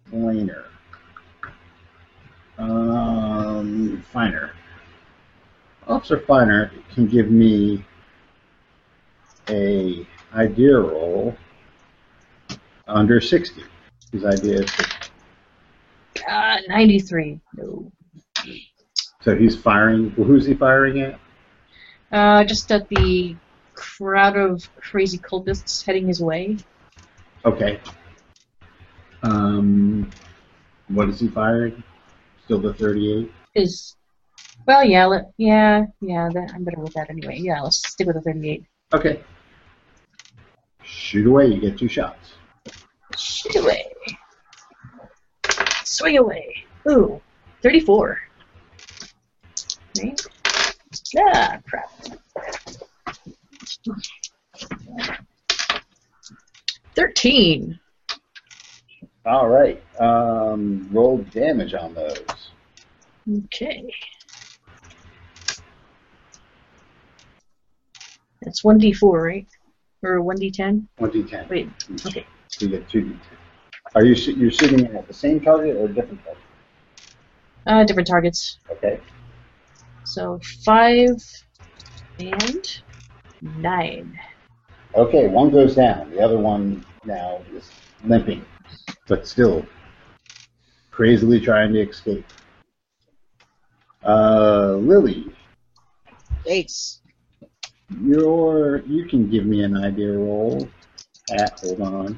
S1: Finer. Um, Finer. Officer Finer can give me a idea roll under 60. His idea is to,
S5: Uh, 93. No.
S1: so he's firing. Well, who's he firing at?
S5: Uh, just at the crowd of crazy cultists heading his way.
S1: Okay. Um, what is he firing? Still the 38.
S5: Is well, yeah, let, yeah, yeah. That, I'm better with that anyway. Yeah, let's stick with the 38.
S1: Okay. Shoot away. You get two shots.
S5: Shoot away. Swing away. Ooh, 34. Right? Ah, crap. Thirteen.
S1: All right. Um, roll damage on those.
S5: Okay. That's one d four, right? Or one d ten?
S1: One d10.
S5: Wait. Okay.
S1: You get two d10. Are you sh- you're shooting at the same target or a different target?
S5: Uh, different targets.
S1: Okay.
S5: So five and nine.
S1: Okay. One goes down. The other one now is limping, but still crazily trying to escape. Uh, Lily,
S3: Thanks.
S1: Your you can give me an idea roll. At hold on.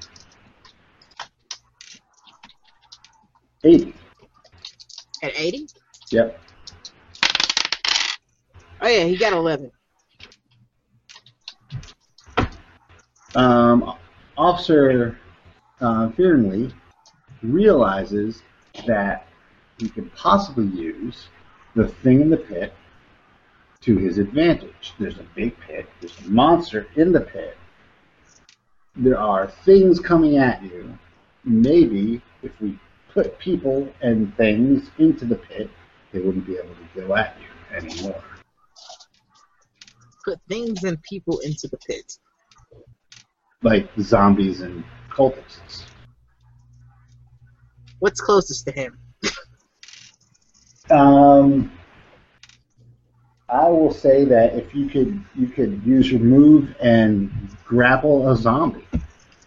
S1: Eighty.
S3: At 80?
S1: Yep.
S3: Oh, yeah, he got 11.
S1: Um, Officer uh, Fearingly realizes that he could possibly use the thing in the pit to his advantage. There's a big pit. There's a monster in the pit. There are things coming at you. Maybe if we put people and things into the pit, they wouldn't be able to go at you anymore.
S3: Put things and people into the pit.
S1: Like zombies and cultists.
S3: What's closest to him?
S1: Um, I will say that if you could, you could use your move and grapple a zombie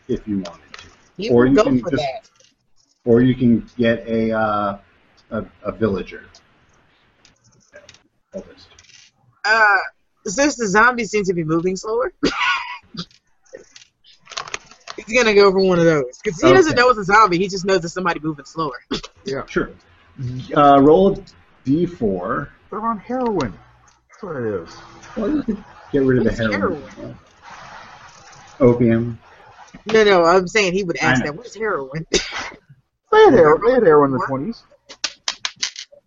S1: if you wanted to,
S3: He
S1: Or
S3: will
S1: you
S3: go
S1: can
S3: for
S1: just-
S3: that.
S1: or you can get a uh, a, a villager. Cultist.
S3: Uh, since the zombies seem to be moving slower, he's gonna go for one of those. Because he doesn't
S1: Okay.
S3: know it's a zombie, he just knows it's somebody moving slower.
S1: Sure. Uh, roll a d4.
S2: They're on heroin. That's what it is.
S1: Well, you could get rid of the
S3: It's
S1: heroin. Opium.
S3: No, no, I'm saying he would
S1: I
S3: ask
S1: know.
S3: that. What's heroin?
S2: They had, hero- they had heroin in the twenties.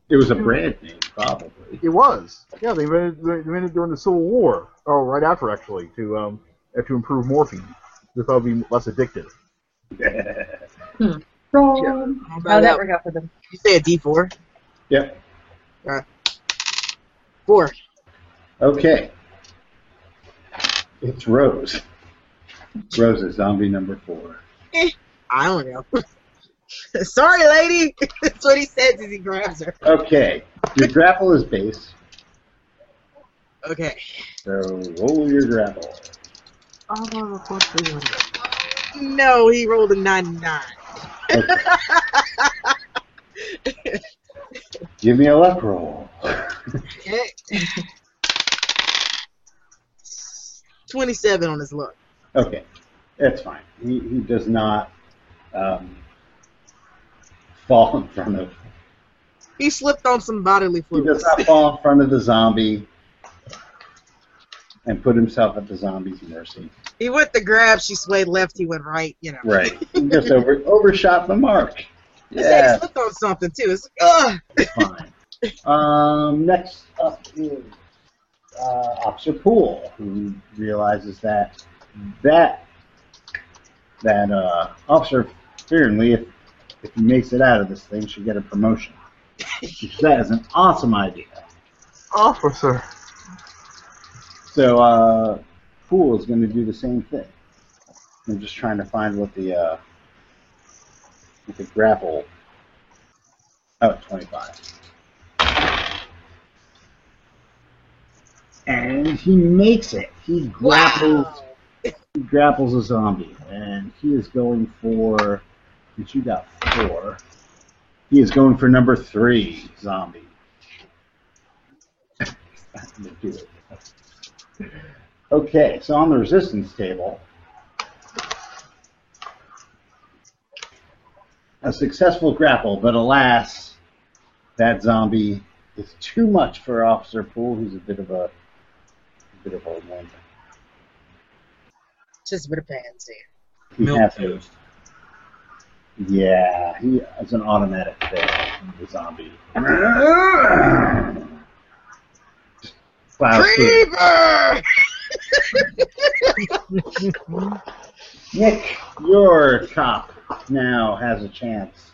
S1: It was a brand name, probably.
S2: It was. Yeah, they invented, they invented it during the Civil War. Oh, right after actually, to um, uh, to improve morphine. They thought it'd be less addictive.
S5: How'd Oh, that work out for them?
S3: you say a D4?
S1: yep.
S3: Uh, Four.
S1: Okay. It's Rose. Rose is zombie number four.
S3: I don't know. Sorry, lady. That's what he says as he grabs her.
S1: Okay. Your grapple is base,
S3: Okay.
S1: so roll your grapple.
S3: No, he rolled a 99.
S1: Okay. Give me a luck roll.
S3: Okay. 27 on his luck.
S1: Okay. That's fine. He, he does not um, fall in front of
S3: He slipped on some bodily
S1: He does
S3: fluids.
S1: not fall in front of the zombie and put himself at the zombie's mercy.
S3: He went to grab, she swayed left, he went right, you know.
S1: Right. He just over overshot the mark.
S3: He said
S1: Yeah.
S3: he slipped on something too. It's like, ugh.
S1: fine. Um, next up is uh, Officer Poole, who realizes that that that uh, Officer Fearingly, if, if he makes it out of this thing, should get a promotion. Which that is an awesome idea.
S2: Officer.
S1: So uh, Poole is going to do the same thing. I'm just trying to find what the uh, what the grapple. Oh, 25. And he makes it. He grapples
S3: Wow.
S1: he grapples a zombie, and he is going for But you got four. He is going for number three zombie. Not gonna do it. Okay, so on the resistance table, a successful grapple, but alas, that zombie is too much for Officer Poole, who's a bit of a, a bit of a wimp.
S3: Just a bit of pansy.
S1: He
S7: Milk
S1: has to-
S7: toast.
S1: yeah, he is an automatic fail. The zombie. Just plows through.
S3: Creeper!
S1: Nick, your cop now has a chance.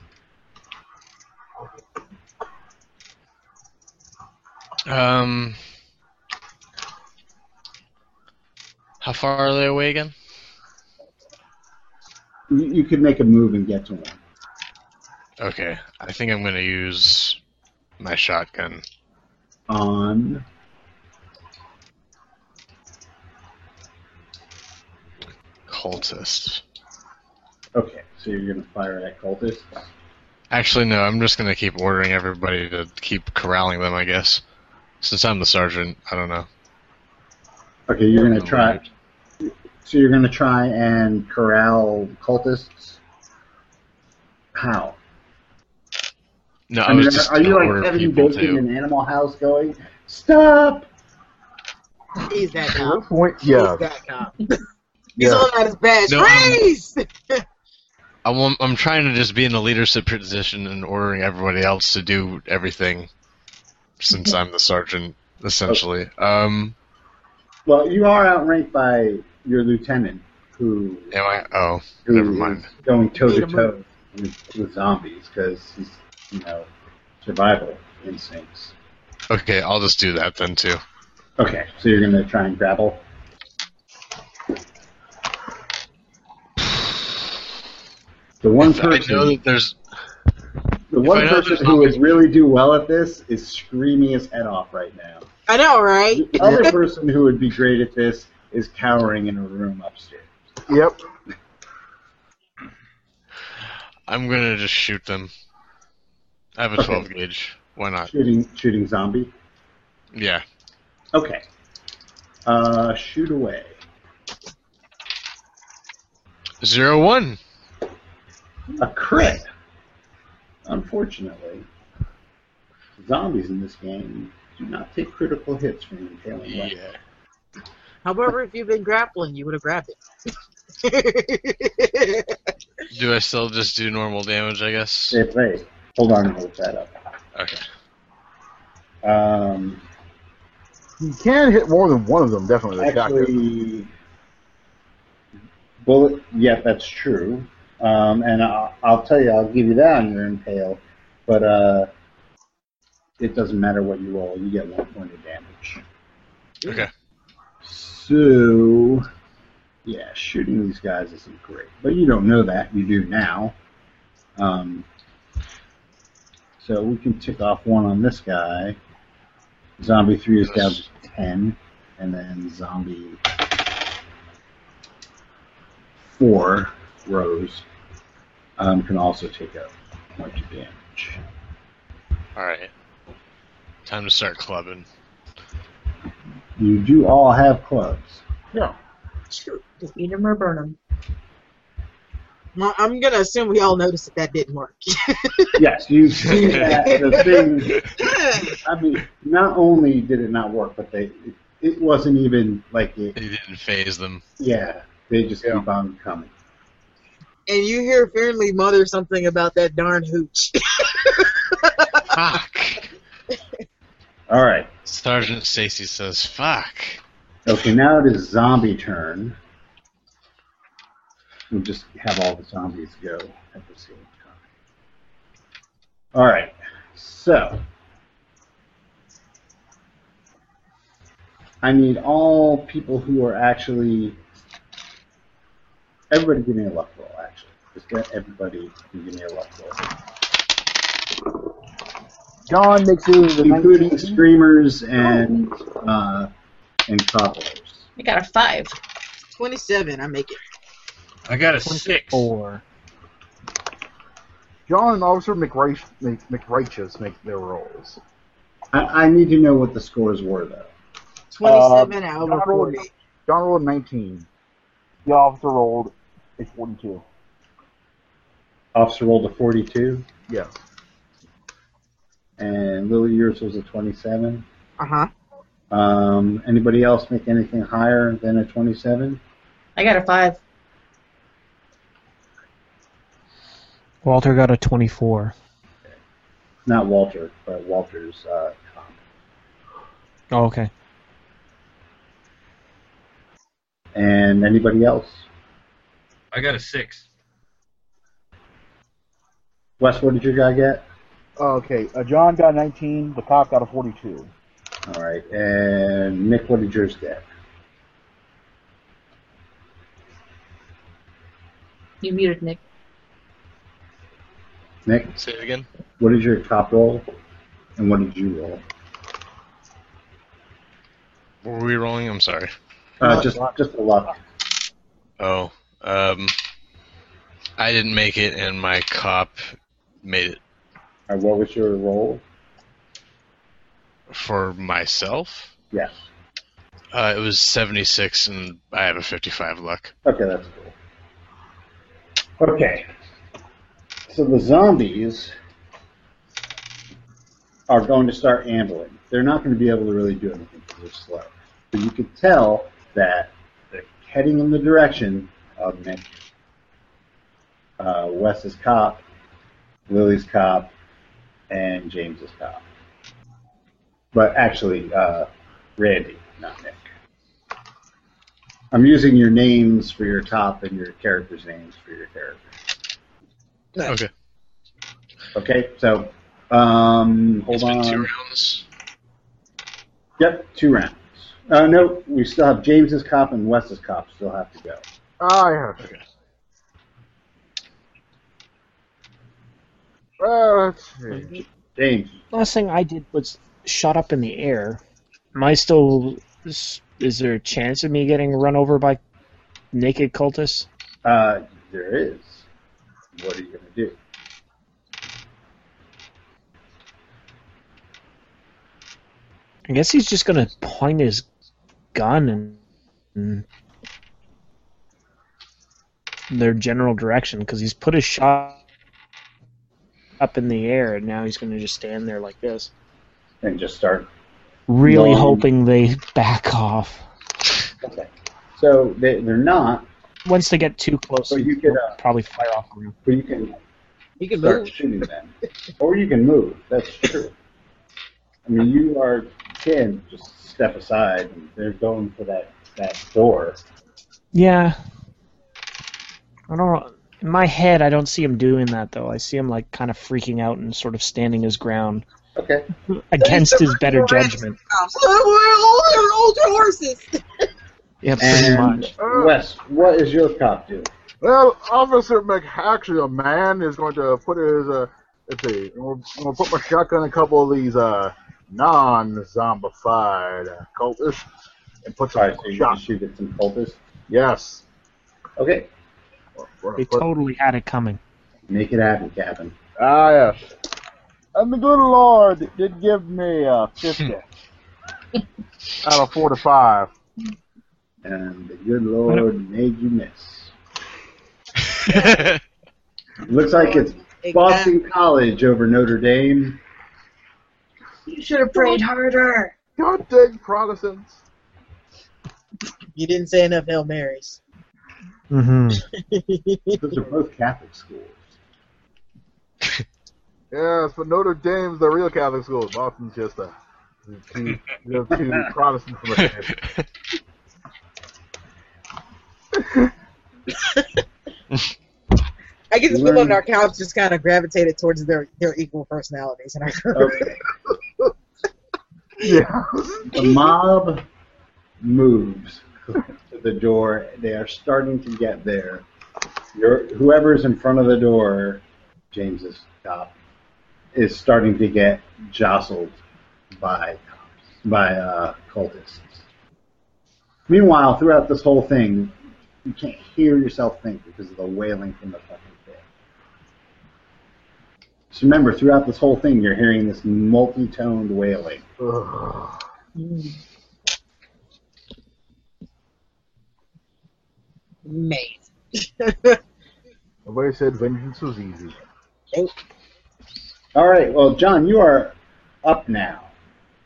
S4: Um, how far are they away again?
S1: You, you could make a move and get to him.
S4: Okay, I think I'm gonna use my shotgun.
S1: On
S4: Cultist.
S1: okay, so you're gonna fire at cultist.
S4: Actually, no. I'm just gonna keep ordering everybody to keep corralling them. I guess. Since I'm the sergeant, I don't know.
S1: Okay, you're gonna try. So you're gonna try and corral cultists. How?
S4: No,
S1: I
S4: I was
S1: mean,
S4: just
S1: are you
S4: gonna
S1: like
S4: order
S1: Kevin
S4: people
S1: Bacon
S4: to.
S1: in Animal House going, stop?
S3: He's that
S2: At what
S3: cop.
S2: point, yeah,
S3: He's that cop. He's
S2: yeah.
S3: all out his badge.
S4: No, I'm-
S3: Freeze!
S4: I want, I'm trying to just be in the leadership position and ordering everybody else to do everything, since I'm the sergeant essentially. Um,
S1: Well, you are outranked by your lieutenant, who
S4: am I? Oh,
S1: who
S4: Never mind.
S1: is going toe
S3: Need
S1: to
S3: a
S1: toe with with zombies because he's you know survival instincts.
S4: okay. I'll just do that then too.
S1: Okay, so you're gonna try and grapple. The one
S4: If I know
S1: person,
S4: that there's
S1: the
S4: I
S1: one
S4: know
S1: person
S4: there's
S1: who would
S4: nothing-
S1: really do well at this is screaming his head off right now.
S3: I know, right?
S1: The other person who would be great at this is cowering in a room upstairs.
S2: Yep.
S4: I'm gonna just shoot them. I have a
S1: Okay.
S4: 12 gauge. Why not?
S1: Shooting, shooting zombie.
S4: Yeah.
S1: Okay. Uh, shoot away.
S4: Zero one.
S1: A crit. Unfortunately, zombies in this game do not take critical hits from impaling weapons.
S4: Yeah.
S3: However, if you've been grappling, you would have grabbed it.
S4: Do I still just do normal damage? I guess.
S1: They play. Hold on and hold that up.
S4: Okay.
S1: Um,
S2: You can hit more than one of them, definitely. with a shotgun.
S1: actually, bullet. Yeah, that's true. Um, and I'll, I'll tell you, I'll give you that on your impale, but uh, it doesn't matter what you roll. You get one point of damage.
S4: Okay.
S1: So, yeah, shooting these guys isn't great, but you don't know that. You do now. Um, so we can tick off one on this guy. Zombie three is down to ten, and then zombie four rose um, can also take a point of damage.
S4: All right. Time to start clubbing.
S1: You do all have clubs.
S5: Eat 'em or burn 'em.
S3: Well, I'm gonna assume we all noticed that that didn't work.
S1: Yes, you see that the thing I mean, not only did it not work, but they it, it wasn't even like it.
S4: You didn't phase them.
S1: Yeah, they just
S2: Yeah.
S1: keep on coming.
S3: and you hear Finley mother something about that darn hooch.
S4: Fuck.
S1: All right.
S4: Sergeant Stacy says, "Fuck."
S1: Okay, now it is zombie turn. We'll just have all the zombies go at the same time. All right. So I need all people who are actually everybody give me a luck roll. Actually, just get everybody and give me a luck roll.
S2: John makes it the
S1: including
S2: 19.
S1: screamers and uh, and cobblers.
S5: I got a five.
S1: Uh,
S3: 27, I make it.
S7: I got a six.
S6: Four.
S2: John and Officer McRaich, Mc- McRaeches make their rolls.
S1: I, I need to know what the scores were, though.
S3: 27
S2: Uh,
S3: out
S2: not
S3: of 40.
S2: really. John rolled 19. The officer rolled a 42.
S1: Officer rolled a 42,
S2: Yes.
S1: and Lily, yours was a 27.
S3: Uh huh.
S1: Um, anybody else make anything higher than a 27?
S5: I got a five.
S6: Walter got a 24.
S1: Not Walter, but Walter's uh, comp.
S6: Oh, okay.
S1: And anybody else?
S7: I got a six.
S1: Wes, what did your guy get?
S2: Okay, uh, John got 19, the cop got a 42.
S1: All right. And Nick, what did yours get?
S5: You muted Nick.
S1: Nick,
S4: Say it again.
S1: what did your cop roll? And what did you roll?
S4: Were we rolling? I'm sorry.
S1: Uh, just, just a luck.
S4: Oh, um, I didn't make it, and my cop made it
S1: All right, what was your roll?
S4: for myself.
S1: Yes.
S4: Uh, it was 76, and I have a 55 luck.
S1: Okay, that's cool. Okay. So the zombies are going to start ambling. They're not going to be able to really do anything because they're slow. But you could tell that they're heading in the direction of Nick, uh, Wes's cop, Lily's cop, and James's cop. But actually, uh, Randy, not Nick. I'm using your names for your top and your characters' names for your character.
S4: Okay.
S1: Okay, so um, hold
S4: It's
S1: on.
S4: been two rounds.
S1: Yep, two rounds. Uh, no, we still have James's cop and Wes's cop still have to go.
S2: I have.
S4: Okay.
S2: Well, let's see.
S1: James,
S6: Last thing I did was shot up in the air. Am I still. Is, is there a chance of me getting run over by naked cultists?
S1: uh, there is. What are you going to do?
S6: I guess he's just gonna point his gun in, in their general direction because he's put his shot up in the air and now he's gonna just stand there like this,
S1: And just start.
S6: really
S1: No.
S6: hoping they back off.
S1: Okay. So they, they're not,
S6: Once they get too close,
S1: So you could, uh,
S6: probably fire off. on them.
S1: but you can
S3: You can
S1: start
S3: move.
S1: shooting them, or you can move. That's true. I mean, you are can just step aside. And they're going for that that door.
S6: Yeah, I don't. In my head, I don't see him doing that though. I see him like kind of freaking out and sort of standing his ground
S1: Okay.
S6: against his better
S3: Correct.
S6: judgment.
S3: Oh, well, Hold your, hold your horses.
S6: Yeah, pretty
S1: And
S6: much.
S1: Wes, what is your cop do?
S2: Well, Officer Mc, actually, a man is going to put his uh, let's see, I'm gonna, I'm gonna put my shotgun in a couple of these uh non-zombified uh, cultists and put some
S1: All right, so you're going
S2: shot.
S1: to shoot at some cultists.
S2: Yes.
S1: Okay.
S2: We're- we're
S6: They
S2: gonna put-
S6: totally had it coming.
S1: Make it happen, Captain.
S2: Ah, yes. And the good Lord did give me a 50 out of 4 to 5.
S1: And the good Lord made you miss.
S4: I
S1: Looks like it's Boston College over Notre Dame.
S5: You should have prayed harder.
S2: God dang Protestants.
S3: You didn't say enough Hail Marys.
S6: Mm-hmm.
S1: Those are both Catholic schools.
S2: Yes, but Notre Dame's the real Catholic school. Boston's just a two, just two Protestant flags.
S3: I get the
S1: You
S3: feeling
S1: learn-
S3: our cows just kind of gravitated towards their, their equal personalities. And I
S1: Okay.
S2: Yeah.
S1: the mob moves to the door. They are starting to get there. Your whoever's in front of the door, James's cop, is starting to get jostled by cops, by uh, cultists. Meanwhile, throughout this whole thing, you can't hear yourself think because of the wailing from the fucking pit. Just remember, throughout this whole thing, you're hearing this multi-toned wailing.
S2: Ugh.
S3: Mate.
S2: Nobody said vengeance was easy.
S1: All right, well, John, you are up now.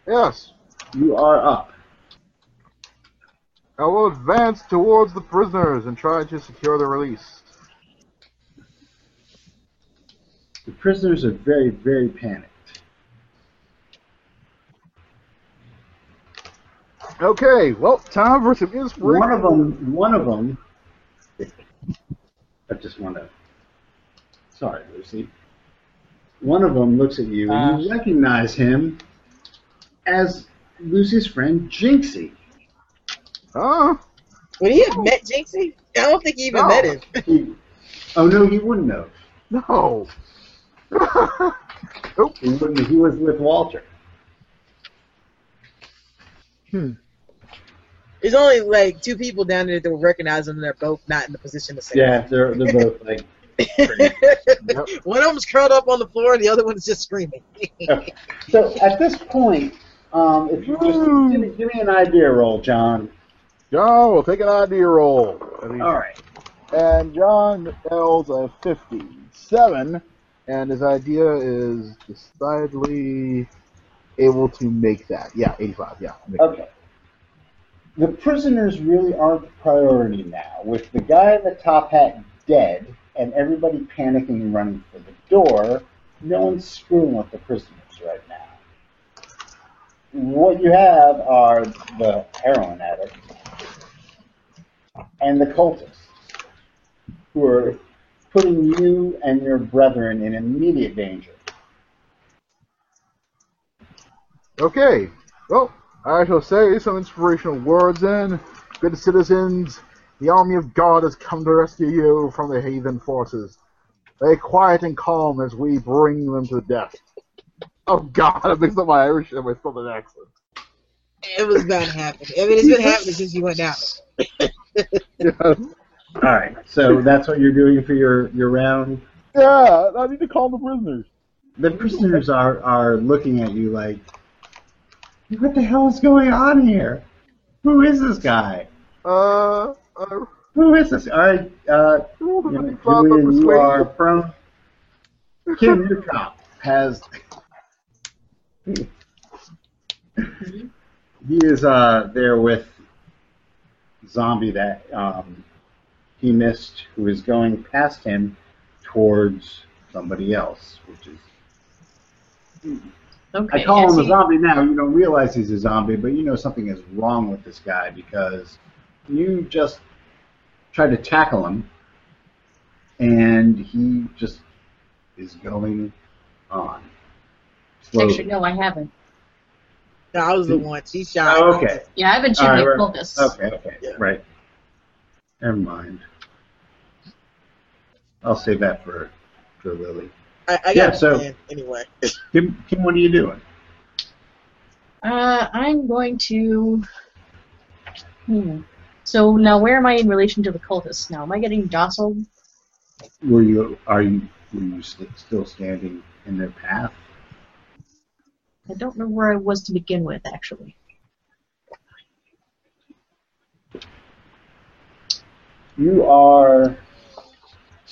S2: Yes,
S1: You are up.
S2: I will advance towards the prisoners and try to secure their release.
S1: The prisoners are very, very panicked.
S2: Okay, well, time for some inspiration.
S1: One of them, one of them. I just want to. Sorry, Lucy. One of them looks at you and you recognize him as Lucy's friend Jinxie.
S2: Huh?
S3: Would he have met Jinxie? I don't think he even
S2: No.
S3: met him.
S1: He- oh no, he wouldn't have.
S2: No.
S1: He wouldn't. Have. He was with Walter.
S3: There's only like two people down there that will recognize him, and they're both not in the position to say.
S1: Yeah, they're they're both like.
S2: Yep.
S3: One of them's curled up on the floor, and the other one's just screaming.
S1: So at this point, um, if you just give me, give me an idea roll, John.
S2: John will take an idea roll.
S1: All right.
S2: And John rolls a 57, and his idea is decidedly able to make that. Yeah, 85, yeah. make it.
S1: Okay. The prisoners really aren't the priority now, with the guy in the top hat dead and everybody panicking and running for the door. No one's screwing with the prisoners right now. What you have are the heroin addict and the cultists, who are putting you and your brethren in immediate danger.
S2: Okay. Well, I shall say some inspirational words then. Good citizens, the army of God has come to rescue you from the heathen forces. Lay quiet and calm as we bring them to death. Oh God, I mixed up my Irish and my Southern accent.
S3: it was bound to happen. I mean, it's been happening since you went out.
S2: Yes.
S1: All right. So that's what you're doing for your, your round.
S2: Yeah, I need to call the prisoners.
S1: The prisoners are, are looking at you like, what the hell is going on here? Who is this guy?
S2: Uh, I
S1: Who is this? All right, uh,
S2: rolled a
S1: Julian,
S2: 55 on
S1: you
S2: persuasion.
S1: are from Kim New Cop has he is uh, there with zombie that um, he missed, who is going past him towards somebody else, which is
S5: Okay.
S1: I call
S5: yes,
S1: him a
S5: he-
S1: zombie now. You don't realize he's a zombie, but you know something is wrong with this guy because you just try to tackle him, and he just is going on. Slowly.
S5: Actually, no, I haven't.
S3: No, I was the one. She shot.
S1: Mm. Oh, okay.
S5: Yeah, I've been
S1: All right,
S5: shooting
S1: right.
S5: at cultists.
S1: Okay. Okay.
S3: Yeah.
S1: Right. Never mind. I'll save that for for Lily.
S3: I, I got
S1: Yeah,
S3: a
S1: so-
S3: plan anyway.
S1: Kim, Kim, what are you doing?
S5: Uh, I'm going to. Hmm. So now, where am I in relation to the cultists? Now, am I getting docile?
S1: Were you are you were you st- still standing in their path?
S5: I don't know where I was to begin with, actually.
S1: You are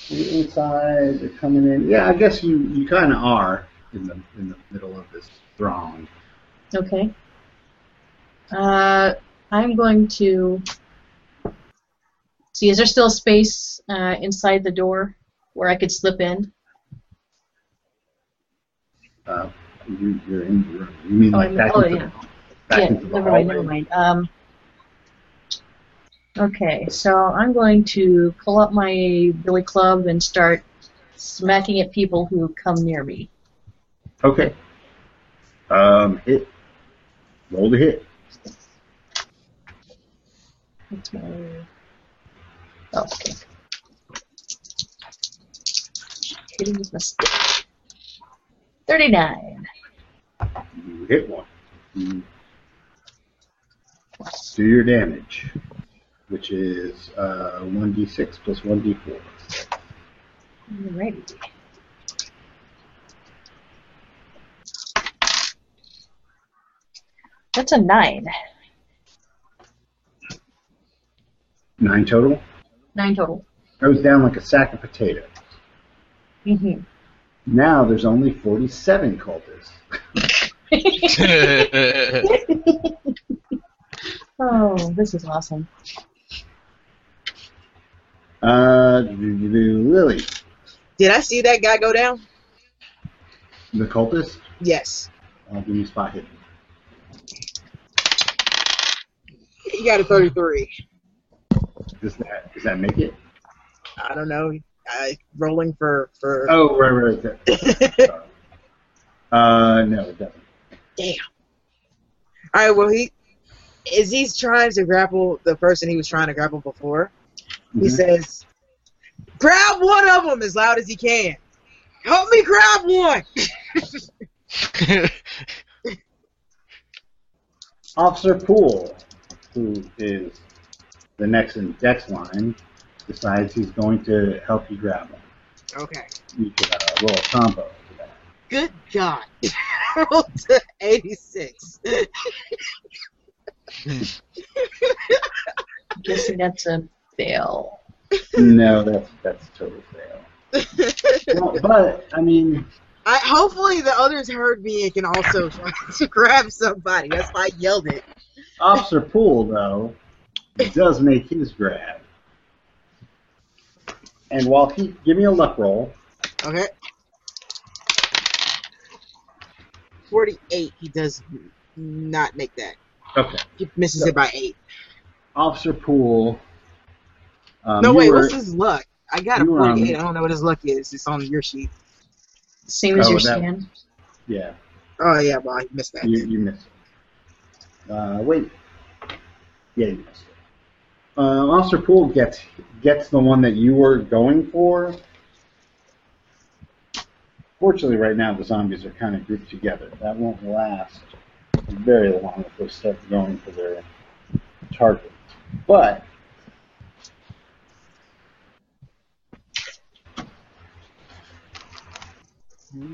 S1: you're inside. They're coming in. Yeah, I guess you, you kind of are in the in the middle of this throng.
S5: Okay. Uh, I'm going to. See, is there still space uh, inside the door where I could slip in?
S1: Uh, you, you're in the room. You mean
S5: Oh,
S1: like
S5: I'm-
S1: back
S5: oh,
S1: into
S5: yeah.
S1: the back
S5: yeah,
S1: into the
S5: never mind, never
S1: hallway?
S5: mind. Um, okay, so I'm going to pull up my billy club and start smacking at people who come near me.
S1: Okay. Um, hit. Roll the hit.
S5: That's my. Oh, okay. Hitting with my stick. 39.
S1: You hit one. You do your damage, which is uh, 1d6 plus 1d4.
S5: Alrighty. That's a nine.
S1: Nine total.
S5: Nine total.
S1: I was down like a sack of potatoes.
S5: hmm
S1: Now there's only 47 cultists.
S5: oh, this is awesome.
S1: Uh, Lily,
S3: Did I see that guy go down?
S1: the cultist.
S3: Yes.
S1: I'll give you spot hidden.
S3: He got a
S1: Mm-hmm.
S3: 33.
S1: Does that does that make it?
S3: I don't know. I, rolling for for.
S1: Oh, right, right. right. Uh, no, it doesn't.
S3: Damn. All right. Well, he is he's trying to grapple the person he was trying to grapple before. He
S1: Mhm.
S3: says, "Grab one of them as loud as he can. Help me grab one."
S1: Officer Poole, who is the next in Dex line, decides he's going to help you grab him.
S3: Okay.
S1: You could uh, roll a combo. for that.
S3: Good God. Rolled to 86.
S5: Guessing that's a fail.
S1: no, that's that's a total fail. Well, but I mean,
S3: I, hopefully the others heard me and can also try to grab somebody. That's why I yelled it.
S1: Officer Poole though does make his grab, and while he give me a luck roll,
S3: Okay. 48. He does not make that.
S1: okay.
S3: He misses it by 8.
S1: Officer Poole. Um,
S3: no,
S1: you
S3: wait,
S1: were-
S3: what's his luck? I got a
S1: you were um, on-
S3: 48. I don't know what his luck is. It's on your sheet.
S5: Same as
S1: Oh,
S5: your
S1: that-
S5: stand.
S1: Yeah,
S3: Oh, yeah, well, I missed that.
S1: you, you missed it. Uh, wait. Yeah, you missed it. Uh, Officer Poole gets gets the one that you were going for. Fortunately, right now the zombies are kind of grouped together. That won't last very long if they start going for their target. But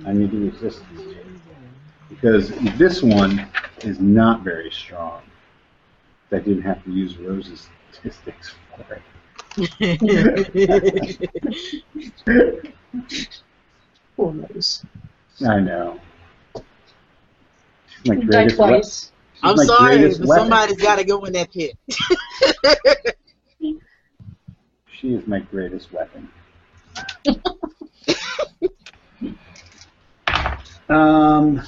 S1: I need to resist these two. because this one is not very strong. I didn't have to use Rose's statistics for it.
S5: Who knows?
S1: I know. She's my
S5: Die
S1: greatest we- she's
S5: twice.
S3: I'm
S1: my
S3: sorry, but
S1: greatest weapon.
S3: somebody's got to go in that pit.
S1: She is my greatest weapon. um,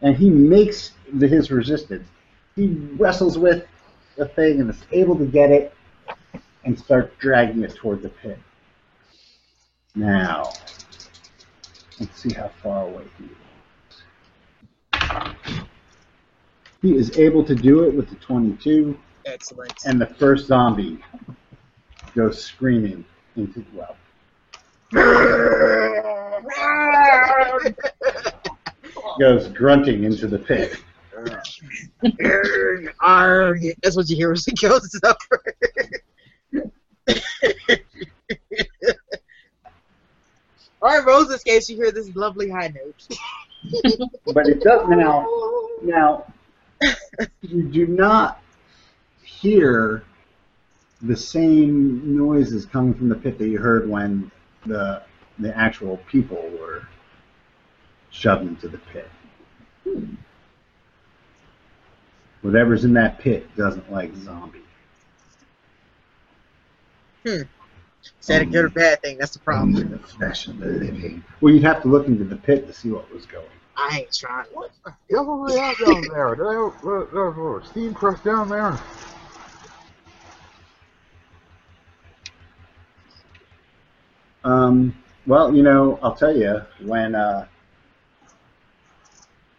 S1: and he makes the, his resistance. He wrestles with the thing and is able to get it and start dragging it toward the pit. Now, let's see how far away he is. He is able to do it with the 22
S3: Excellent.
S1: and the first zombie goes screaming into well. goes grunting into the pit.
S3: Arrgh, arrgh. That's what you hear as it goes over. All right, Rose escapes. You hear this lovely high note.
S1: But it does now now you do not hear the same noises coming from the pit that you heard when the the actual people were shoved into the pit. Whatever's in that pit doesn't like zombies.
S3: Is that a good or bad thing? That's the problem.
S1: the flesh of the living. Well, you'd have to look into the pit to see what was going.
S3: I ain't trying.
S2: What the hell are they out down there? Did I have uh, uh, steam press down there?
S1: Um, well, you know, I'll tell you when uh,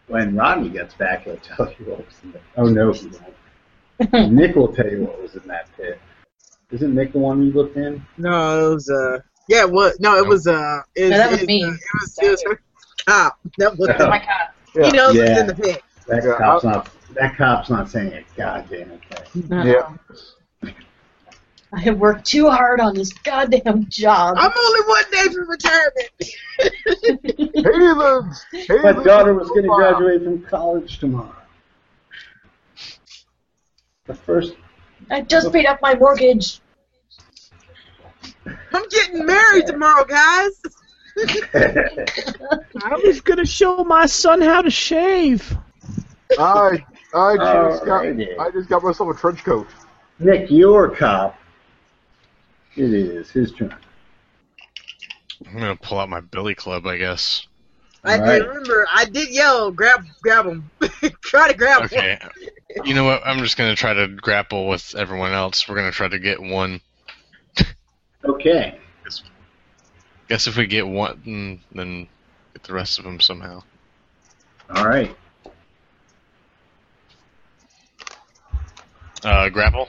S1: when Rodney gets back, he'll tell you what was in there. Oh no, he won't. Nick will tell you what was in that pit. Isn't Nick the one you looked in?
S3: No, it was uh, yeah, what? No, it was uh, it
S5: No, that was
S3: it
S5: me.
S3: uh, it was, it was her cop. That was
S5: Oh my god.
S3: He knows
S1: Yeah.
S3: what's in the pit.
S1: That
S2: Yeah,
S1: cop's not. That cop's not saying a goddamn thing.
S2: Yeah.
S5: Uh, I have worked too hard on this goddamn job.
S3: I'm only one day from retirement.
S2: Haley lives. Haley
S1: My
S2: lives
S1: daughter
S2: in
S1: was going to
S2: Mobile.
S1: graduate from college tomorrow. The first.
S5: I just paid up my mortgage.
S3: I'm getting married tomorrow, guys.
S6: I was gonna show my son how to shave.
S2: I I
S1: Oh,
S2: just got
S1: Alrighty.
S2: I just got myself a trench coat.
S1: Nick, your cop. It is his turn.
S4: I'm gonna pull out my billy club, I guess.
S3: I
S1: All right.
S3: did remember. I did yell, grab, grab him, try to grab him.
S4: Okay. You know what? I'm just gonna try to grapple with everyone else. We're gonna try to get one.
S1: Okay.
S4: Guess if we get one, mm, then get the rest of them somehow.
S1: All right.
S4: Uh, grapple.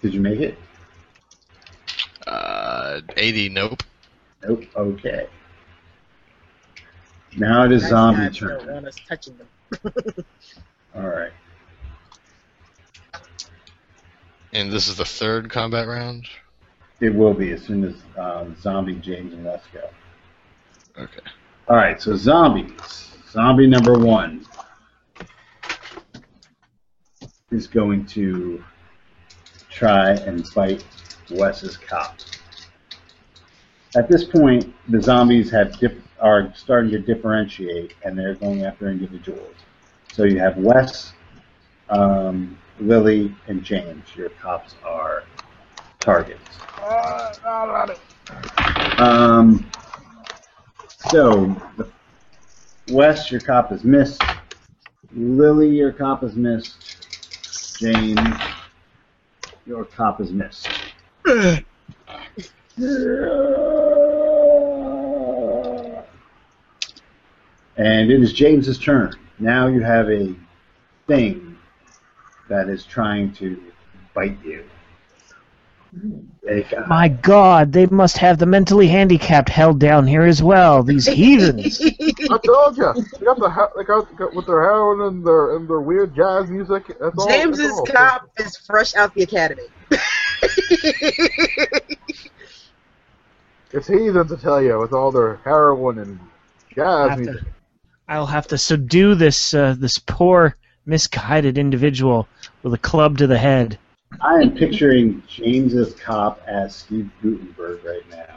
S1: Did you make it?
S4: Uh, 80. Nope.
S1: Nope. Okay. Now it is zombie
S3: Nice guy,
S1: turn.
S3: don't want us touching them.
S1: All right.
S4: And this is the third combat round.
S1: It will be as soon as um, zombie James and us go.
S4: Okay.
S1: All right. So zombies. Zombie number one is going to try and bite Wes's cop. At this point, the zombies have dif- are starting to differentiate, and they're going after individuals. So you have Wes, um, Lily, and James. Your cops are targets. Um, so, the- Wes, your cop is missed. Lily, your cop is missed. James, your cop is missed. And it is James's turn. Now you have a thing that is trying to bite you. Take a-
S6: My God, they must have the mentally handicapped held down here as well. These heathens.
S2: I told ya, they got the ho- they got, got with their hound and their and their weird jazz music. That's all. that's
S3: James's
S2: all.
S3: cop is fresh out the academy.
S2: It's heathens, I tell you, with all their heroin and jazz
S6: Have to-
S2: music.
S6: I'll have to subdue this uh, this poor misguided individual with a club to the head.
S1: I am picturing James's cop as Steve Gutenberg right now.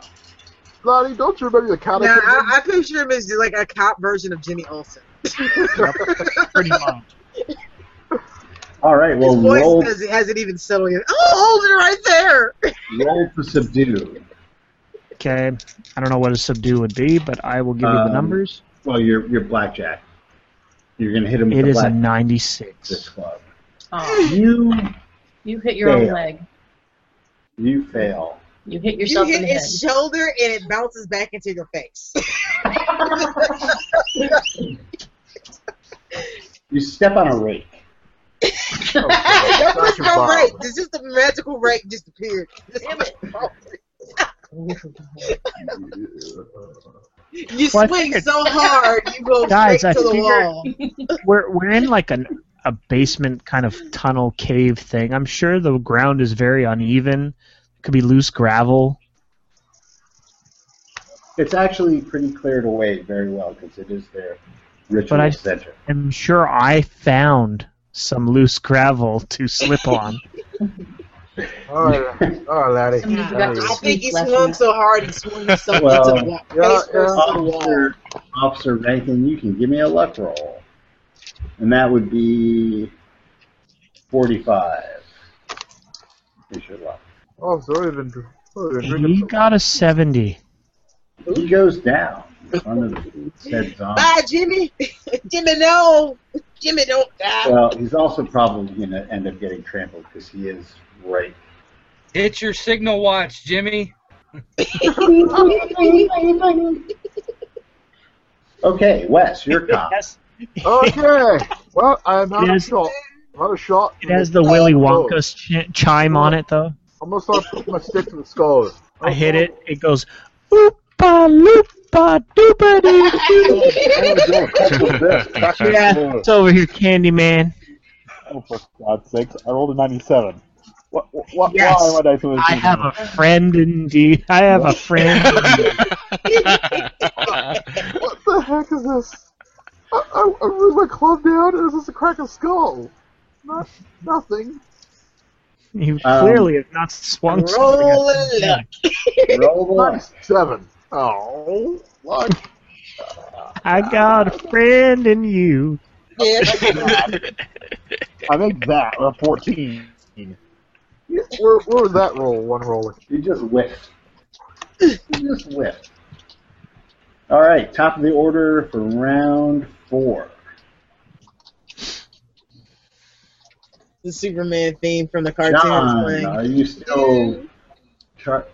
S2: Lottie, don't you remember the
S3: now,
S2: catechism?
S3: I, I picture him as like a cop version of Jimmy Olsen.
S6: Pretty much.
S1: All right, well,
S3: His voice
S1: roll,
S3: doesn't, hasn't even settled yet. Oh, hold it right there.
S1: roll for subdue.
S6: Okay. I don't know what a subdue would be, but I will give you the
S1: Um,
S6: numbers.
S1: Well, you're, you're blackjack. You're going to hit him with
S6: It
S1: the
S6: is a
S1: blackjack with this
S6: 96.
S1: club.
S5: Oh,
S1: You,
S5: you hit your own
S1: Fail.
S5: leg.
S1: you fail.
S5: You hit
S3: You
S5: yourself
S3: hit
S5: in the head.
S3: his shoulder and it bounces back into your face.
S1: You step on a rake.
S3: That was
S2: Oh, That's your
S3: no
S2: bomb.
S3: rake. It's just a magical rake just appeared. You
S6: Well,
S3: swing
S6: I figured-
S3: so hard, you go
S6: Guys,
S3: straight
S6: I
S3: to the
S6: figured-
S3: wall.
S6: We're, we're in like an, a basement kind of tunnel cave thing. I'm sure the ground is very uneven. Could be loose gravel.
S1: It's actually pretty cleared away very well because it is their ritual
S6: But I-
S1: center.
S6: I'm sure I found some loose gravel to slip on.
S2: All right, all right, Laddie.
S5: Somebody
S2: Yeah,
S5: forgot to
S2: yeah.
S3: I think he
S5: Sweet left
S3: swung
S5: and-
S3: so hard he swung himself
S1: Well,
S3: into the wall.
S2: yeah,
S3: face first into the wall.
S1: Officer, Officer Rankin, you can give me a luck roll. And that would be 45. Is your luck.
S2: Oh, sorry, I've been, dr- sorry, I've been
S6: He
S2: drinking.
S6: got a 70.
S1: He goes down in front of the said zombie.
S3: Bye, Jimmy. Jimmy, no. Jimmy, don't die.
S1: Well, he's also probably going to end up getting trampled because he is right.
S7: Hit your signal watch, Jimmy.
S1: Okay, Wes, you're cop.
S6: Yes.
S2: Okay. Well, I'm out
S6: Yes.
S2: of shot. I'm out of shot.
S6: It has the Willy Wonka ch- chime on it, though.
S2: I'm gonna start putting my stick to the skull.
S6: I hit it. It goes, oopa loopa doopa doo. Yeah, it's over here, Candyman.
S10: Oh, for God's sake! I rolled a 97. What? What?
S6: Yes.
S10: Why am I doing
S6: I have a friend indeed. I have a friend.
S2: What the heck is this? I, I, I ruined my club down, and this is a crack of skull. not, nothing.
S6: You
S2: Um,
S6: clearly have not swung.
S2: roll
S6: something
S2: it
S6: at
S2: up.
S6: me.
S2: Nice. Seven. Oh, luck.
S6: I got a friend in you.
S10: I make that a 14.
S2: Yeah, Where, where was that roll? One rolling.
S1: You just whiffed. You just whiffed. All right, top of the order for round four.
S3: The Superman theme from the cartoon is
S1: John,
S3: playing.
S1: are you still char-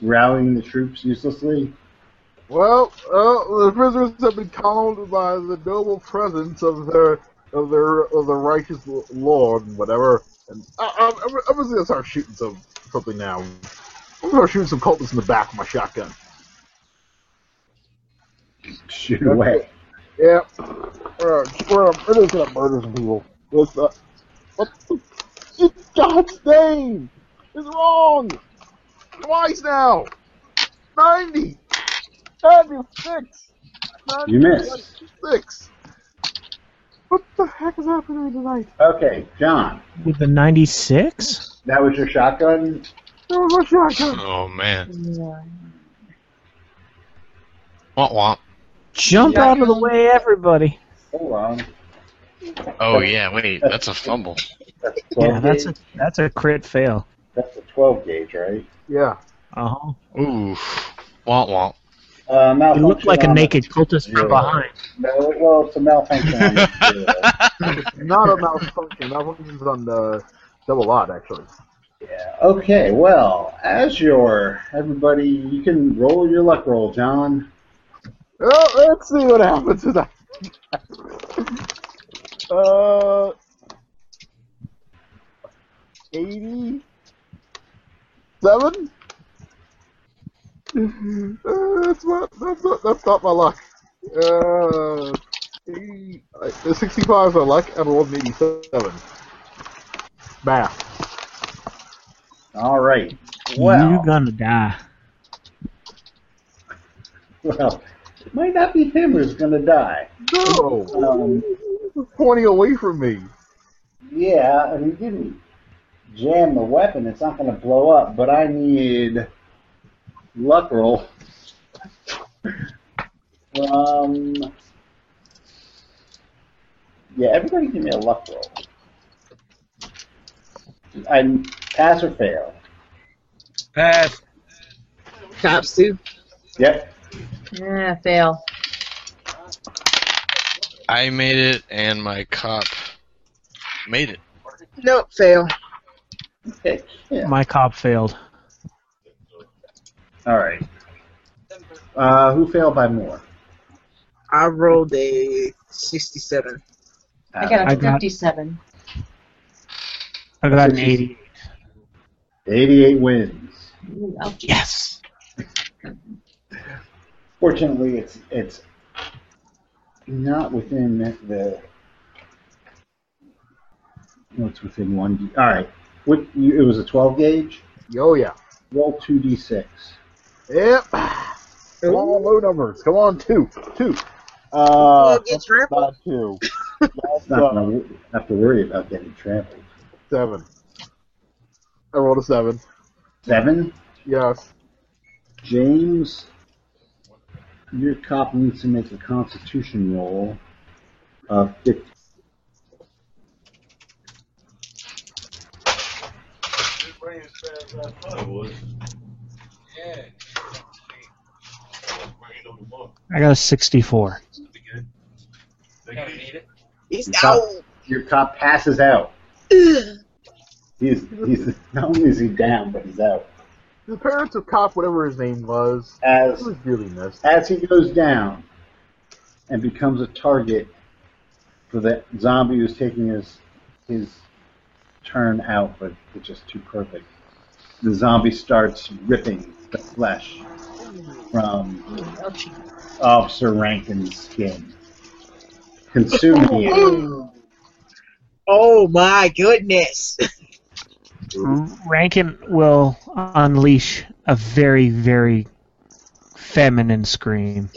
S1: rallying the troops uselessly?
S2: Well, uh, the prisoners have been calmed by the noble presence of their of their of the righteous l- lord and whatever. And I, I'm, I'm, I'm just gonna start shooting some something now. I'm gonna start shooting some cultists in the back with my shotgun.
S1: Shoot away.
S2: Yeah, we're, we're, we're just gonna murder some people. What's up? What the? In God's name! It's wrong! Twice now! 90! 96!
S1: You missed.
S2: 96! What the heck is happening tonight?
S1: Okay, John,
S6: With the 96?
S1: that was your shotgun.
S2: That was my shotgun!
S4: Oh man. Womp womp.
S6: Jump
S1: Yeah.
S6: out of the way, everybody.
S1: Hold on.
S4: Oh yeah, wait, that's a fumble.
S1: That's a 12
S6: Yeah, that's a,
S1: gauge.
S6: that's a crit fail.
S1: That's a 12 gauge, right?
S2: Yeah.
S6: Uh huh.
S4: Ooh. Womp womp.
S1: Uh,
S6: You look
S1: malfunction
S6: like a
S1: on
S6: naked cultist
S1: zero.
S6: from behind.
S1: No, well, it's a malfunction on the zero.
S2: Not a malfunction. Malfunction's on the double odd, actually.
S1: Yeah. Okay, well, as your everybody, you can roll your luck roll, John.
S2: Well, let's see what happens tonight. uh, 87? Uh, that's, not, that's, not, that's not my luck. Uh, 80, uh, 65 is my luck, and I rolled an 87. Math.
S1: All right. Well,
S6: You're gonna die.
S1: well, it might not be him who's going to die.
S2: No!
S1: Um,
S2: Pointing away from me.
S1: yeah, and he didn't jam the weapon. It's not going to blow up, but I need luck roll from. Um, Yeah, everybody give me a luck roll. I pass or fail.
S7: Pass.
S3: Cops too.
S1: Yep.
S5: Yeah, fail.
S4: I made it and my cop made it.
S3: Nope, fail.
S1: Okay. Yeah.
S6: My cop failed.
S1: All right. Uh, who failed by more?
S3: I rolled a 67.
S5: I got a
S6: I got-
S5: 57.
S6: I got
S1: That's
S6: an
S1: an easy-
S6: 80.
S1: 88 wins.
S5: Ooh, ouch.
S6: Yes.
S1: Fortunately, it's it's not within the. No, it's within one. D- All right. What? You, it was a 12 gauge.
S2: Oh, yeah.
S1: Roll 2d6.
S2: Yep. Come on, low numbers. Come on, two. Two.
S10: Uh,
S3: Well, get trampled.
S10: not two.
S1: It's not going to have to worry about getting trampled.
S2: Seven. I rolled a seven.
S1: Seven.
S2: Yes.
S1: James, your cop needs to make a Constitution roll of 50.
S6: I got a 64.
S7: Gotta need it.
S3: He's out.
S1: Cop, your cop passes out. He's, he's not only is he down, but he's out.
S2: The parents of cop, whatever his name was, he
S1: As
S2: was really missed.
S1: as he goes down and becomes a target for the zombie who's taking his his turn out, but it's just too perfect. The zombie starts ripping the flesh from
S5: Ooh, ouchie.
S1: Officer Rankin's skin, consuming it.
S3: Oh. Oh my goodness.
S6: Rankin will unleash a very, very feminine scream.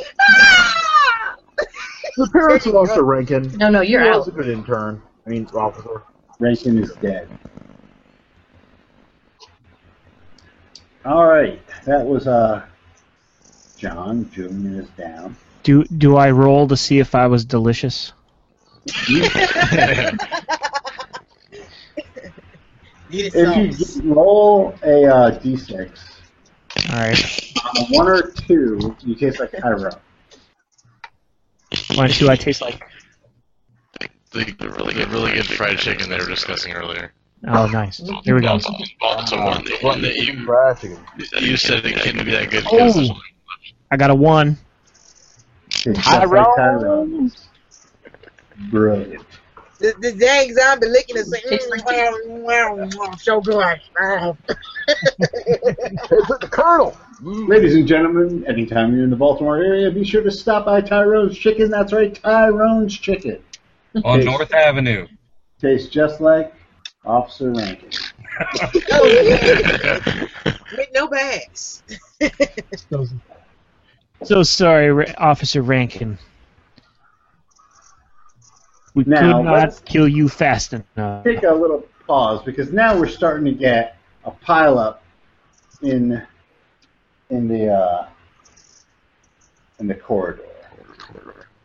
S2: The parents of Officer Rankin.
S5: No, no, you're
S2: he was
S5: out.
S2: a good intern. I mean, officer.
S1: Rankin is dead. All right, that was uh, John Junior is down.
S6: Do do I roll to see if I was delicious?
S1: if you roll a uh, d6,
S6: All right.
S1: on a one or two, you taste like Cairo.
S6: Why do I taste like?
S4: The, the really good, really good fried chicken they were discussing earlier.
S6: Oh, nice. Here we go.
S4: Baltimore, the one that you,
S2: Fried chicken.
S4: you said it couldn't be that good. 'cause
S6: Oh, I got a one.
S1: It tastes like Cairo. Brilliant.
S3: The, the dang zombie licking is like, mm, wow, wow, wow, so good. Wow.
S2: It's at the Colonel.
S1: Ladies and gentlemen, anytime you're in the Baltimore area, be sure to stop by Tyrone's Chicken. That's right, Tyrone's Chicken.
S7: on North Avenue.
S1: Tastes just like Officer Rankin.
S3: Oh, yeah. With no bags.
S6: So sorry, Ra- Officer Rankin. We
S1: Now,
S6: could
S1: let's-
S6: not kill you fast enough.
S1: Take a little pause because now we're starting to get a pileup in in the uh, in the corridor.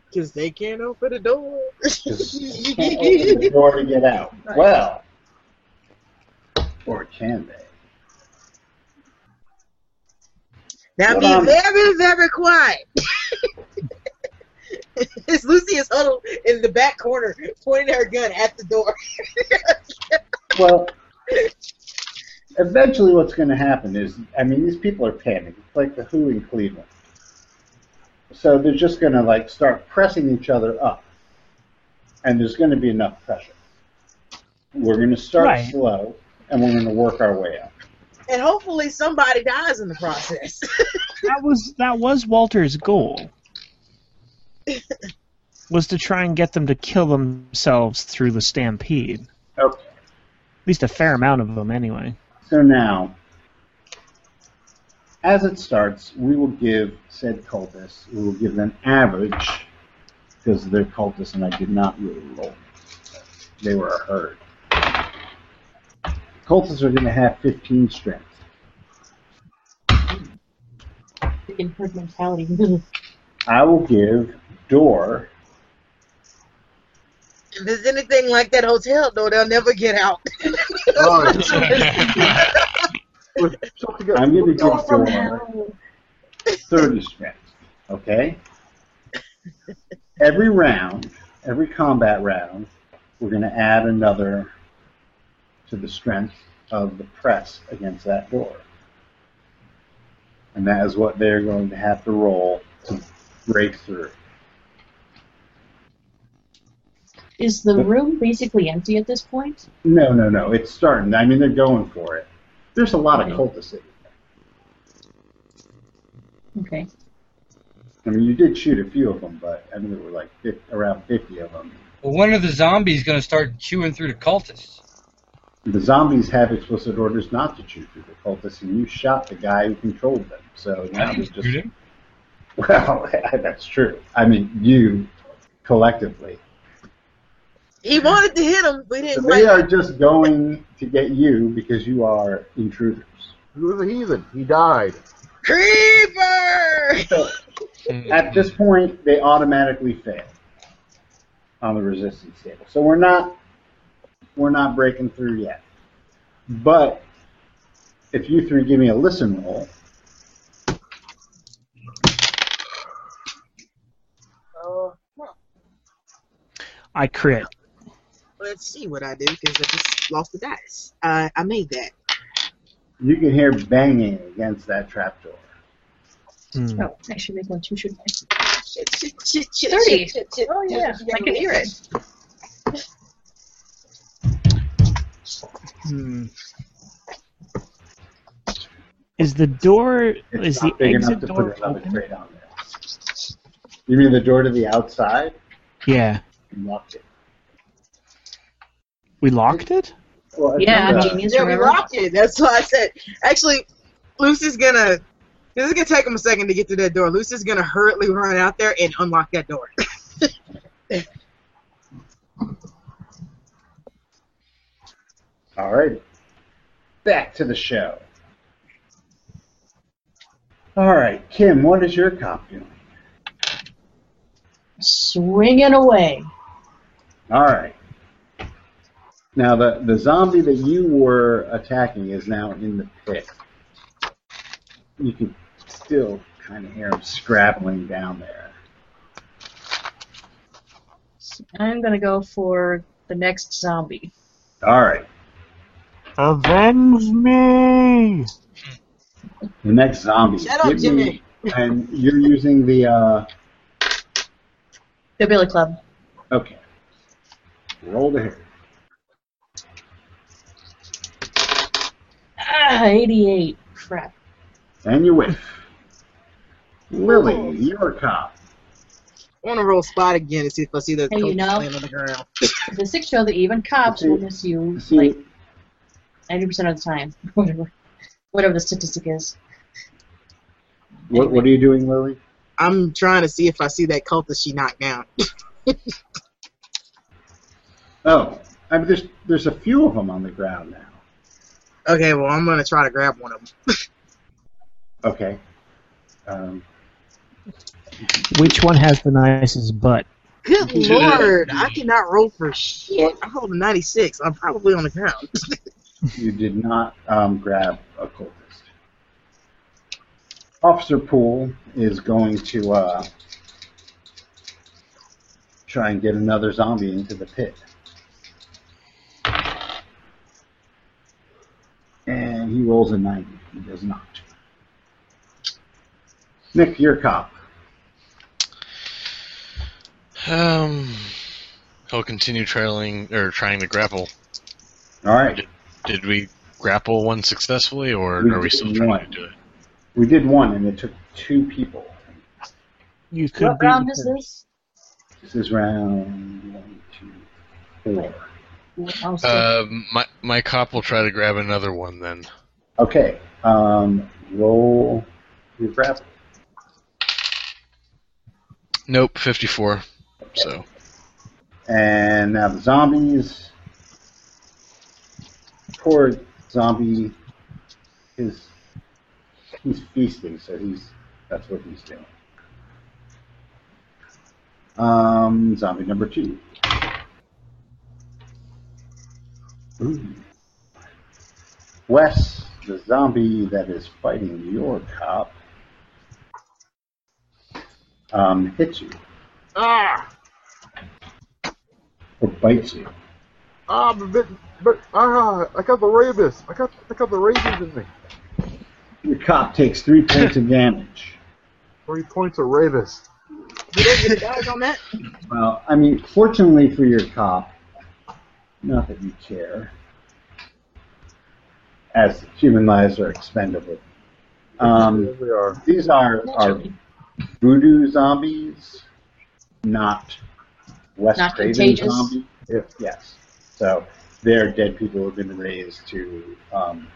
S3: Because they can't open the door.
S1: 'Cause you can't open the door to get out. Well, or can they?
S3: now
S1: Um,
S3: be very, very quiet. As Lucy is huddled in the back corner, pointing her gun at the door.
S1: Well, eventually, what's going to happen is, I mean, these people are panicking, It's like the Who in Cleveland. So they're just going to like start pressing each other up, and there's going to be enough pressure. We're going to start
S6: Right.
S1: slow, and we're going to work our way up.
S3: and hopefully somebody dies in the process.
S6: That was that was Walter's goal. Was to try and get them to kill themselves through the stampede.
S1: Okay.
S6: At least a fair amount of them, anyway.
S1: So now, as it starts, we will give said cultists, we will give them average, because they're cultists and I did not really roll. They were a herd. Cultists are going to have 15 strength.
S5: Freaking herd mentality.
S1: I will give Door
S3: if there's anything like that hotel door, they'll never get out.
S2: Oh,
S1: I'm gonna give
S9: Go from
S1: Dora-
S9: hell.
S1: 30 strength. Okay? Every round, every combat round, we're going to add another to the strength of the press against that door. And that is what they're going to have to roll to break through.
S5: Is the room basically empty at this point?
S1: No, no, no. It's starting. I mean, they're going for it. There's a lot of cultists. in here.
S5: Okay.
S1: I mean, you did shoot a few of them, but I mean, there were like 50, around 50 of them.
S7: Well, when are the zombies going to start chewing through the cultists?
S1: The zombies have explicit orders not to shoot through the cultists, and you shot the guy who controlled them. So now
S7: I
S1: there's
S7: didn't shoot
S1: just
S7: him.
S1: well, that's true. I mean, you collectively.
S3: He wanted to hit him, but he
S1: So
S3: didn't
S1: they
S3: like
S1: are just going to get you because you are intruders.
S2: He was a heathen. He died.
S3: Creeper!
S1: So at this point, they automatically fail on the resistance table. So we're not we're not breaking through yet. But if you three give me a listen roll,
S3: Uh,
S6: I crit.
S3: let's see what I do because I just lost the dice. Uh, I made that.
S1: you can hear banging against that trapdoor.
S6: Hmm.
S5: Oh, I should make one too, shouldn't I?
S3: Shit, shit, shit, shit,
S5: Thirty.
S3: shit, shit, shit.
S5: Oh, yeah.
S3: You
S5: I can hear it.
S6: Hmm. Is the door?
S1: It's
S6: is the
S1: not big enough
S6: exit
S1: to
S6: door
S1: put another
S6: open?
S1: crate on there. You mean the door to the outside?
S6: Yeah.
S1: You locked it.
S6: We locked it.
S1: Well, it's
S5: Yeah,
S1: not a-
S5: genius.
S3: Yeah, we
S5: remember?
S3: locked it. That's why I said. Actually, Lucy's gonna. This is gonna take him a second to get to that door. Lucy's gonna hurriedly run out there and unlock that door.
S1: All right. Back to the show. All right, Kim, what is your cop doing?
S5: Swinging away.
S1: All right. Now the the zombie that you were attacking is now in the pit. You can still kind of hear him scrabbling down there.
S5: I'm gonna go for the next zombie.
S1: All right.
S6: Avenge me!
S1: The next zombie.
S5: Shut up,
S1: Give
S5: Jimmy.
S1: me- and you're using the uh,
S5: The Billy Club.
S1: Okay. Roll the hit.
S5: Ah, 88. Crap.
S1: And you whiff. Lily, you're a cop.
S3: I want to roll spot again and see if I see those
S5: Hey, you
S3: coats
S5: know.
S3: laying on the ground.
S5: Statistics show that even cops will miss you
S1: See,
S5: like 90% of the time. Whatever. Whatever the statistic is.
S1: what, what are you doing, Lily?
S3: I'm trying to see if I see that cultist she knocked down.
S1: Oh, I mean, there's there's a few of them on the ground now.
S3: Okay, well, I'm going to try to grab one of them.
S1: Okay. Um,
S6: Which one has the nicest butt?
S3: Good lord, I cannot roll for shit. I rolled a 96. I'm probably on the ground.
S1: you did not um, grab a cultist. Officer Poole is going to uh, try and get another zombie into the pit. And he rolls a 90. He does not. Nick, you're a cop.
S4: Um, he'll continue trailing or trying to grapple.
S1: All right.
S4: Did we grapple one successfully, or
S1: We
S4: are we
S1: did
S4: still trying
S1: one.
S4: to do it?
S1: We did one, and it took two people.
S6: You could
S5: What
S6: be
S5: round is this?
S1: This is round one, two, four.
S5: I'll see.
S4: Um, my my cop will try to grab another one then.
S1: Okay. Um, roll your grapple.
S4: Nope, fifty-four. So
S1: And now the zombies. Poor zombie. His he's feasting, so he's that's what he's doing. Um, zombie number two. Ooh. Wes, the zombie that is fighting your cop, um, hits you
S2: Ah!
S1: or bites you.
S2: Ah, but, but, but ah, I got the rabies. I got I got the rabies in me.
S1: Your cop takes three points of damage.
S2: Three points of rabies.
S3: Did I get a dodge on that?
S1: Well, I mean, fortunately for your cop, not that you care, as human lives are expendable. Um,
S2: Yes, they are.
S1: these are, are voodoo zombies, not West
S5: Not
S1: Craven
S5: contagious.
S1: zombies. If- yes. So they're dead people who've been raised to um,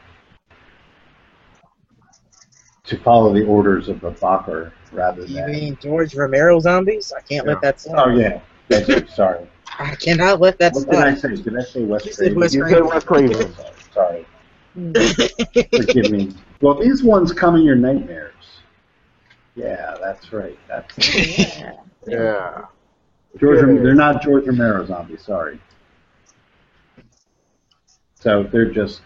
S1: to follow the orders of the Bakar rather
S3: You
S1: than.
S3: mean George Romero zombies? I can't
S2: Yeah.
S3: let that slide.
S1: Oh yeah, that's it. Sorry.
S3: I cannot let that
S1: What did I
S3: slide.
S1: say? Did I say West
S3: You said
S1: Craven?
S3: West
S1: You
S3: Craven.
S1: West Craven. Sorry.
S5: Hmm.
S3: That's
S1: Forgive me. Well, these ones come in your nightmares. Yeah, that's right. That's
S2: Yeah.
S1: George. Rom- They're not George Romero zombies. Sorry. So they're just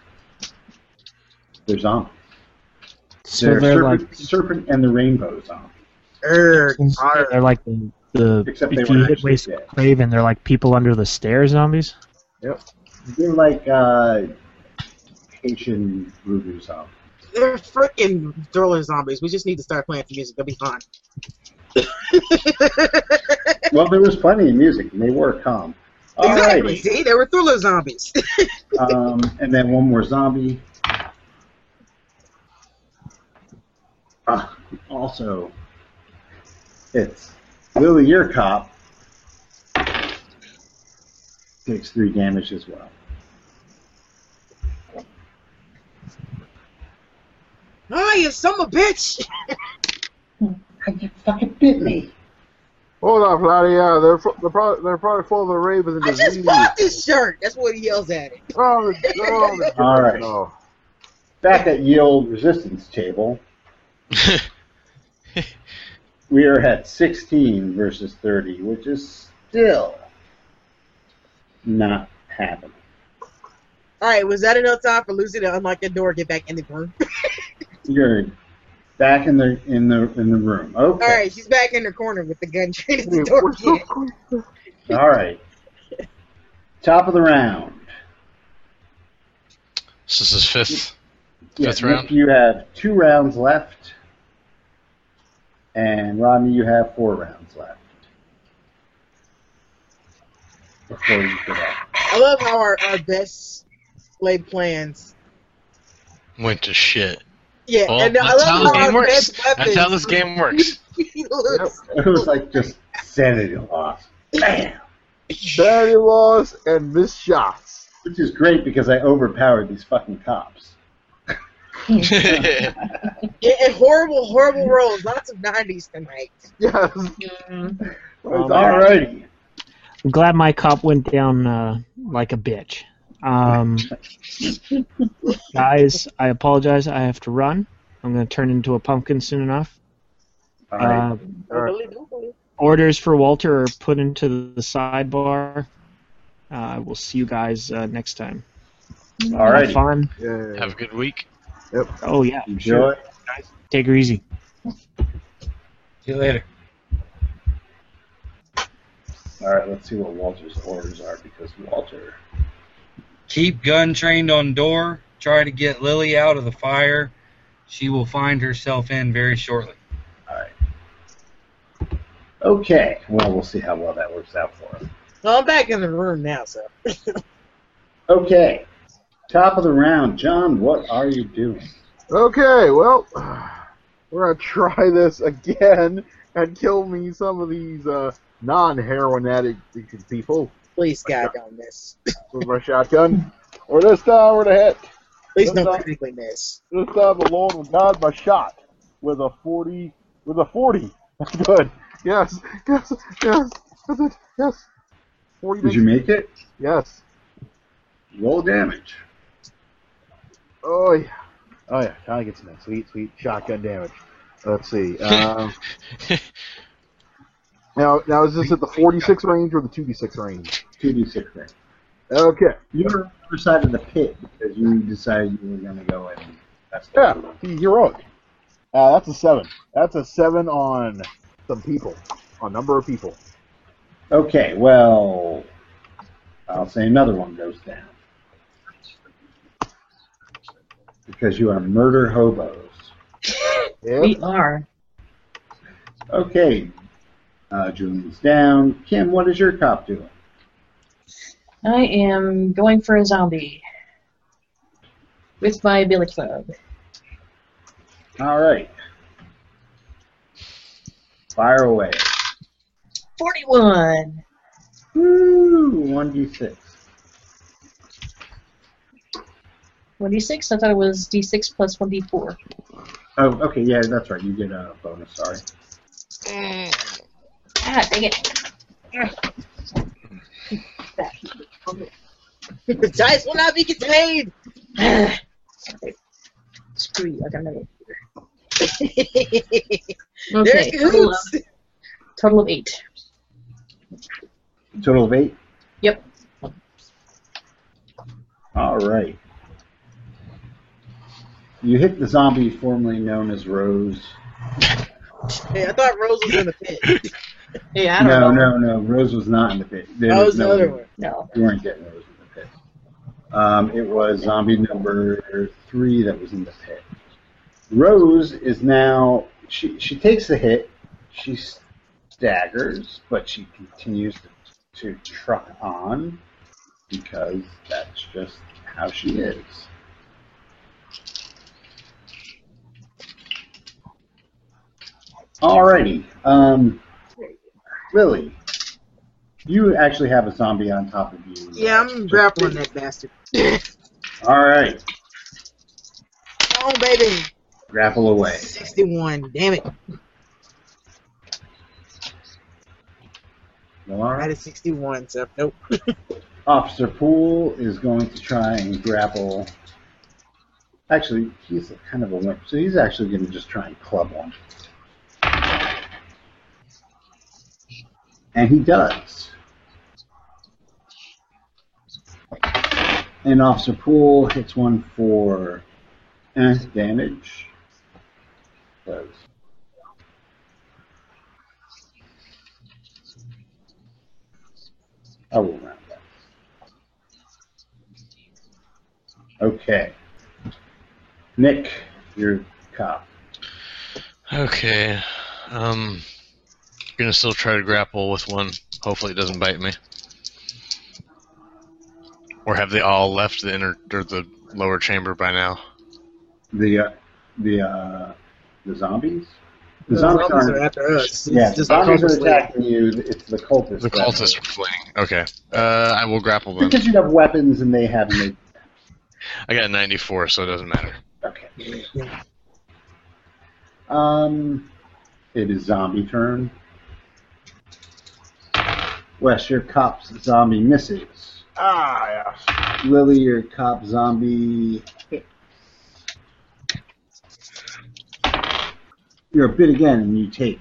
S1: they're zombies.
S6: So
S1: they're
S6: they're,
S1: serpent,
S6: like
S1: serpent and the rainbow zombies.
S3: Erg.
S6: they're like the, the
S1: Except they
S6: if
S1: were
S6: you hit
S1: actually
S6: Waste
S1: dead.
S6: Craven, they're like people under the stairs zombies.
S1: They're like uh, Haitian voodoo zombies.
S3: They're freaking thriller zombies. We just need to start playing some music. They'll be fine.
S1: well, there was plenty of music, and they were calm. All
S3: exactly.
S1: righty.
S3: See, they were thriller zombies.
S1: um, and then one more zombie. Ah, also, it's Lily, your cop, takes three damage as well.
S3: oh, you son of a bitch!
S1: You fucking bit me.
S2: Hold on, Fladia. They're fu- they're probably they're probably full of the ravens and
S3: I just
S2: disease.
S3: bought this shirt. That's what he yells at it.
S2: Oh, oh,
S1: All right.
S2: No.
S1: Back at ye old resistance table, we are at 16 versus 30, which is still not happening.
S3: All right, was that enough time for Lucy to unlock the door and get back in the room?
S1: You're back in the in the in the room. Okay.
S3: All right, she's back in her corner with the gun trained at the
S2: Wait,
S3: door.
S2: what's up?
S3: again.
S1: All right. Top of the round.
S4: So this is fifth.
S1: Yeah,
S4: Fifth
S1: Nick,
S4: round?
S1: You have two rounds left, and Rodney, you have four rounds left before you get up.
S3: I love how our, our best laid plans.
S4: Went to shit.
S3: Yeah,
S4: Well,
S3: and I
S4: that's
S3: love
S4: how this
S3: how our
S4: game works.
S3: best weapons.
S4: That's how this game works.
S3: looks.
S1: It was like just sanity loss,
S2: Daddy laws and missed shots.
S1: which is great because I overpowered these fucking cops.
S3: Yeah, and horrible, horrible rolls. Lots of 90s tonight.
S2: Yes.
S5: Mm.
S6: Oh,
S1: Um, All righty.
S6: I'm glad my cop went down uh, like a bitch. Um, guys, I apologize. I have to run. I'm going to turn into a pumpkin soon enough.
S1: All right.
S6: Uh,
S2: All right.
S6: orders for Walter are put into the sidebar. Uh, I will see you guys uh, next time.
S1: All
S6: Have
S1: righty.
S6: fun.
S2: Yeah.
S4: Have a good week.
S6: Oh, yeah.
S1: Enjoy.
S6: Take her easy.
S7: See you later.
S1: All right. Let's see what Walter's orders are because Walter.
S7: Keep gun trained on door. Try to get Lily out of the fire. She will find herself in very shortly.
S1: Okay. Well, we'll see how well that works out for him.
S3: Well, I'm back in the room now, so.
S1: Okay. Top of the round, John. What are you doing?
S2: Okay, well, we're gonna try this again and kill me some of these uh, non-heroin addicted people
S3: Please, God, don't miss.
S2: with my shotgun. Or this time with a hit.
S3: Please don't critically miss.
S2: This time alone with God, my shot with a forty.
S10: With a 40.
S2: That's good. Yes, yes, yes. That's it. Yes. Forty.
S1: Did you
S2: makes-
S1: make it?
S2: Yes.
S1: Roll damage.
S2: Oh yeah. Oh yeah. Trying to get some sweet, sweet shotgun damage. Let's see. Um, now, now is this at the forty-six range or the two d six range?
S1: Two d six damage.
S2: Okay.
S1: You were on the other side of the pit because you decided you were going to go in. That's
S2: Yeah, he's heroic. Uh, that's a seven. That's a seven on some people, on number of people.
S1: Okay, well, I'll say another one goes down. Because you are murder hobos.
S2: Yeah.
S5: We are.
S1: Okay, uh, Julian's down. Kim, what is your cop doing?
S5: I am going for a zombie with my billy club.
S1: All right. Fire away.
S5: Forty-one.
S1: Woo! 1d6.
S5: One d six. I thought it was d six plus one d four.
S1: Oh, okay, yeah, that's right. You get a bonus, sorry.
S3: Mm.
S5: Ah, dang it.
S3: The dice will not be contained!
S5: Screw you. I got another.
S3: There's
S5: Okay. Total of,
S3: Cahoots!
S5: total of eight.
S1: Total of eight?
S5: Yep.
S1: All right. You hit the zombie formerly known as Rose.
S3: Yeah, I thought Rose was in the pit.
S5: Yeah, I don't
S1: No,
S5: know.
S1: no, no. Rose was not in the pit. There
S3: That was the
S1: no-
S3: other one.
S5: No.
S1: You weren't getting Rose in the pit. Um, it was zombie number three that was in the pit. Rose is now. She she takes the hit. She staggers, but she continues to, to truck on because that's just how she is. Alrighty. Um, Lily, you actually have a zombie on top of you.
S3: Yeah, I'm grappling that bastard.
S1: All right,
S3: Come on, baby.
S1: grapple away.
S3: 61. Damn it.
S1: All
S3: I had a 61, so nope.
S1: Officer Poole is going to try and grapple. Actually, he's kind of a wimp, so he's actually going to just try and club one. And he does. And Officer Poole hits one for eh, damage. Does. I will round that. Okay. Nick, you're cop.
S4: Okay. Um, gonna still try to grapple with one. Hopefully, it doesn't bite me. Or have they all left the inner or the lower chamber by now?
S1: The uh, the uh, the zombies. The,
S3: The
S1: zombies,
S3: zombies
S1: aren't-
S3: are after us.
S1: Yeah,
S3: It's
S1: the
S3: just
S1: zombies
S3: cultists
S1: are attacking you. It's the cultists.
S4: The
S1: that are-
S4: cultists are fleeing. Okay. Uh, I will grapple them.
S1: Because you have weapons and they have no
S4: I got a 94, so it doesn't matter.
S1: Okay. Um, it is zombie turn. Wes, your cop's zombie misses.
S2: Ah, yeah.
S1: Lily, your cop zombie hits. You're bit again, and you take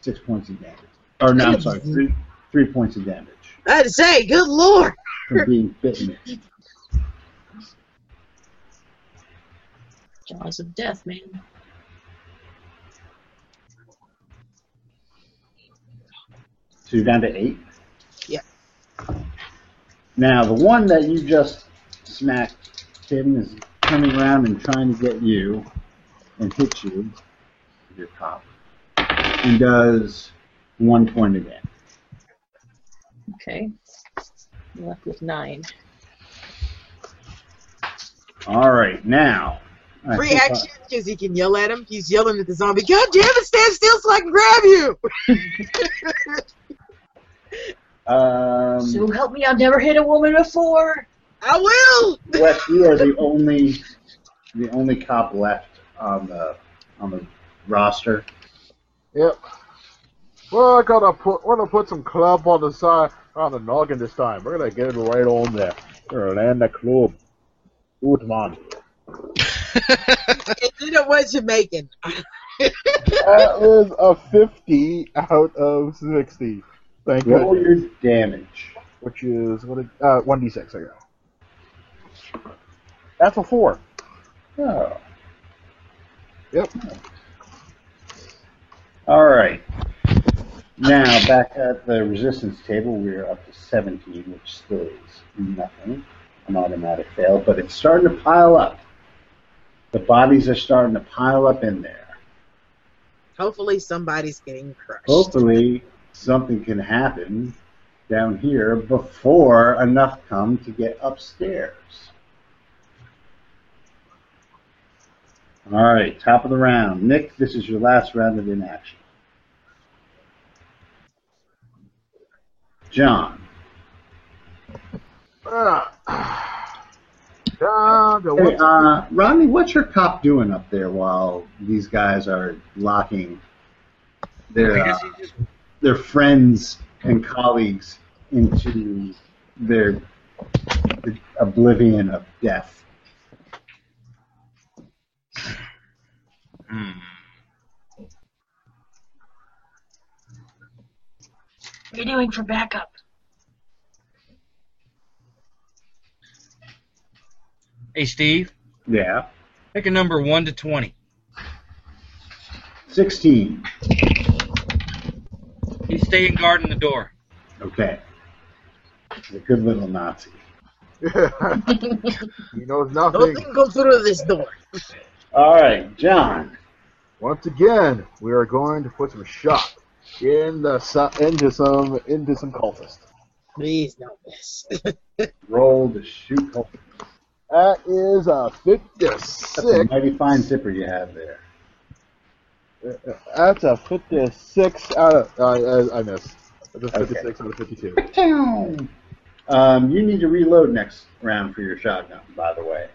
S1: six points of damage. Or no, I'm sorry, three, three points of damage
S3: I'd say, good lord.
S1: from being bitten.
S5: Jaws of death, man.
S1: So you're down to eight?
S3: Yeah.
S1: Now, the one that you just smacked, Tim, is turning around and trying to get you and hit you, your cop, and does one point of damage.
S5: Okay. I'm left with nine.
S1: All right, now. I
S3: Free
S1: think I-
S3: action, because he can yell at him. He's yelling at the zombie, God damn it, stand still so I can grab you!
S1: Um,
S5: So help me, I've never hit a woman before.
S3: I will!
S1: Wes, you are the only the only cop left on the on the roster.
S2: Yep. Well, I gotta put, wanna put some club on the side, on the noggin this time. We're gonna get it right on there. We're gonna land the club. Good man.
S3: and then it was Jamaican.
S2: That was a 50 out of 60. Thank
S1: Roll
S2: you.
S1: your damage.
S2: Which is what? It, uh, 1d6. I got. That's a four.
S1: Oh.
S2: Yep.
S1: All right. Now back at the resistance table, we're up to 17, which still is nothing, an automatic fail, but it's starting to pile up. The bodies are starting to pile up in there.
S3: Hopefully somebody's getting crushed.
S1: Hopefully, something can happen down here before enough come to get upstairs. All right, top of the round, Nick. This is your last round of inaction. John.
S2: Ah. Ah, the
S1: Hey,
S2: one-
S1: uh, Rodney, what's your cop doing up there while these guys are locking their uh, their friends and colleagues into their oblivion of death?
S4: Hmm.
S5: What are you doing for backup?
S7: Hey, Steve,
S1: Yeah,
S7: pick a number 1 to 20.
S1: sixteen.
S7: He's staying guarding the door.
S1: Okay, the good little Nazi.
S2: uh, he knows
S3: Nothing
S2: nothing.
S3: can go through this door.
S1: All right, John.
S2: Once again, we are going to put some shot in the so- into some into some cultist.
S3: Please don't miss.
S1: Roll to shoot. Oh,
S2: That is a
S1: That's a
S2: 56.
S1: mighty fine zipper you have there.
S2: uh, That's a 56 out of. Uh, I, I missed. That's a 56 out of 52.
S1: Um, you need to reload next round for your shotgun, by the way.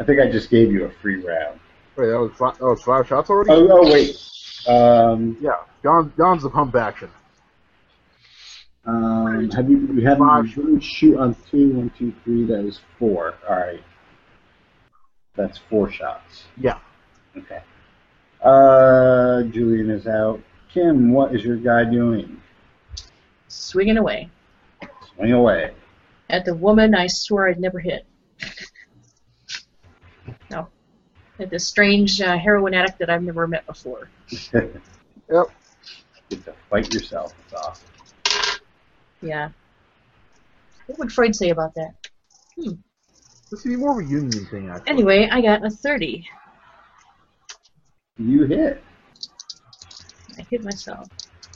S1: I think I just gave you a free round.
S2: Wait, that was five, that was five shots already.
S1: Oh, oh wait. Um,
S2: Yeah, John, John's the pump action.
S1: Um, have you, you haven't you didn't shoot on three, one, two, three. That is four. All right. That's four shots.
S2: Yeah.
S1: Okay. Uh, Julian is out. Kim, what is your guy doing?
S5: swinging away
S1: Swing away.
S5: at the woman I swore I'd never hit. no, at this strange uh, heroin addict that I've never met before.
S1: yep. Get to fight yourself. It's awesome.
S5: Yeah. What would Freud say about that?
S2: This would be more of a union thing, actually.
S5: Anyway, I got a 30.
S1: You hit.
S5: I hit myself.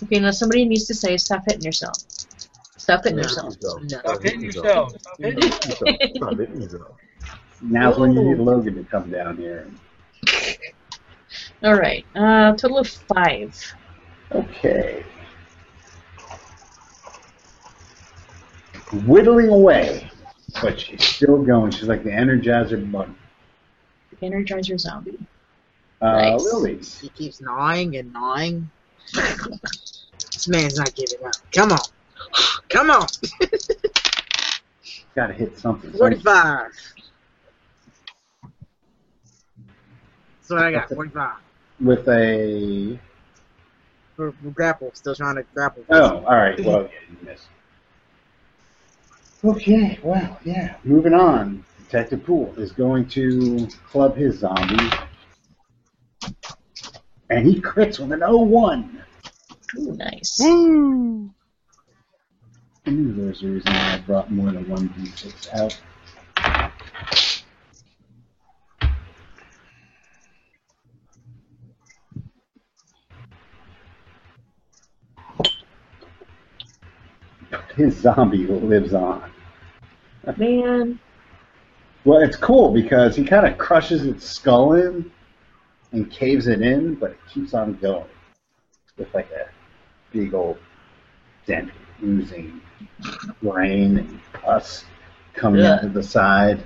S5: Okay, now somebody needs to say, stop hitting yourself. Stop hitting
S2: Yeah,
S5: yourself.
S2: yourself.
S5: No.
S2: Stop hitting
S7: yourself.
S2: Stop hitting yourself. Stop hitting yourself.
S1: Now's when you need Logan to come down here.
S5: All right. Uh, total of five.
S1: Okay. Whittling away, but she's still going. She's like the Energizer Bunny.
S5: Energizer zombie.
S1: Uh,
S3: Nice.
S1: Lily,
S3: He keeps gnawing and gnawing. this man's not giving up. Come on. Come on.
S1: gotta hit something.
S3: 45. That's what I got. 45.
S1: With a
S3: We're, we're grapple. Still trying to grapple.
S1: oh, all right. Well, yeah, you missed. Okay. Well, yeah. Moving on. Detective Poole is going to club his zombie, and he crits with an 01.
S5: Ooh, nice.
S1: I knew there was a reason why I brought more than one d6 out. His zombie lives on.
S5: Man.
S1: Well, it's cool because he kind of crushes its skull in and caves it in, but it keeps on going with like a big old dent oozing brain and pus coming out of the side.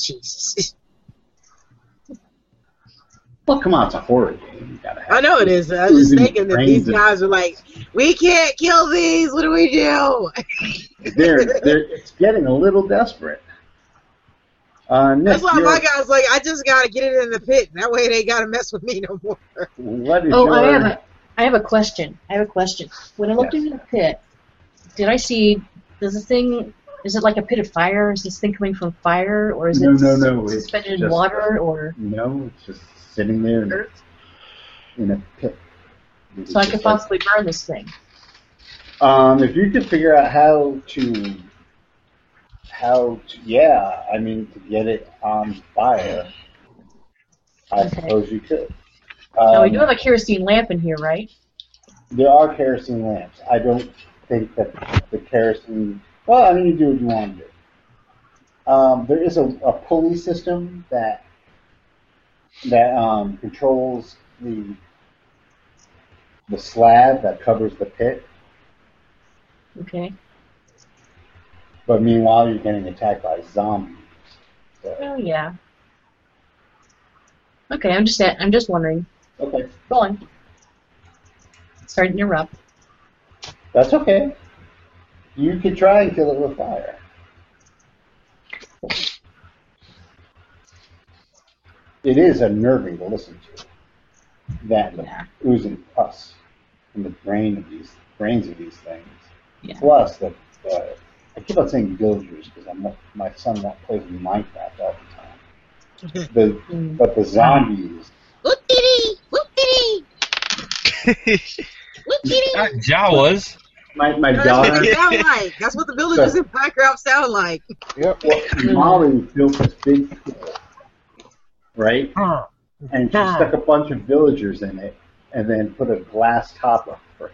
S3: Jesus.
S1: Well, come on, it's a horror game. You gotta have
S3: I know it is. I was just
S1: oozing
S3: thinking that
S1: brains
S3: these guys are like, we can't kill these. What do we do?
S1: and- They're, they're, it's getting a little desperate. Uh, Nick,
S3: That's why
S1: you're-
S3: my guy's like, I just gotta get it in the pit. That way they gotta mess with me no more.
S1: what is
S5: Oh,
S1: your...
S5: I have a, I have a question. I have a question. When I looked
S1: Yes.
S5: into the pit, did I see? Does the thing? Is it like a pit of fire? Is this thing coming from fire, or is
S1: No,
S5: it
S1: no, no, it's
S5: suspended in
S1: just-
S5: water? Or
S1: No, it's just sitting there in, in a pit.
S5: so I
S1: It's
S5: could
S1: like-
S5: possibly burn this thing.
S1: Um, if you could figure out how to, how to, yeah, I mean, to get it on fire, I
S5: Okay.
S1: suppose you could.
S5: now we
S1: Um,
S5: do have a kerosene lamp in here, right?
S1: there are kerosene lamps. I don't think that the kerosene. Well, I mean, you do what you want to do. Um, there is a, a pulley system that that um, controls the the slab that covers the pit.
S5: Okay.
S1: But meanwhile, you're getting attacked by zombies. So,
S5: Oh yeah. Okay, I'm just at, I'm just wondering.
S1: okay,
S5: Rolling. Starting to erupt.
S1: that's okay. You could try and kill it with fire. It is unnerving to listen to. That the
S5: Yeah.
S1: oozing pus from the brain of these brains of these things.
S5: Yeah.
S1: Plus the uh, I keep on saying Gilders because I'm not- my son that plays Minecraft all the
S3: Mm-hmm.
S1: time. The
S5: Mm.
S1: but the zombies
S3: Whoop-dee-dee! Whoop-dee-dee! Whoop-dee-dee!
S7: Not Jawas.
S1: my my
S3: That's what
S1: daughter
S3: they sound like. That's what the villagers in Minecraft sound like.
S1: Yep. Well, Molly built this big pool, right?
S7: Huh.
S1: And she stuck a bunch of villagers in it, and then put a glass top up for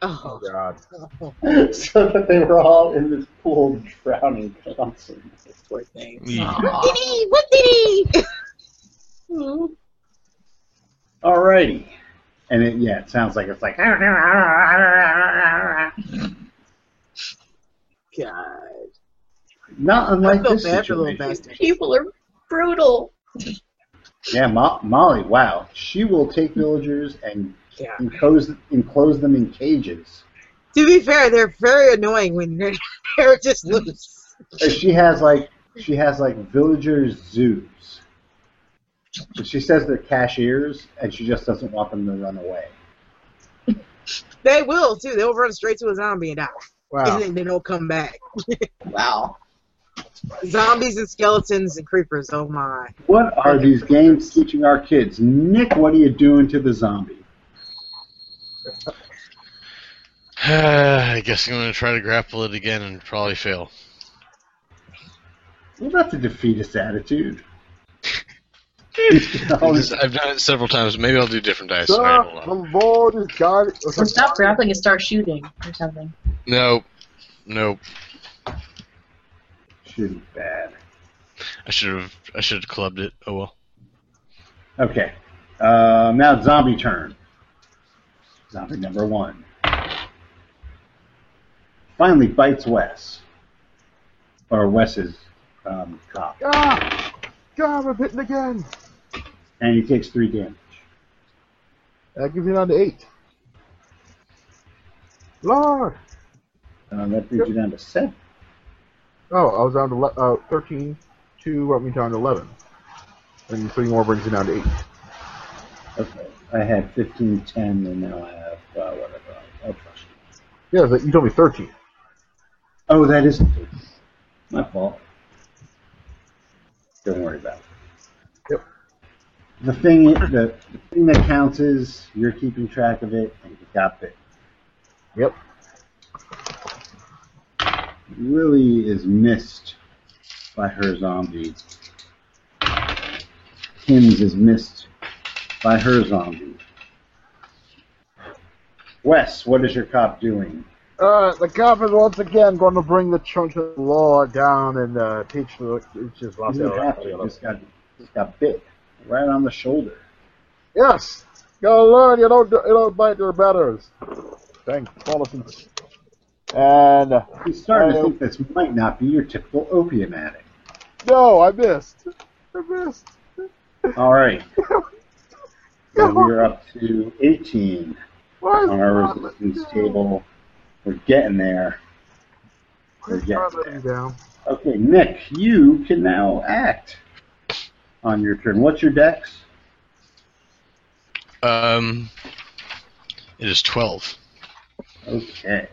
S3: Oh,
S2: God.
S3: oh,
S1: him, so that they were all in this pool drowning constantly.
S3: poor thing.
S4: Yeah.
S3: Whoop-dee-dee! Whoop-dee-dee!
S5: Mm.
S1: Alrighty. And it, yeah, it sounds like it's like.
S3: God.
S1: Not
S3: I
S1: unlike
S3: feel
S1: this
S3: bad for the little
S1: situation.
S3: bastard.
S5: People are brutal.
S1: Yeah, Mo- Molly. Wow, she will take villagers and
S3: Yeah.
S1: enclose enclose them in cages
S3: To be fair, they're very annoying when they're, they're just loose.
S1: She has like she has like villagers zoos. So she says they're cashiers, and she just doesn't want them to run away.
S3: They will too. They'll run straight to a zombie and die.
S1: Wow.
S3: And then they don't come back.
S5: wow.
S3: Zombies and skeletons and creepers. Oh my.
S1: What are these games teaching our kids? Nick, what are you doing to the zombie?
S4: Uh, I guess I'm gonna try to grapple it again and probably fail.
S1: Well, that's a defeatist attitude.
S4: Because I've done it several times. Maybe I'll do different dice. tonight. Hold
S2: Stop!
S4: on.
S2: The Lord is God.
S5: Or stop grappling and start shooting or something.
S4: Nope. Nope.
S1: She's bad.
S4: I should have. I should have clubbed it. Oh well.
S1: Okay. Uh, now it's zombie turn. Zombie number one. Finally bites Wes. Or Wes's um, cop.
S2: Ah! God, I'm hitting again.
S1: And he takes three damage.
S2: That gives you down to eight. Lord.
S1: Uh, that brings you down to seven.
S2: Oh, I was down to le- uh, 13 to what me down to 11. And three more brings you down to eight.
S1: Okay. I had 15, 10, and now I have uh, whatever. I'll trust you.
S2: Yeah, but you told me 13.
S1: Oh, that is my fault. Don't worry about it.
S2: Yep.
S1: The thing, the, the thing that counts is you're keeping track of it, and you got it.
S2: Yep.
S1: Lily is missed by her zombie. Kim's is missed by her zombie. Wes, what is your cop doing?
S2: Uh, the cop is once again going to bring the church of the law down and uh, teach the teachers about
S1: Look what happened.
S2: the
S1: Just got, just got bit right on the shoulder.
S2: Yes, gotta learn. You don't do- you don't bite your betters. Dang, politics. And uh,
S1: I'm starting to think this might not be your typical opium addict.
S2: no, I missed. I missed.
S1: All right. So we're up to 18
S2: Why is
S1: on our
S2: God let-
S1: resistance table. We're getting there. We're
S2: Please
S1: getting
S2: God let me down.
S1: Okay, Nick, you can now act on your turn. What's your dex?
S4: Um. It is twelve.
S1: Okay.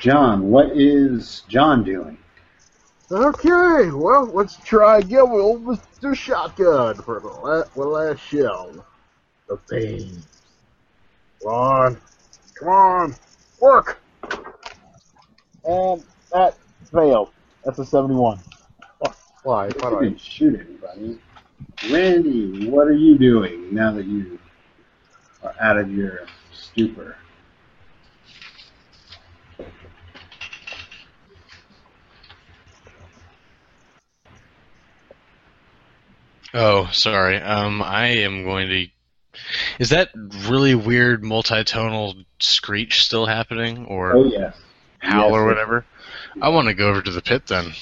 S1: John, what is John doing?
S2: Okay, well, let's try again. We'll let's do shotgun for the la- for the last shell. The pain. Come on. Come on. Work.
S10: And that failed. That's a 71. Oh,
S2: Why? Why
S1: You
S2: do
S1: didn't shoot anybody. Randy, what are you doing now that you are out of your stupor?
S4: Oh, sorry. Um, I am going to. Is that really weird multitonal screech still happening, or
S1: Oh yes.
S4: howl
S1: yes,
S4: or
S1: it-
S4: whatever? I want to go over to the pit then,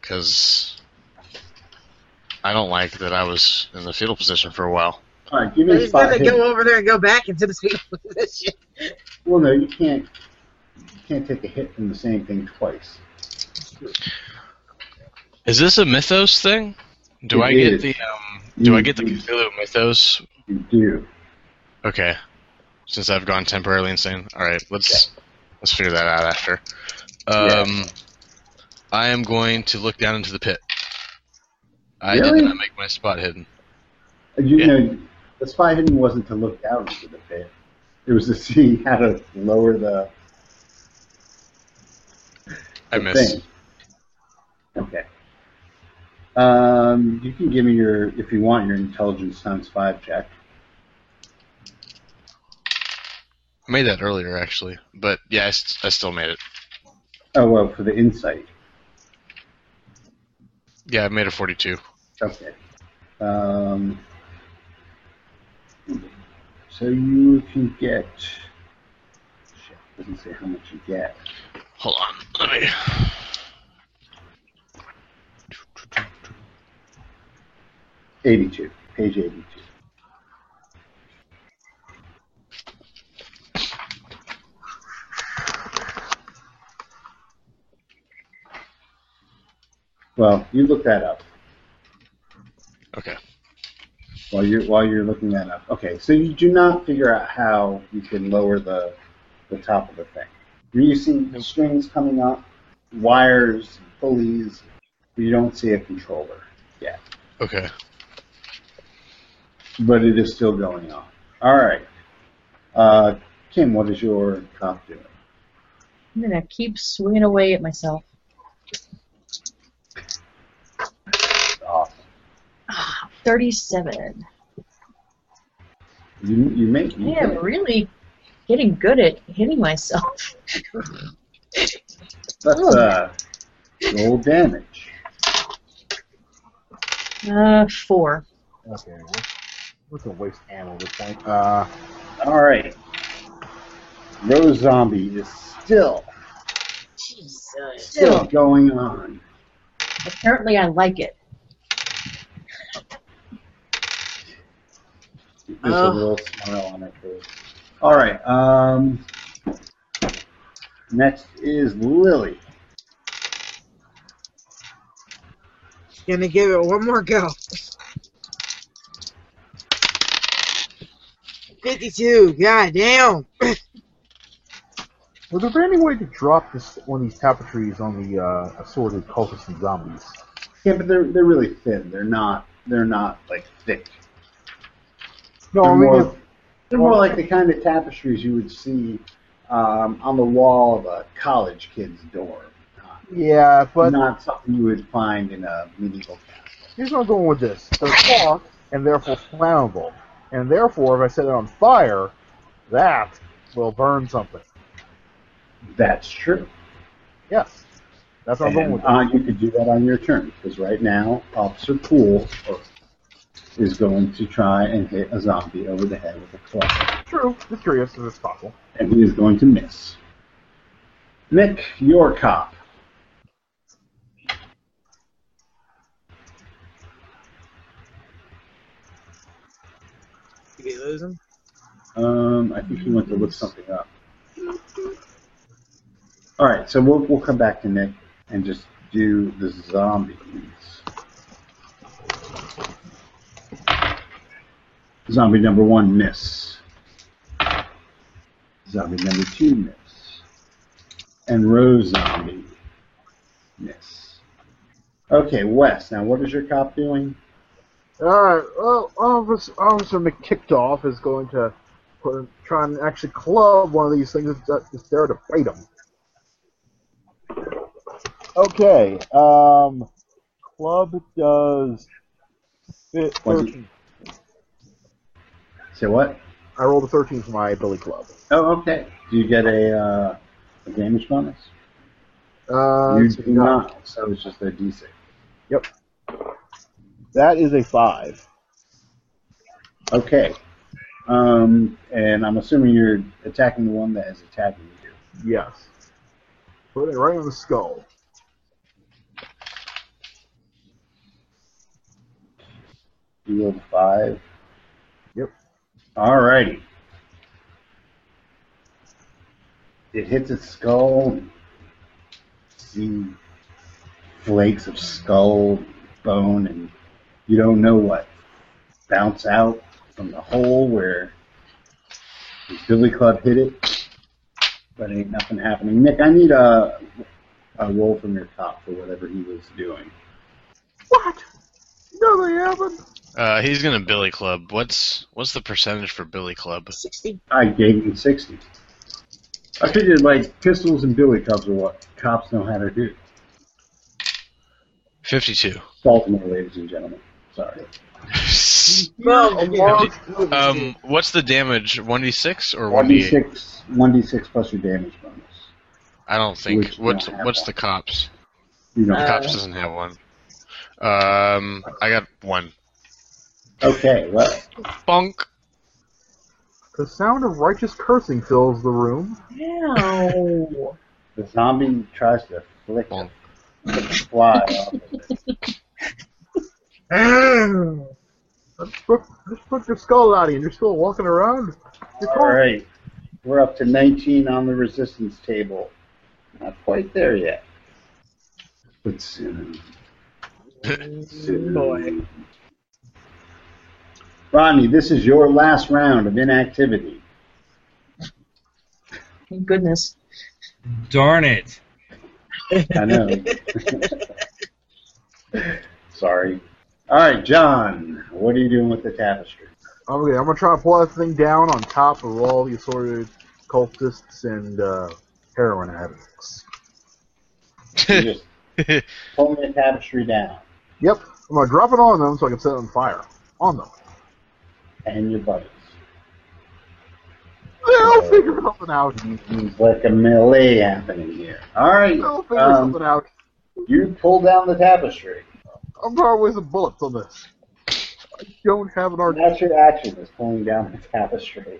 S4: because I don't like that I was in the fetal position for a while.
S1: All right, give me
S3: They're
S1: a
S3: just
S1: spot
S3: gonna
S1: hidden.
S3: go over there and go back into the field. That shit.
S1: Well, no, you can't. You can't take a hit from the same thing twice.
S4: Is this a mythos thing? Do
S1: It
S4: I get
S1: is. Mm-hmm.
S4: the um? Do I get the
S1: You-
S4: Cthulhu mythos?
S1: You do.
S4: Okay. Since I've gone temporarily insane. All right, let's let's figure that out after. Um, I am going to look down into the pit. I
S1: Really?
S4: did not make my spot hidden.
S1: You
S4: Yeah.
S1: know, the spot hidden wasn't to look down into the pit. It was to see how to lower the,
S4: I
S1: the
S4: missed.
S1: thing. Okay. Um, you can give me your, if you want, your intelligence times five check.
S4: I made that earlier actually, but yeah, I, st- I still made it.
S1: Oh well, for the insight.
S4: Yeah, I made a 42.
S1: Okay. Um, so you can get. Shit, doesn't say how much you get.
S4: Hold on, let me.
S1: Eighty-two. page 82. Well, you look that up.
S4: Okay.
S1: While you're while you're looking that up. Okay, so you do not figure out how you can lower the the top of the thing. You see strings coming up, wires, pulleys. You don't see a controller yet,
S4: Okay.
S1: but it is still going on. All right, uh, Kim, what is your cop doing?
S5: I'm gonna keep swinging away at myself.
S1: Awesome.
S5: Ah, 37.
S1: You you make
S5: I am really getting good at hitting myself.
S1: let's uh, roll damage.
S5: Uh, four.
S10: Okay, well, we can waste ammo this thing.
S1: Uh, all right. Rose Zombie is still
S5: Jesus.
S1: still
S5: Still,
S1: going on.
S5: apparently I like it.
S1: There's
S5: Uh.
S1: a little smile on her face. All right. Um, next is Lily.
S3: Gonna give it one more go. 52, god damn.
S10: Was there any way to drop this one of these tapestries on the uh, assorted cultists and zombies?
S1: Yeah, but they're they're really thin. They're not they're not like thick.
S10: No,
S1: they're
S10: I mean,
S1: more,
S10: if-
S1: they're more like the kind of tapestries you would see um, on the wall of a college kid's dorm. Not,
S10: yeah, but
S1: not something you would find in a medieval castle.
S10: here's what I'm going with this. They're soft and therefore flammable, and therefore if I set it on fire, that will burn something.
S1: That's true.
S10: Yes, that's what I'm going
S1: And,
S10: with. it.
S1: uh, you could do that on your turn because right now Officer Poole is going to try and hit a zombie over the head with a club,
S10: True, just curious if it's possible.
S1: and he is going to miss. Nick, your cop.
S3: Did we lose him?
S1: Um, I think he went to look something up. All right, so we'll we'll come back to Nick and just do the zombies. Zombie number one miss. Zombie number two miss. And Rose zombie miss. Okay, Wes. Now, what is your cop doing?
S2: Alright, well, Officer, Officer McKicked is going to put, try and actually club one of these things that is there to fight him.
S10: Okay, um, club does fit
S1: Twenty.
S10: 13.
S1: Say what?
S2: I rolled a 13 for my Billy Club.
S1: Oh, okay. Do you get a, uh, a damage bonus?
S2: Uh,
S1: You
S2: let's see,
S1: do
S2: no.
S1: not. So it's just a D6.
S10: That is a 5.
S1: Okay. Um, and I'm assuming you're attacking the one that is attacking you.
S2: Yes. Put it right on the skull.
S1: You rolled a five.
S2: Yep.
S1: Alrighty. It hits its skull. and See flakes of skull, bone, and you don't know what bounce out from the hole where the billy club hit it. But ain't nothing happening. Nick, I need a a roll from your cop for whatever he was doing.
S2: What? Nothing happened.
S4: Uh, he's gonna Billy Club. What's what's the percentage for Billy Club?
S3: 60.
S1: I gave him 60. I figured, like, pistols and billy clubs are what cops know how to do.
S4: Fifty-two.
S1: Baltimore, ladies and gentlemen. Sorry.
S3: Well,
S4: um, what's the damage? One d six or one d eight?
S1: 1d6, 1d6 plus your damage bonus.
S4: I don't think.
S1: Which
S4: What's
S1: one?
S4: what's the cops?
S1: You know.
S4: The
S3: Uh,
S4: cops doesn't have one. Um, I got one.
S1: okay, well,
S4: Bonk.
S2: The sound of righteous cursing fills the room.
S5: Wow.
S1: the zombie tries to flick
S4: Bonk.
S1: the fly off of it.
S3: Oh,
S11: Just put, just put your skull out and you're still walking around. You're
S1: All right. We're up to 19 on the resistance table. Not quite there yet. But soon. soon. Boy. Rodney, this is your last round of inactivity.
S5: Goodness.
S7: Darn it.
S1: I know. Sorry. All right, John, what are you doing with the tapestry?
S2: Okay, I'm gonna try to pull that thing down on top of all the assorted cultists and uh, heroin addicts.
S1: You just pull the tapestry down
S2: Yep, I'm gonna drop it on them so I can set it on fire. On them.
S1: and your buddies.
S2: They'll figure something out.
S1: It's like a melee happening here. All right,
S2: They'll figure
S1: um,
S2: something out.
S1: you pull down the tapestry.
S2: I'm probably with some bullets on this. I don't have an arc.
S1: That's your action is pulling down the tapestry.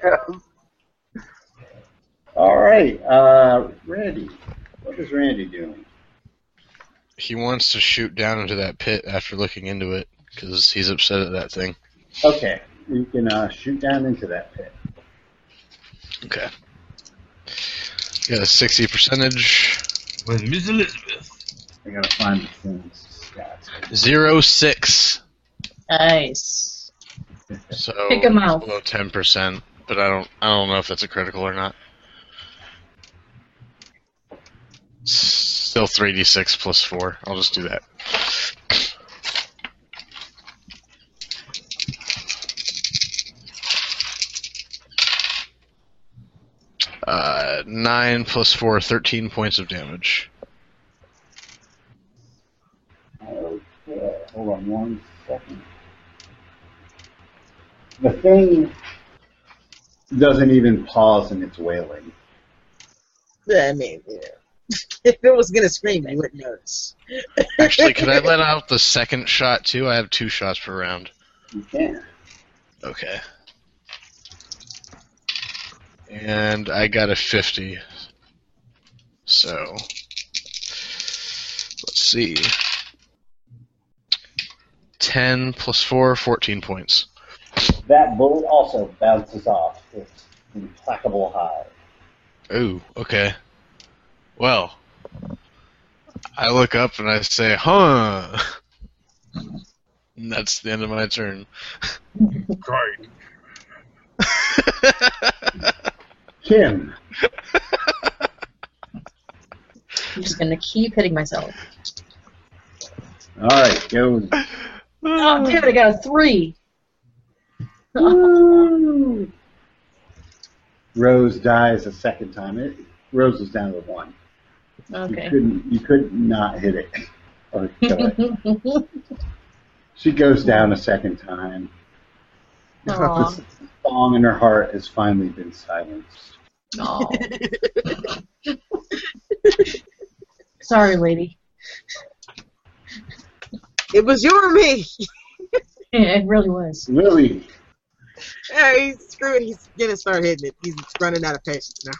S1: All right, uh, Randy, what is Randy doing?
S4: He wants to shoot down into that pit after looking into it because he's upset at that thing.
S1: Okay, you can uh, shoot down into that pit.
S4: Okay. Got a 60 percentage.
S7: With Miss Elizabeth.
S1: I gotta find the things. stats.
S4: Zero six.
S5: Nice.
S4: So
S5: Pick 'em out.
S4: below ten percent, but I don't I don't know if that's a critical or not. S- Still three d six plus four. I'll just do that. Uh, nine plus four, 13 points of damage.
S1: Okay, hold on one second. The thing doesn't even pause in its wailing.
S3: I mean, yeah. if it was gonna scream, you wouldn't notice.
S4: Actually, could I let out the second shot too? I have two shots per round.
S1: You can't.
S4: Okay. And I got a 50. So, let's see. 10 plus 4, 14 points.
S1: That bullet also bounces off its implacable hide.
S4: Ooh, okay. Well, I look up and I say, huh. And that's the end of my turn.
S7: Great.
S1: Kim,
S5: I'm just gonna keep hitting myself.
S1: all right, go.
S5: Oh damn it! I got a three.
S1: Rose dies a second time. It, Rose is down to one. You
S5: Okay.
S1: couldn't. You could not hit it or kill it. she goes down a second time.
S5: Aw.
S1: The song in her heart has finally been silenced.
S5: Aw. Sorry, lady.
S3: It was you or me.
S5: Yeah, it really was.
S1: Lily,
S3: Hey, he's screwing. He's gonna start hitting it. He's running out of patience now.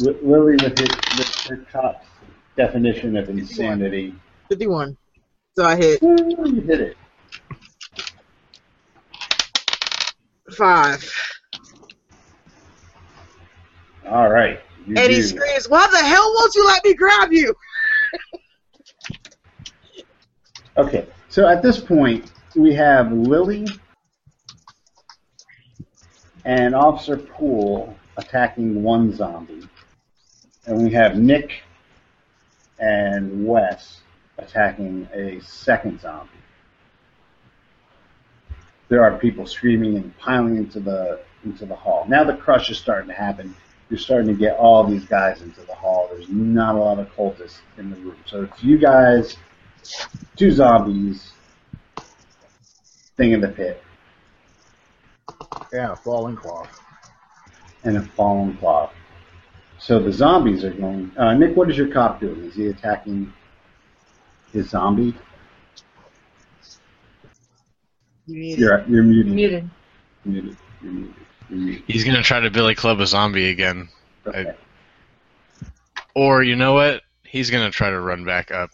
S1: Li- Lily with her, with her top definition of insanity.
S3: Fifty-one. So I hit
S1: Woo, You hit it.
S3: five,
S1: All right. You
S3: and he
S1: do.
S3: screams, "Why the hell won't you let me grab you?"
S1: Okay, so at this point, we have Lily and Officer Poole attacking one zombie, and we have Nick and Wes attacking a second zombie. There are people screaming and piling into the into the hall. Now the crush is starting to happen. You're starting to get all these guys into the hall. There's not a lot of cultists in the room, so it's you guys two zombies, thing in the pit,
S2: Yeah, falling cloth.
S1: and a fallen cloth. So the zombies are going. Uh, Nick, what is your cop doing? Is he attacking his zombie? You're you're muted.
S5: Muted.
S1: Muted. You're muted. You're muted.
S4: He's going to try to Billy Club a zombie again.
S1: Okay.
S4: Or you know what? He's gonna try to run back up.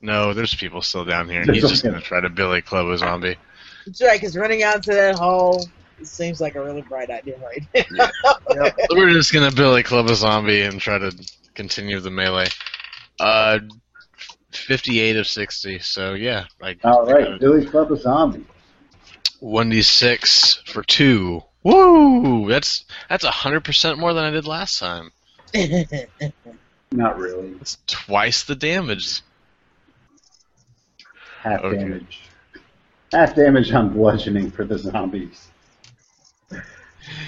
S4: No, there's people still down here.
S1: There's
S4: He's just
S1: okay.
S4: gonna try to Billy Club a zombie.
S3: The Drake is running out into that hall. It seems like a really bright idea right now.
S4: We're just gonna Billy Club a zombie and try to continue the melee. Uh, fifty-eight of sixty. So yeah, like
S1: All right, Billy Club a zombie.
S4: one d six for two. Woo! That's that's hundred percent more than I did last time.
S1: Not really.
S4: It's twice the damage.
S1: Half damage. Half damage on bludgeoning for the zombies.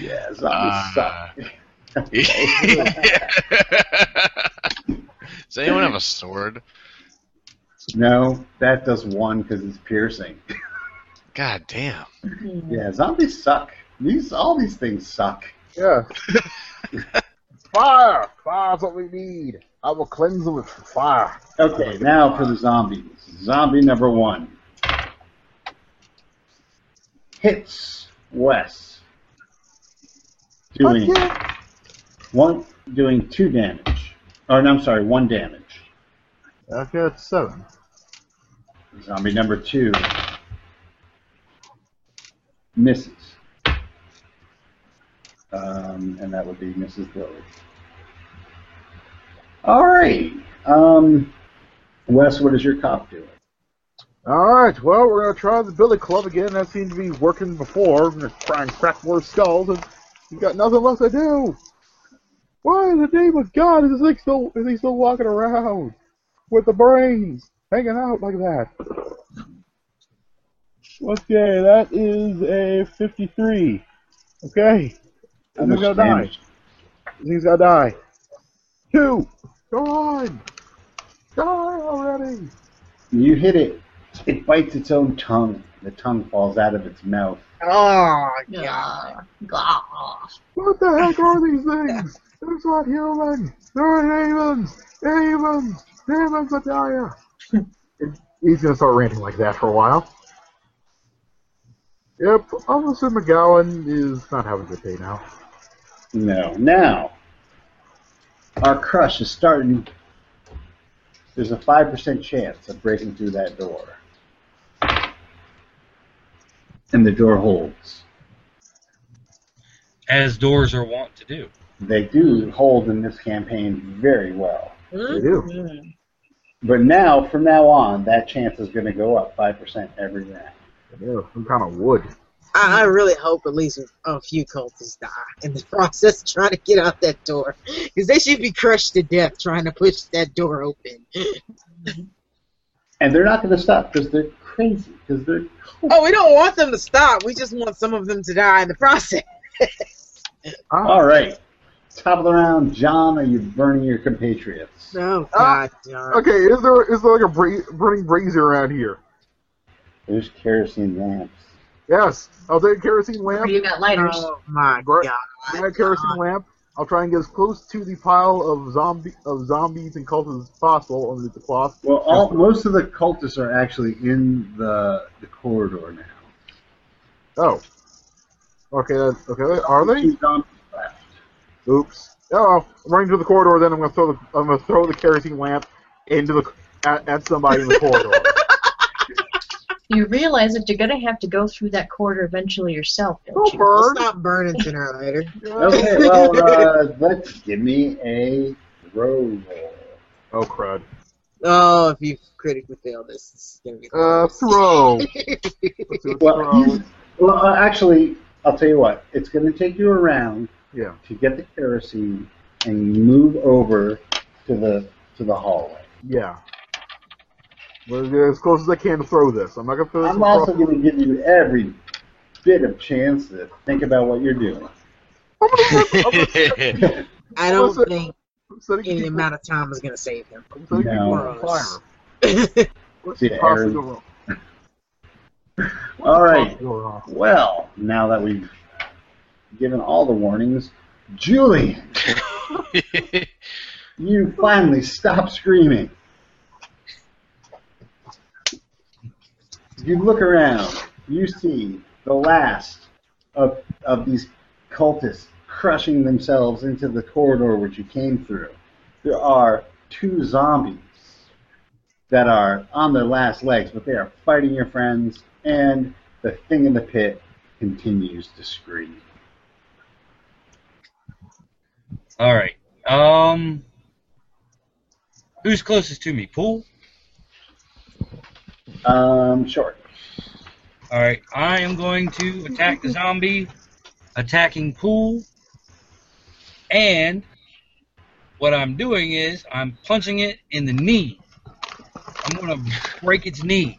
S1: Yeah, zombies
S4: Uh,
S1: suck.
S4: Does anyone have a sword?
S1: No, that does one because it's piercing.
S4: God damn.
S5: Hmm.
S1: Yeah, zombies suck. These all these things suck.
S2: Yeah. fire! Fire's what we need. I will cleanse them with fire.
S1: Okay, now for the zombies. Zombie number one hits Wes, doing one, doing two damage. Or no, I'm sorry, one damage.
S2: Okay, it's seven.
S1: Zombie number two misses. Um, and that would be Mrs. Lily. All right. Um, Wes, what is your cop doing?
S2: Alright, well, we're going to try the Billy Club again. That seemed to be working before. We're going to try and crack more skulls, and we got nothing left to do. Why in the name of God is this thing still, is he still walking around with the brains hanging out like that? Okay, that is a 53. Okay.
S1: How
S2: He's
S1: much
S2: gonna
S1: damage?
S2: die. He's gonna die. Two! Go on! Die already!
S1: You hit it. It bites its own tongue. The tongue falls out of its mouth.
S3: oh,
S5: God. God.
S2: What the heck are these things? It's not human. They're demons. Demons. Demons, I tell ya. He's gonna start ranting like that for a while. Yep, Officer McGowan is not having a good day now.
S1: No. Now, our crush is starting. There's a 5% chance of breaking through that door. And the door holds.
S7: as doors are wont to do.
S1: They do hold in this campaign very well.
S3: Hmm?
S2: They do.
S1: But now, from now on, that chance is going to go up 5% every round.
S2: Yeah, some kind of wood.
S3: I, I really hope at least a few cultists die in the process of trying to get out that door. Because they should be crushed to death trying to push that door open.
S1: And they're not going to stop because they're crazy. Because they're
S3: Oh, we don't want them to stop. We just want some of them to die in the process.
S1: all right. Top of the round, John. Are you burning your compatriots?
S3: No,
S2: Ah,
S3: Oh, God, John.
S2: Okay, is there is there like a bre- burning breeze around here?
S1: There's kerosene lamps.
S2: Yes, I'll take a kerosene lamp.
S5: You got lighters.
S3: Oh, my
S2: Gr-
S3: God.
S2: grab a kerosene lamp. I'll try and get as close to the pile of zombie of zombies and cultists as possible under the cloth.
S1: Well, all, most of the cultists are actually in the, the corridor now.
S2: Oh. Okay, then. Okay, are they?
S1: Two zombies left.
S2: Oops. Oh, I'm running to the corridor. Then I'm gonna throw the I'm gonna throw the kerosene lamp into the at, at somebody in the corridor.
S5: You realize that you're going to have to go through that corridor eventually yourself, don't
S2: Don't
S5: you?
S3: We'll
S2: burn.
S3: stop burning sooner or later.
S1: Okay, well, uh, let's give me a throw roll.
S2: Oh crud.
S3: Oh, if you critically fail this, it's gonna be.
S2: Uh, throw. Let's do a
S1: Well,
S2: throw.
S1: you- well uh, actually, I'll tell you what. It's going to take you a round
S2: Yeah.
S1: to get the kerosene and move over to the to the hallway.
S2: Yeah. Well, yeah, as close as I can to throw this. I'm not gonna throw this.
S1: I'm
S2: across-
S1: also going to give you every bit of chance to think about what you're doing.
S2: I'm gonna- I'm gonna-
S3: I don't
S2: Listen.
S3: think
S2: I'm setting
S3: any
S2: people-
S3: amount of time is gonna save him.
S2: I'm setting
S1: No.
S2: people on fire. What
S1: See,
S2: could possibly
S1: Aaron-
S2: go wrong?
S1: All right.
S2: Possibly go wrong.
S1: Well, now that we've given all the warnings, Julie, you finally stop screaming. You look around. You see the last of, of these cultists crushing themselves into the corridor which you came through. There are two zombies that are on their last legs, but they are fighting your friends, and the thing in the pit continues to scream.
S7: All right. Um, who's closest to me? Pool.
S1: Um, sure.
S7: All right. I am going to attack the zombie, attacking Pool, and what I'm doing is I'm punching it in the knee. I'm gonna break its knee.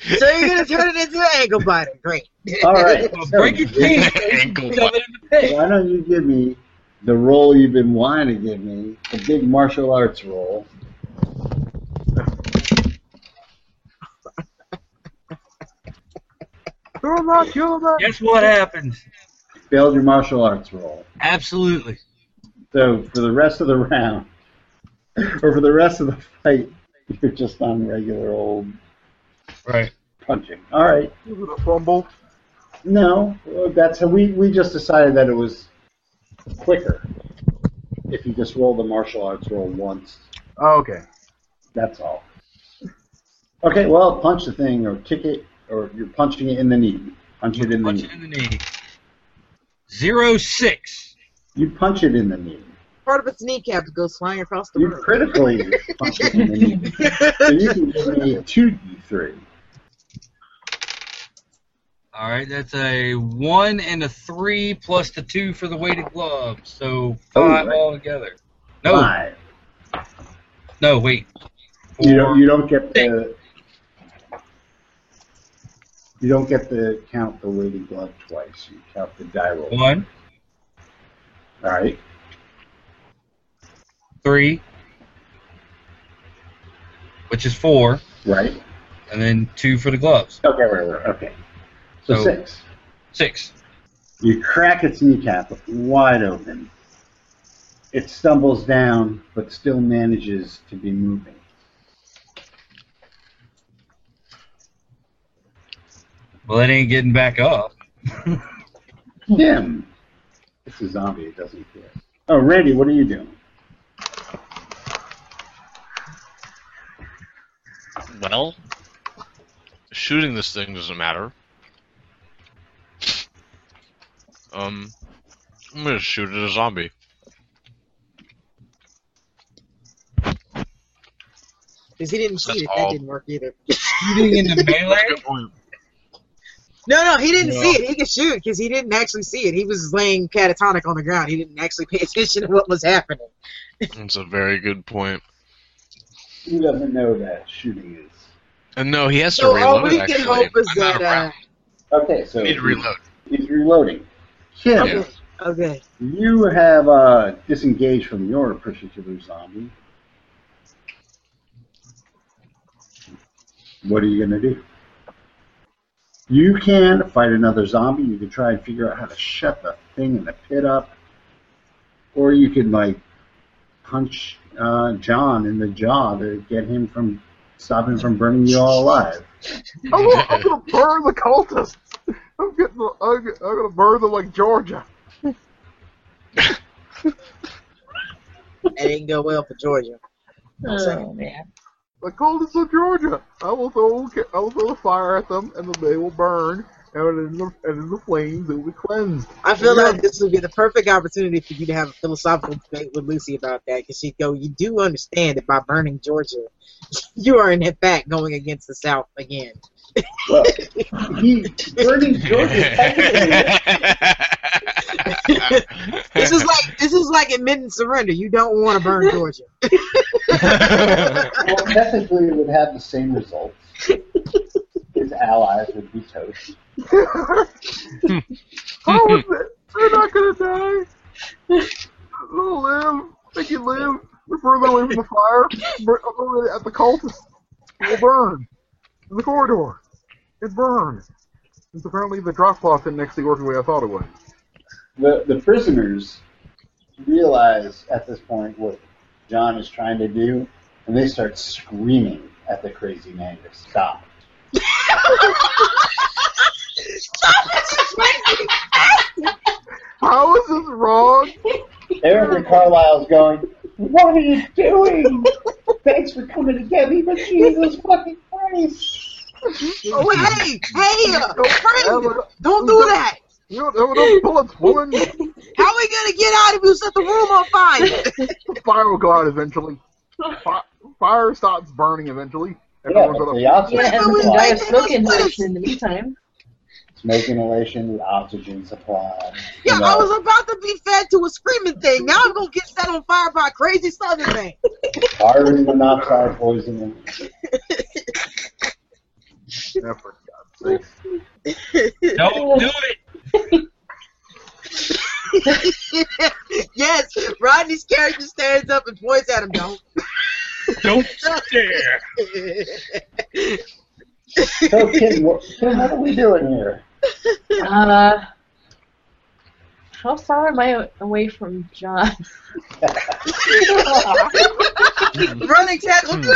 S3: So you're gonna turn it into an ankle biter. Great.
S1: All right.
S7: I'll break its knee.
S4: Ankle
S7: Shove it in the pit.
S1: Why don't you give me the roll you've been wanting to give me, the big martial arts roll?
S2: You're not, you're not.
S7: Guess what happens?
S1: Failed your martial arts roll.
S7: Absolutely.
S1: So for the rest of the round, or for the rest of the fight, you're just on regular old
S7: Right.
S1: punching. All right.
S2: It was a fumble.
S1: No, uh, that's we we just decided that it was quicker if you just roll the martial arts roll once.
S2: Oh, okay.
S1: That's all. Okay, well, punch the thing or kick it or you're punching it in the knee. Punch it in the
S7: Punch it
S1: knee.
S7: in the knee. Zero six.
S1: You punch it in the knee.
S3: Part of its kneecap goes flying across the
S1: You
S3: room.
S1: critically punch it in the knee. So you can give me two d three.
S7: All right, that's a one and a three plus the two for the weighted glove, so
S1: Oh,
S7: five
S1: right.
S7: altogether. No,
S1: Five.
S7: no, wait.
S1: You don't you don't get the you don't get to count the weighted glove twice. You count the die roll. All
S7: One,
S1: right.
S7: three, which is four,
S1: Right.
S7: and then two for the gloves.
S1: Okay, right, right, okay. So,
S7: So-
S1: six.
S7: Six.
S1: You crack its kneecap wide open. It stumbles down, but still manages to be moving.
S7: Well, it ain't getting back up.
S1: Him. It's a zombie. It doesn't care. Oh, Randy, what are you doing?
S4: Well, shooting this thing doesn't matter. Um, I'm gonna shoot at a zombie.
S3: Because he didn't
S4: That's
S3: see it. That
S4: all.
S3: didn't work either.
S7: Shooting in the melee?
S3: No, no, he didn't
S7: No.
S3: see it. He could shoot because he didn't actually see it. He was laying catatonic on the ground. He didn't actually pay attention to what was happening.
S4: That's a very good point.
S1: Who doesn't know that shooting is?
S4: And no, he has to
S3: So all
S4: reload.
S3: we
S4: actually.
S3: can hope is
S4: I'm out of
S3: that. Uh,
S4: rounds.
S1: Okay, so
S4: I need to reload.
S1: he's reloading. Kim,
S4: Yeah.
S3: okay, uh, okay.
S1: you have uh, disengaged from your particular zombie. What are you going to do? You can fight another zombie. You can try and figure out how to shut the thing in the pit up. Or you can, like, punch uh, John in the jaw to get him from, stop him from burning you all alive.
S2: I'm gonna, I'm gonna burn the cultists. I'm getting, the, I'm, get- I'm gonna burn them like Georgia.
S3: That didn't go well for Georgia.
S5: Oh man.
S2: The cultists of Georgia. I will throw, I will throw fire at them, and they will burn. And in the, and in the flames, it will be cleansed.
S3: I feel like this would be the perfect opportunity for you to have a philosophical debate with Lucy about that because she'd go, You do understand that by burning Georgia, you are in fact going against the South again.
S1: Well, he, burning George is technically
S3: This is like this is like admitting surrender. You don't want to burn Georgia.
S1: Well, technically, it would have the same results. His allies would be toast.
S2: How is it? They're not gonna die. They'll live. They can live. We're further away from the fire. Bur- I'm gonna- At the cultists, it will burn. In the corridor, it burns. It's apparently the drop cloth didn't actually work the way I thought it would.
S1: The, the prisoners realize at this point what John is trying to do, and they start screaming at the crazy man to stop.
S2: How is this wrong?
S1: Eric and Carlisle's going, What are you doing? Thanks for coming to get me, but Jesus fucking Christ!
S3: Oh, wait, hey, hey, uh, hey, don't do that.
S2: You don't have enough bullets, woman.
S3: How are we gonna get out if you set the room on fire?
S2: Fire will go out eventually. Fire, fire stops burning eventually.
S1: Yeah,
S2: Everyone's
S1: but
S2: gonna-
S1: the oxygen,
S3: Yeah, but we-
S1: supply-
S3: I-
S5: I've spoken much in the meantime.
S1: smoke inhalation, the oxygen supply.
S3: Yeah,
S1: you know,
S3: I was about to be fed to a screaming thing. Now I'm gonna get set on fire by a crazy southern thing.
S1: carbon monoxide poisoning.
S2: Yeah, for God's sake.
S7: Don't do it.
S3: yes, Rodney's character stands up and points at him. Don't.
S7: Don't stare.
S1: So, Kim, what, Kim, what are we doing here?
S5: Uh, how far am I away from John?
S3: Running tackle. No!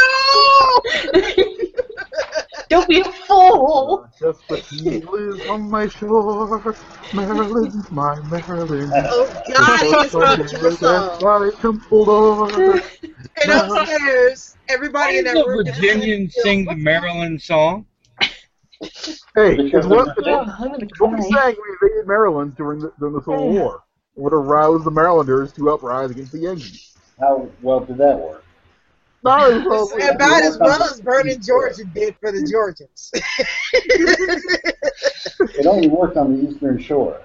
S5: Don't be a fool.
S2: Just the needles on my shore. Maryland, my Maryland.
S3: Oh God,
S2: Ah,
S3: he just wrote you a song.
S2: Temple Door.
S3: And upstairs, everybody in
S7: Why
S3: that
S7: does a
S3: room.
S7: Virginian sing the Maryland song?
S2: Hey, it's what
S5: Oh, I'm gonna
S2: what we sang when we
S5: cry.
S2: invaded Maryland during the, during the Civil War. It would arouse the Marylanders to uprise against the Yankees.
S1: How well did that work?
S2: No, it was
S3: It's
S2: all-
S3: About as well as Vernon Georgia did for the Georgians.
S1: It only worked on the Eastern Shore.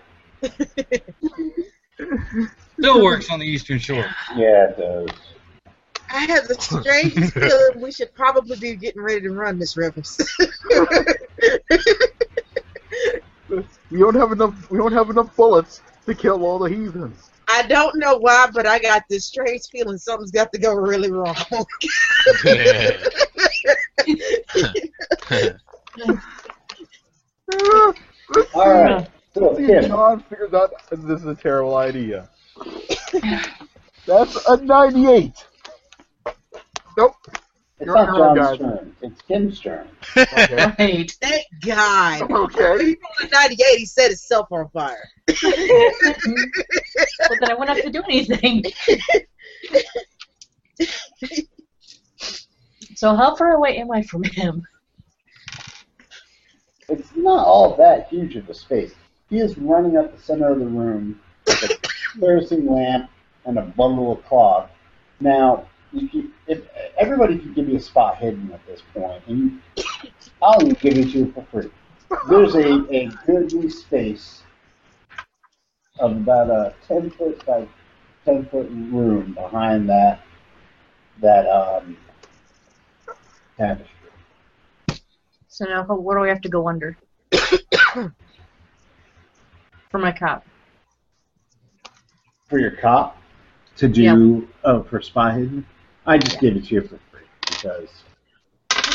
S7: Still works on the Eastern Shore.
S1: Yeah, it does.
S3: I have the strangest feeling we should probably be getting ready to run, Miss Rivers.
S2: We don't have enough. We don't have enough bullets to kill all the heathens.
S3: I don't know why, but I got this strange feeling something's got to go really wrong.
S2: Ah, let's
S1: All right. So,
S2: see if
S1: Kim,
S2: John figures out that this is a terrible idea. That's a 98.
S1: it's
S2: You're
S1: not
S2: on, guys.
S1: John's turn. It's Kim's turn.
S2: Okay.
S5: Right.
S3: Thank God.
S2: okay.
S3: He rolled a 98, he set himself on fire.
S5: But then I wouldn't have to do anything. so how far away am I from him?
S1: It's not all that huge of a space. He is running up the center of the room with a kerosene lamp and a bundle of cloth. Now, you keep, if everybody could give you a spot hidden at this point, and you, I'll give it to you for free. There's a, a goodly space of about a ten foot by ten foot room behind that that um tapestry.
S5: So now how- where do I have to go under? for my cop.
S1: for your cop to do oh for spot hidden. I just gave it to you for free because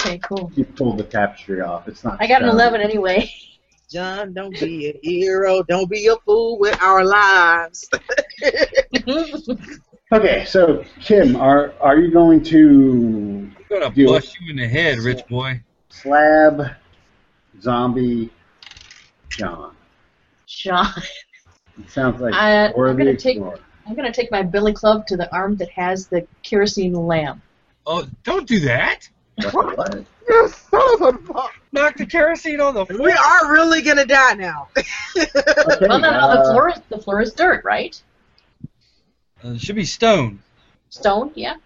S5: Okay, cool.
S1: you pulled the tapestry off. It's not.
S5: I got an
S1: shown.
S5: 11 anyway.
S3: John, don't be a hero. Don't be a fool with our lives.
S1: Okay, so Kim, are are you going to
S7: I'm gonna
S1: Deal.
S7: bust you in the head, rich boy.
S1: slab zombie John?
S5: John,
S1: It sounds like
S5: I-
S1: Dora
S5: Uh, I'm
S1: the
S5: gonna take-
S1: Explorer.
S5: I'm gonna take my billy club to the arm that has the kerosene lamp.
S7: Oh, don't do that.
S1: What- what?
S2: Yes, that was on fire.
S7: Knock the kerosene on the floor.
S3: We are really gonna die now.
S1: Okay,
S5: Well, no, no, the
S1: uh,
S5: floor is the floor is dirt, right?
S7: Uh, it should be stone,
S5: Stone, yeah.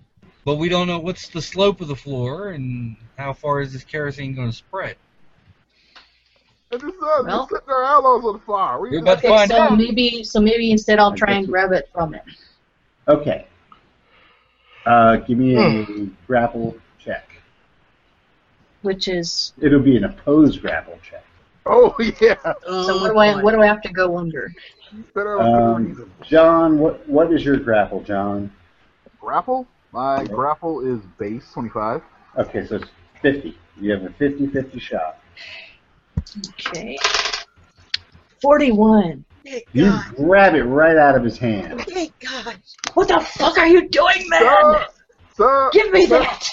S7: but we don't know what's the slope of the floor and how far is this kerosene going to spread.
S2: And this, uh,
S5: Well.
S2: they're setting our allies on fire. We
S7: You're about to
S5: Okay,
S7: find
S5: so
S7: out.
S5: maybe so maybe instead I'll
S1: I
S5: try
S1: guess
S5: and
S1: we-
S5: grab it from it.
S1: okay. Uh, give me a grapple check.
S5: Which is
S1: It'll be an opposed grapple check.
S2: oh yeah.
S5: so what do I what do I have to go under?
S2: Better
S1: Um,
S2: good reason.
S1: John, what what is your grapple, John?
S2: Grapple. My grapple is base 25.
S1: Okay, so it's 50. You have a 50-50 shot.
S5: Okay. Forty one.
S3: Thank
S1: You
S3: God.
S1: grab it right out of his hand.
S3: Thank God.
S5: What the fuck are you doing, man?
S2: Sir, sir,
S5: Give me
S2: sir,
S5: that.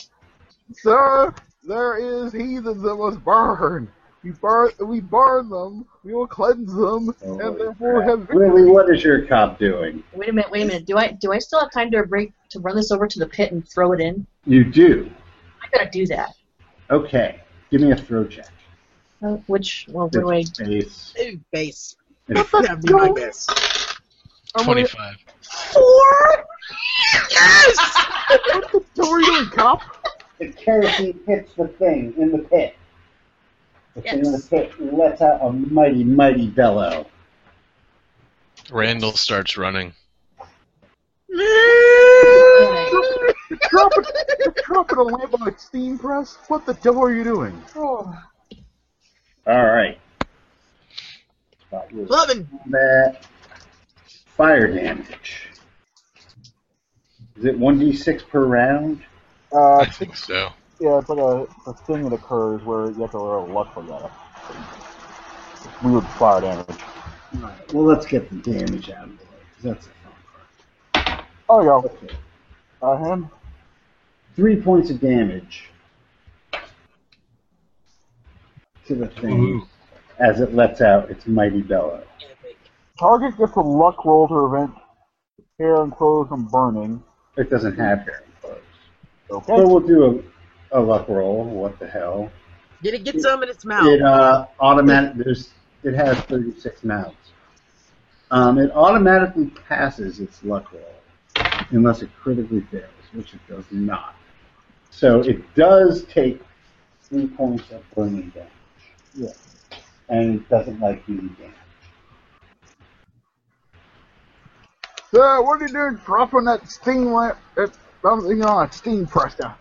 S2: Sir, there is heathens that must burn. We burn, we burn them. We will cleanse them, and
S1: Holy
S2: therefore
S1: crap.
S2: have
S1: Lily,
S2: victory.
S1: what is your cop doing?
S5: Wait a minute, wait a minute. Do I do I still have time to break to run this over to the pit and throw it in?
S1: You do.
S5: I gotta do that.
S1: Okay, give me a throw check.
S5: Uh, Which, well, what do I?
S12: Base.
S3: Base.
S12: It's-
S3: That'd be my best.
S4: Twenty-five.
S3: Four? Yes!
S2: What are you doing, cop?
S1: The kerosene hits the thing in the pit. The thing in the pit lets out a mighty, mighty bellow.
S4: Randall starts running.
S2: You're dropping, you're dropping a lamp on a steam press? What the devil are you doing?
S5: Oh.
S1: All right.
S3: Eleven.
S1: That fire damage. Is it one d six per round?
S2: Uh,
S4: I think so.
S2: yeah, it's like a, a thing that occurs where you have to roll luck for that. We would fire damage.
S1: All right. Well, let's get the damage out of the way. 'cause That's
S2: Oh, yeah. Uh, him?
S1: three points of damage to the thing as it lets out its mighty bellow.
S2: Target gets a luck roll to prevent hair and clothes from burning.
S1: It doesn't have hair and clothes.
S2: Okay.
S1: So we'll do a, a luck roll. What the hell?
S3: Did it get some in its mouth?
S1: It uh, automatic. There's. It has 36 mouths. Um, it automatically passes its luck roll unless it critically fails, which it does not. So it does take three points of burning damage. Yeah. And it doesn't like being damage.
S2: Uh, what are you doing dropping that steam lamp, that something on a steam press now?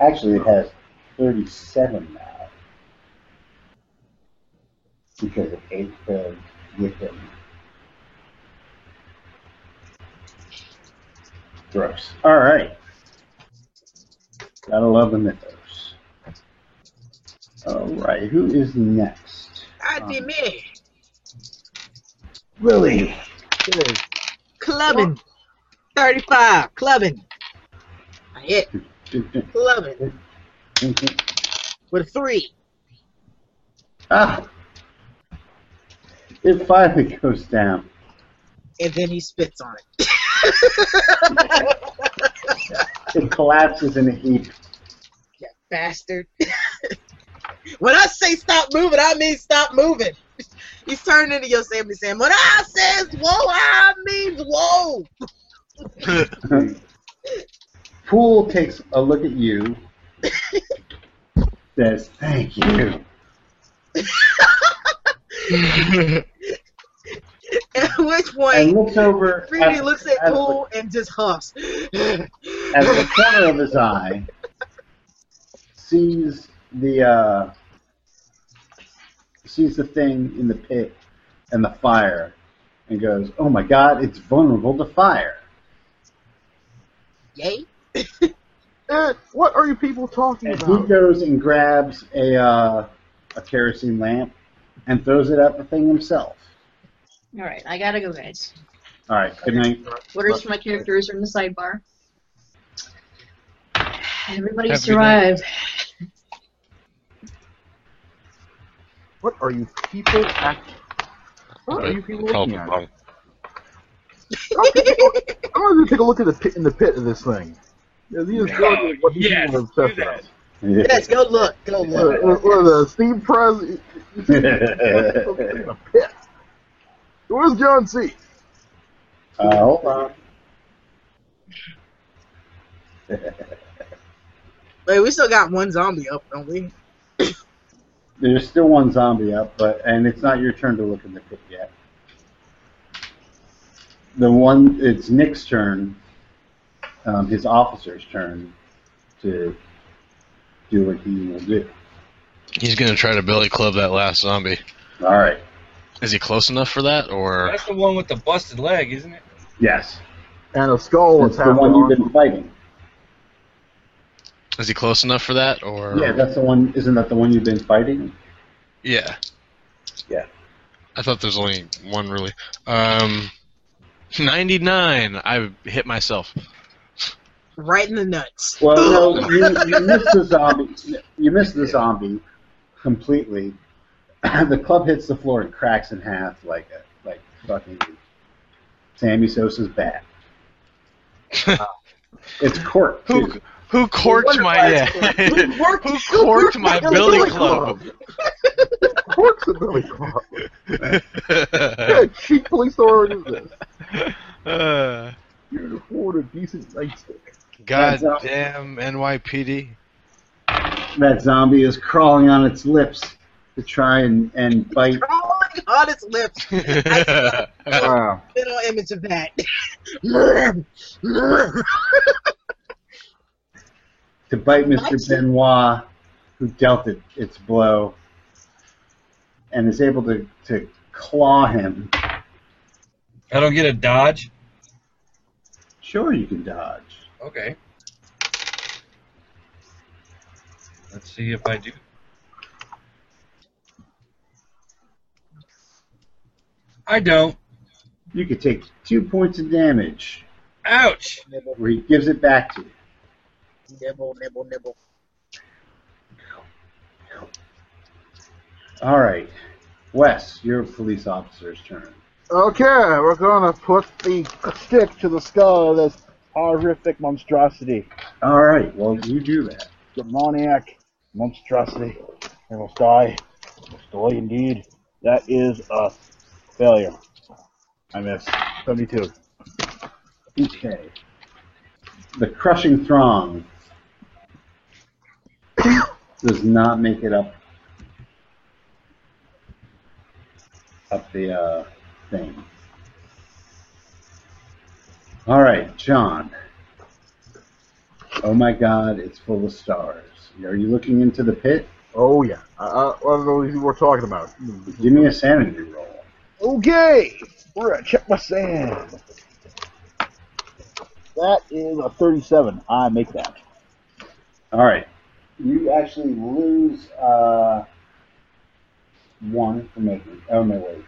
S1: Actually, it has 37 mouths because it ate the whipping. Gross. All right. Gotta love the mythos. All right, who is next?
S3: That'd be me.
S1: Lily.
S3: Clubbing. 35. Clubbing. I hit. Clubbing. With a three.
S1: ah. It finally goes down.
S3: And then he spits on it.
S1: It collapses in a heap.
S3: Bastard. when I say stop moving, I mean stop moving. He's turning into Yosemite Sam. When I says whoa, I means whoa.
S1: Pool takes a look at you, says, Thank you.
S3: At which
S1: and
S3: point,
S1: looks over
S3: Freedy
S1: at-
S3: looks at
S1: at the-
S3: Pool and just huffs.
S1: out of the corner of his eye, sees the uh, sees the thing in the pit and the fire, and goes, "Oh my God, it's vulnerable to fire."
S3: Yay.
S2: Eh, what are you people talking
S1: And he
S2: about?
S1: goes and grabs a uh, a kerosene lamp and throws it at the thing himself.
S5: All right, I gotta go, guys.
S1: All right, good night.
S5: Orders for my characters are in the sidebar. Everybody
S1: Have a good
S5: survive.
S2: What are you people act? What are you people looking at? I'm gonna take a look at the pit in the pit of this thing. Yeah, these are what these people are obsessed with.
S3: yes, go look. Go
S2: Look, look,
S3: look.
S2: look, the steam press. Where's John C?
S1: Uh, hold on.
S3: Wait, we still got one zombie up, don't we?
S1: There's still one zombie up, but and it's not your turn to look in the pit yet. The one it's Nick's turn, um, his officer's turn, to do what he will do.
S4: He's gonna try to belly club that last zombie.
S1: All right.
S4: Is he close enough for that, or
S7: That's the one with the busted leg, isn't it?
S1: Yes.
S2: And a skull
S1: That's
S2: is
S1: the
S2: half
S1: one
S2: gone.
S1: you've been fighting.
S4: is he close enough for that, or
S1: Yeah, that's the one. Isn't that the one you've been fighting?
S4: yeah.
S1: Yeah.
S4: I thought there's only one really. Um, ninety-nine. I hit myself.
S3: Right in the nuts.
S1: Well, no, you, you missed the zombie. You missed the zombie completely. the club hits the floor and cracks in half like a like fucking Sammy Sosa's bat. it's cork.
S4: Who Who corked my yeah?
S3: Who corked,
S4: Who corked my billy club?
S2: Cork's a billy club. Yeah,
S4: Uh,
S2: cheap police are is this. You can afford a decent nightstick.
S4: God damn NYPD.
S1: That zombie is crawling on its lips to try and, and bite.
S3: Crawling on its lips.
S1: Wow.
S3: Little image of that. Mr.
S1: To bite Mr. Benoit, who dealt it its blow, and is able to, to claw him.
S7: I don't get a dodge.
S1: Sure, you can dodge.
S7: Okay. Let's see if I do. I don't.
S1: You could take two points of damage,
S7: Ouch!
S1: where he gives it back to you.
S3: nibble, nibble, nibble.
S1: All right. Wes, you're a police officer's turn.
S2: Okay, we're gonna put the stick to the skull of this horrific monstrosity.
S1: All right. Well, you do that.
S2: demoniac monstrosity. They must die. Must die indeed. That is a failure. I miss. 72.
S1: Okay. The crushing throng does not make it up up the uh, thing. All right, John. Oh my God, it's full of stars. Are you looking into the pit?
S2: Oh, yeah. I, I, I don't know what we're talking about.
S1: Give me a sanity roll.
S2: Okay! We're gonna check my sand. That is a 37. I make that.
S1: All right. You actually lose uh, one for making. Oh no, wait.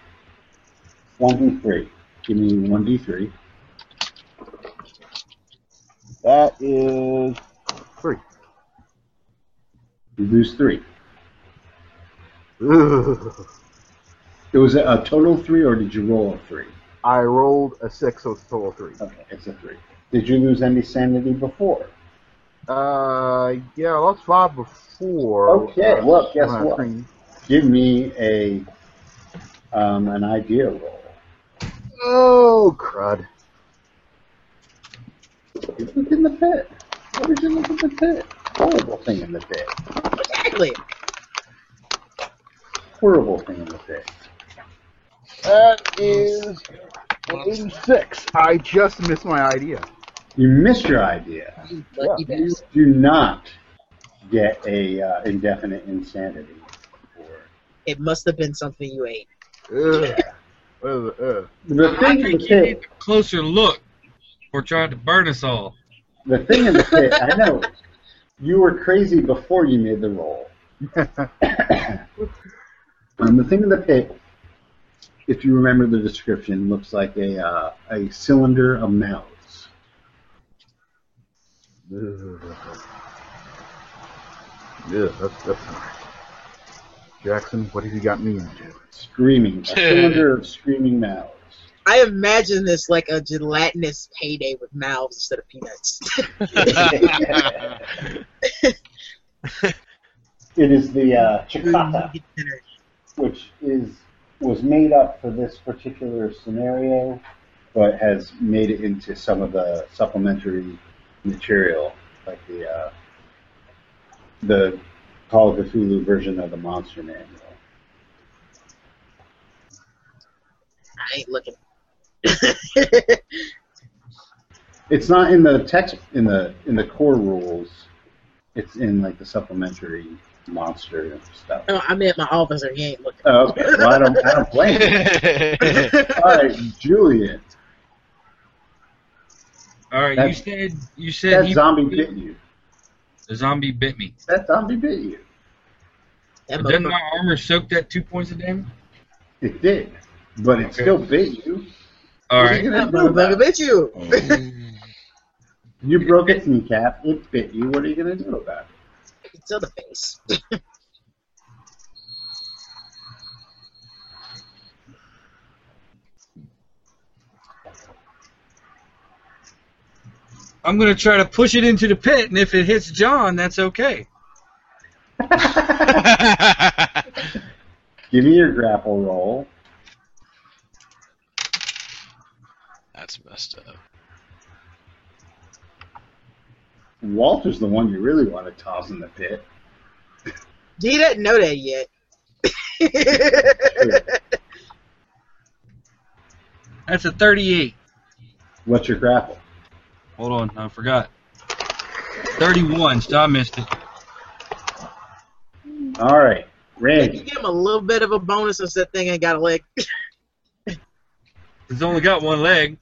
S1: One d three. Give me one d three.
S2: That is 3.
S1: You lose three.
S2: Ugh.
S1: It was a, a total of three, or did you roll a three?
S2: I rolled a 6, so it's a total of 3.
S1: Okay, it's a three. Did you lose any sanity before?
S2: Uh, yeah, I lost 5 before.
S1: Okay,
S2: Uh,
S1: well, guess
S2: uh,
S1: what?
S2: three.
S1: Give me a um, an idea roll.
S2: Oh, crud.
S1: You Look in the pit. What did you look in the pit? Horrible thing in the pit.
S3: Exactly.
S1: Horrible thing in the pit.
S2: That is an 86. I just missed my idea.
S1: You missed your idea.
S3: Lucky
S2: Yeah.
S3: best.
S1: do not get a uh, indefinite insanity.
S3: It must have been something you ate.
S2: Ugh. Ugh, ugh.
S1: The
S7: I
S1: thing in
S7: think
S1: the
S7: you need
S1: pit,
S7: a closer look or try to burn us all.
S1: the thing in the pit, I know. You were crazy before you made the roll. um, the thing in the pit, if you remember the description, looks like a uh, a cylinder of mouths.
S2: Yeah, that's, that's not right. Jackson, what have you got me into?
S1: Screaming. A cylinder of screaming mouths.
S3: I imagine this like a gelatinous payday with mouths instead of peanuts.
S1: It is the uh, Chikata, which is was made up for this particular scenario, but has made it into some of the supplementary material, like the uh, the Call of Cthulhu version of the Monster Manual.
S3: I ain't looking.
S1: It's not in the text in the in the core rules. It's in like the supplementary monster stuff.
S3: no, I meant my officer. He ain't looking.
S1: Oh, okay. Well, I don't I don't blame you. All right, Julian,
S7: All right,
S1: That's-
S7: you said you said
S1: that
S7: he-
S1: zombie bit you.
S7: the zombie bit me.
S1: That zombie bit you.
S3: That
S7: But Doesn't
S3: motherfucker-
S7: my armor soak that two points of damage?
S1: It did, but it
S7: Okay.
S1: still bit you.
S7: All
S1: What are you
S7: right.
S1: gonna
S3: that
S1: do about
S3: motherfucker
S1: it?
S3: bit you.
S1: You broke its kneecap. It bit you. What are you gonna do about it?
S3: It's on the face.
S7: I'm gonna try to push it into the pit, and if it hits John, that's okay.
S1: Give me your grapple roll.
S4: That's messed up.
S1: Walter's the one you really want to toss in the pit.
S3: He doesn't know that yet.
S7: That's a 38.
S1: What's your grapple?
S7: Hold on, I forgot. 31, so I missed it.
S1: All right,
S3: Like, you
S1: Randy.
S3: give him a little bit of a bonus since that thing ain't got a leg.
S7: He's only got one leg.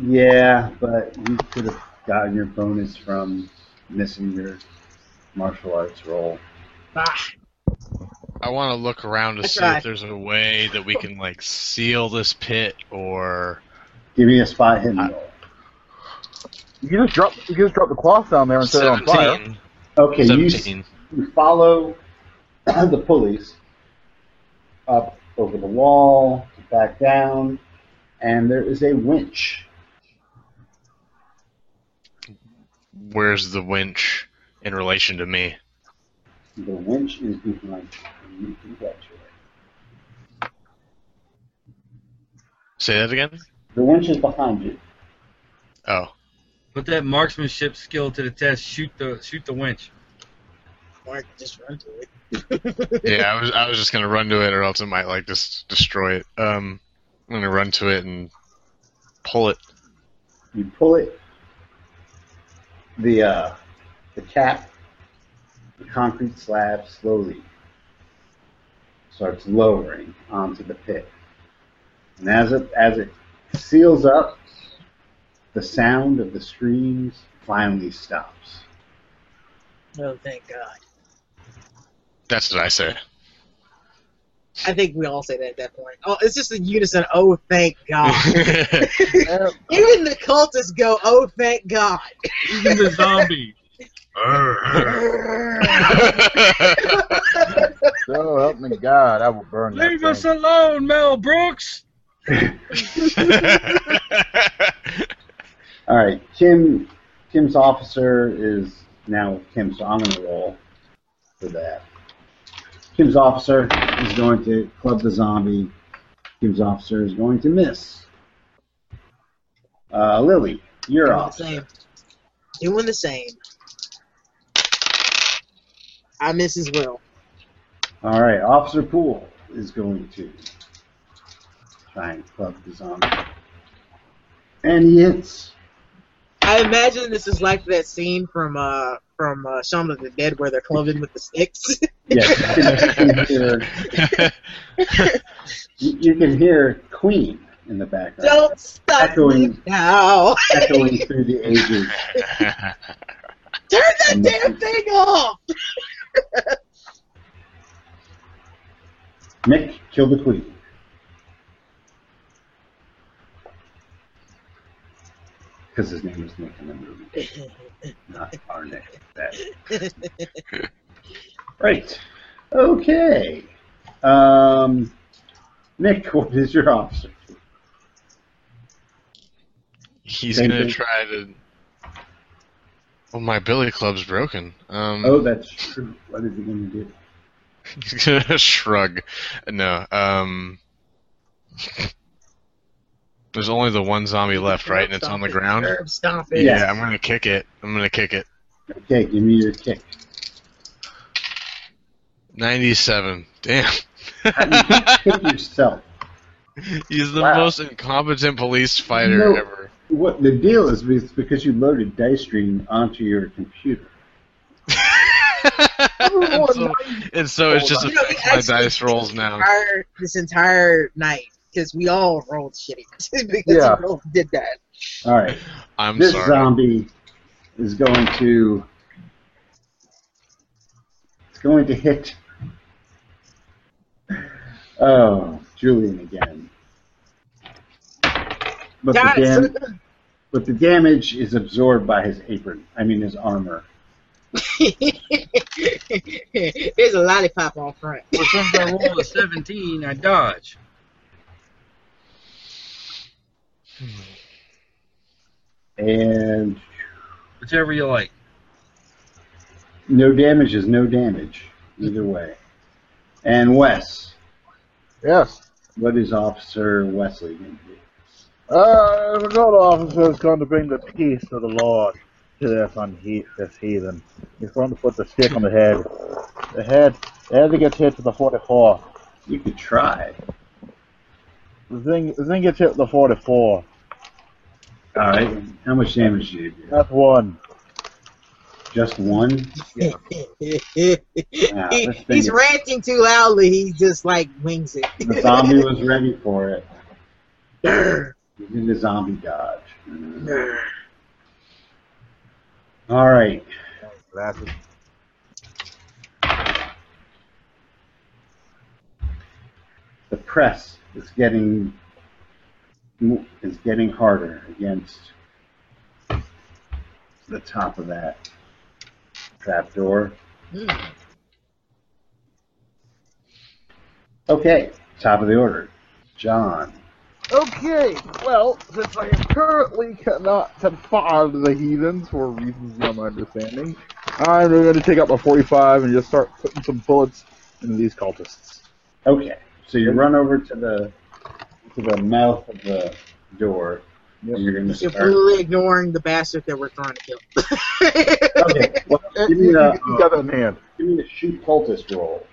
S1: Yeah, but you could have gotten your bonus from missing your martial arts roll.
S4: I want to look around to
S3: I
S4: see
S3: tried.
S4: if there's a way that we can like seal this pit or
S1: Give me a spot hidden roll.
S2: You just drop you just drop the cloth down there and set it on fire.
S4: seventeen.
S1: Okay, you, s-
S4: seventeen.
S1: you follow the pulleys up over the wall, back down, and there is a winch.
S4: Where's the winch in relation to me?
S1: The winch is behind you. You can get to it.
S4: Say that again.
S1: The winch is behind you.
S4: Oh,
S7: Put that marksmanship skill to the test. Shoot the shoot the winch.
S3: Or I could just run to it.
S4: yeah. I was I was just gonna run to it, or else it might like just destroy it. Um, I'm gonna run to it and pull it.
S1: You pull it. The uh, the cap, the concrete slab slowly starts lowering onto the pit, and as it as it seals up, the sound of the screams finally stops.
S3: Oh, thank God.
S4: That's what I say.
S3: I think we all say that at that point. Oh, it's just a unison. Oh, thank God. Even the cultists go, oh, thank God.
S7: Even the zombie.
S2: So help me God, I will burn that
S7: Leave
S2: thing.
S7: us alone, Mel Brooks.
S1: All right, Kim. Kim's officer is now Kim, so I'm gonna roll for that. Kim's officer is going to club the zombie. Kim's officer is going to miss. Uh, Lily, you're
S3: Doing the
S1: off.
S3: same. Doing the same. I miss as well.
S1: All right, Officer Poole is going to try and club the zombie, and he hits.
S3: I imagine this is like that scene from uh from uh, Shaun of the Dead where they're clubbing with the sticks.
S1: Yes, you can hear, you- you can hear Queen in the background.
S3: Don't stop me
S1: Echoing.
S3: now.
S1: echoing through the ages.
S3: Turn that damn thing off.
S1: Mick, kill the queen. Because his name is Nick in the movie, not our Nick. That. Right. Okay. Um, Nick, what is your officer?
S4: He's
S1: Same
S4: gonna
S1: thing.
S4: try to. Well, my billy club's broken. Um,
S1: Oh, that's true. What is he going to do?
S4: He's gonna shrug. No. Um. There's only the one zombie left, right? And it's on the ground.
S3: Curb stomp it.
S4: Yeah, I'm gonna kick it. I'm gonna kick it.
S1: Okay, give me your kick.
S4: 97. Damn.
S1: Kick yourself.
S4: He's the
S2: Wow.
S4: most incompetent police fighter
S1: No.
S4: ever.
S1: What the deal is? It's because you loaded Dice Stream onto your computer.
S4: and, so, and so it's just
S3: You know, we
S4: affects my
S3: actually
S4: dice
S3: did this
S4: rolls now.
S3: entire- this entire night because we all rolled shitty because
S2: Yeah.
S3: we all did that.
S1: All right.
S4: I'm
S1: this
S4: sorry.
S1: zombie is going to it's going to hit oh Julian again. But
S3: Got
S1: the,
S3: it.
S1: dam- but the damage is absorbed by his apron. I mean his armor.
S3: There's a lollipop on front.
S7: Well, since I rolled a 17, I dodge.
S1: And
S7: Whichever you like.
S1: no damage is no damage either way. And Wes.
S2: Yes.
S1: What is Officer Wesley going to do?
S2: Uh, the God officer is going to bring the peace of the Lord to this unhe- this heathen. He's going to put the stick on the head. The head, the head that gets hit with the 44.
S1: You could try.
S2: The thing, the thing gets hit with the 44.
S1: All right. How much damage do you do?
S3: Uh,
S2: That's one.
S1: Just one? Wow,
S3: He-
S1: this thing
S3: he's
S1: is-
S3: ranting too loudly. He just like wings it.
S1: The zombie was ready for it. He did a zombie dodge. All right. The press is getting is getting harder against the top of that trapdoor. Okay, top of the order, John.
S2: Okay, well, since I currently cannot confide the heathens for reasons beyond my understanding, I'm going to take out my 45 and just start putting some bullets into these cultists.
S1: Okay, so you run over to the to the mouth of the door, and you're gonna
S3: You're
S1: start.
S3: completely ignoring the bastard that we're trying to kill.
S1: Okay, well, give me the
S2: Uh, You got that in hand.
S1: give me the shoot cultist roll.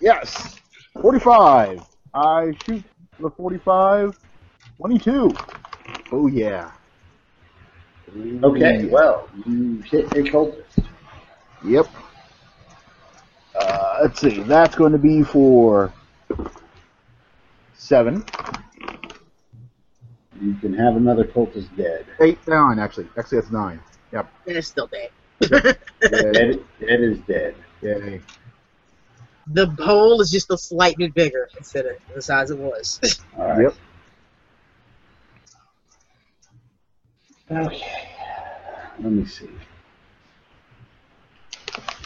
S2: Yes. 45. I shoot the 45. 22. Oh, yeah.
S1: Okay, well, you hit a cultist.
S2: Yep. Uh, let's see. That's going to be for 7.
S1: You can have another cultist dead.
S2: Eight, nine, actually. Actually, that's nine. Yep.
S3: They're still dead.
S1: Dead, dead is dead.
S2: Yay.
S3: The hole is just a slight bit bigger instead of the size it was.
S1: All right.
S2: Yep.
S1: Okay. Let me see.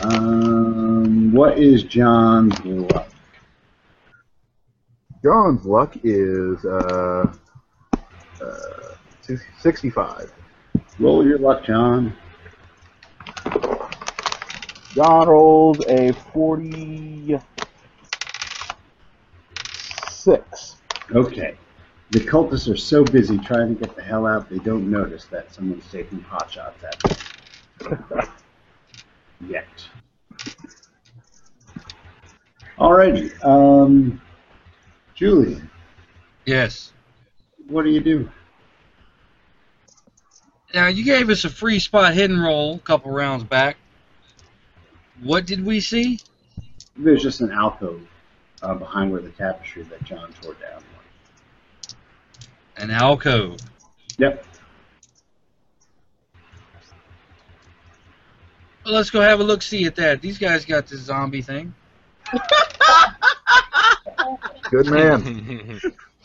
S1: Um, what is John's luck?
S2: John's luck is uh, uh, six- 65.
S1: Roll your luck, John.
S2: John rolls a 46.
S1: Okay. The cultists are so busy trying to get the hell out, they don't notice that someone's taking hot shots at them. Yet. Alrighty. Um, Julian,
S7: Yes.
S1: what do you do?
S7: Now you gave us a free spot hit and roll a couple rounds back. What did we see?
S1: There's just an alcove uh, behind where the tapestry that John tore down was.
S7: An alcove.
S1: Yep.
S7: Well, let's go have a look see at that. These guys got this zombie thing.
S2: Good man.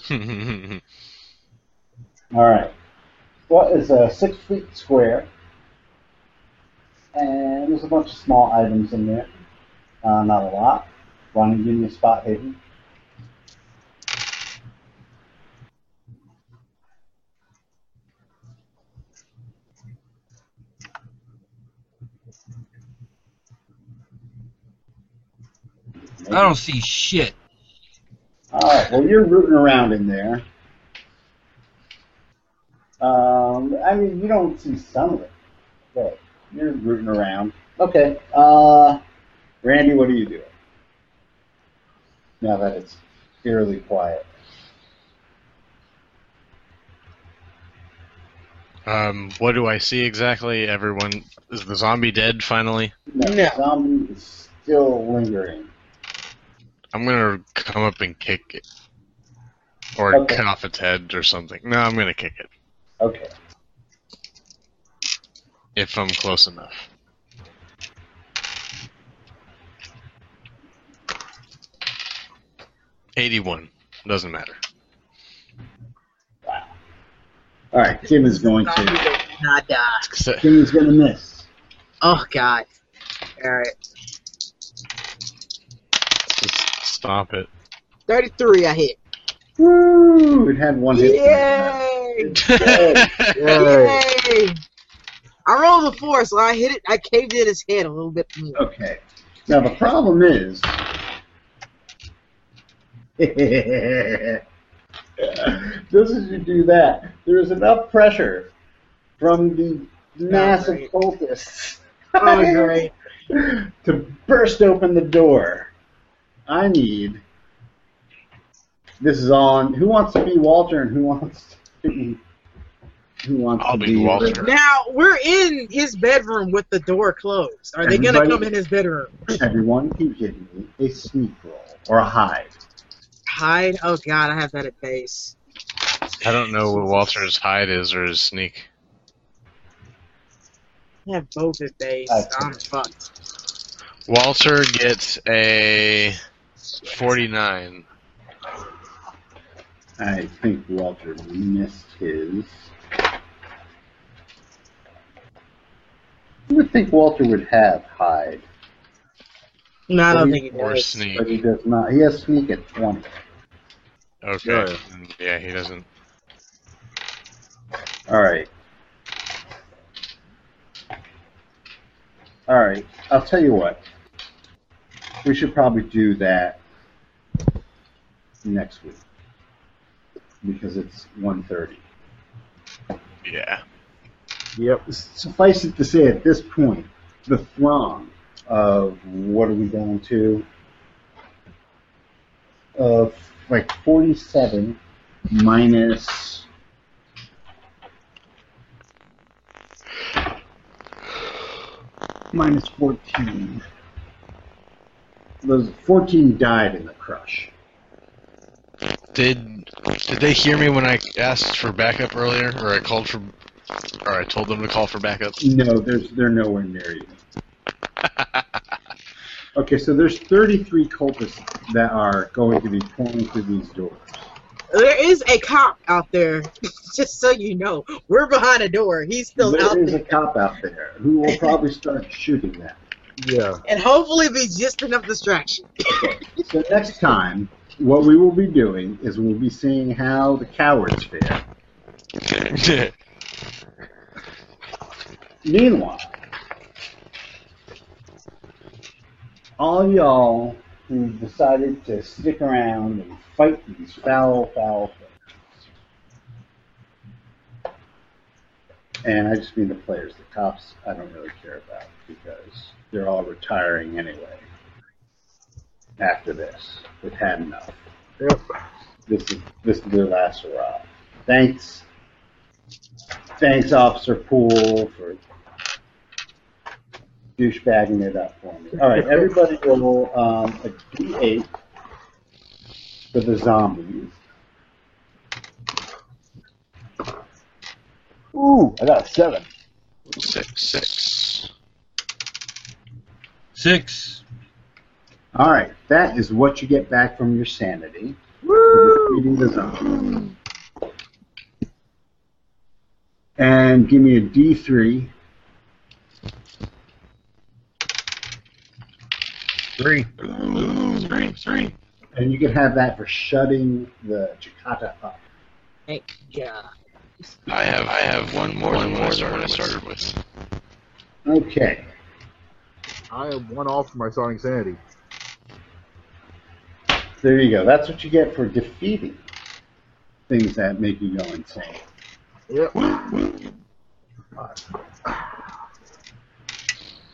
S1: All right. What is a six feet square? And there's a bunch of small items in there. Uh, not a lot. Want to give me a spot hidden?
S7: I don't see shit.
S1: All right. Well, you're rooting around in there. Um, I mean, you don't see some of it, but you're rooting around. Okay. Uh, Randy, what are you doing? Now that it's eerily quiet.
S4: Um, what do I see exactly? Everyone is the zombie dead finally.
S1: No, the zombie is still lingering.
S4: I'm gonna come up and kick it, or
S1: Okay.
S4: cut off its head or something. No, I'm gonna kick it
S1: Okay.
S4: if I'm close enough. Eighty-one doesn't matter.
S1: All right. Kim is going
S3: Zombie
S1: to.
S3: that did not die.
S1: Kim is going to miss.
S3: Oh god. Alright.
S4: Just stop it.
S3: Thirty three I hit.
S1: Woo! It had one hit. point.
S3: Yay! Yay! Yay! I rolled a four, so I hit it. I caved in his head a little bit.
S1: Okay. Now the problem is, just as you do that, there is enough pressure from the massive cultists
S3: Oh, great.
S1: to burst open the door. I need. This is on. Who wants to be Walter and who wants to be? Who wants to be, Walter?
S3: Now we're in his bedroom with the door closed. Are they gonna
S1: Everybody-
S3: come in his bedroom?
S1: Everyone keep giving me a sneak roll or a hide.
S3: Hide. Oh God, I have that at base.
S4: I don't know what Walter's hide is or his sneak.
S3: I have both at base. I'm fucked.
S4: Walter gets a 49.
S1: I think Walter missed his. You would think Walter would have hide.
S3: No, I don't
S1: But he-
S3: think he does. sneak.
S1: But he does not. He has sneak at 20.
S4: Okay. Yeah, he doesn't.
S1: All right. All right. I'll tell you what. We should probably do that next week because it's 1.30.
S4: Yeah.
S1: Yep. Suffice it to say, at this point, the throng of what are we going to? Of like 47 minus. Minus 14. Those 14 died in the crush.
S4: Did did they hear me when I asked for backup earlier, or I called for, or I told them to call for backup?
S1: No, there's they're nowhere near you. okay, so there's 33 cultists that are going to be pouring through these doors.
S3: There is a cop out there. Just so you know, we're behind a door. He's still out
S1: There is
S3: there,
S1: a cop out there who will probably start shooting them.
S2: Yeah.
S3: and hopefully be just enough distraction.
S1: So next time, what we will be doing is we'll be seeing how the cowards fare. Meanwhile, all y'all who decided to stick around and fight these foul, foul things, and I just mean the players, the cops, I don't really care about because they're all retiring anyway after this. They've had enough.
S2: Yep.
S1: This is this is their last hurrah. Thanks. Thanks, Officer Poole, for douchebagging it up for me. All right, everybody roll um, a d8 for the zombies.
S13: Ooh, I got a seven.
S4: Six, six.
S7: Six.
S1: All right, that is what you get back from your sanity. Defeating the zombies. And give me a d3.
S7: Three.
S4: Three, three.
S1: And you can have that for shutting the Jakarta up.
S3: Thank God.
S4: I have I have one more than what I started, what I started with.
S1: Okay.
S2: I am one off from my Sonic Sanity.
S1: There you go. That's what you get for defeating things that make you go insane.
S2: Yep.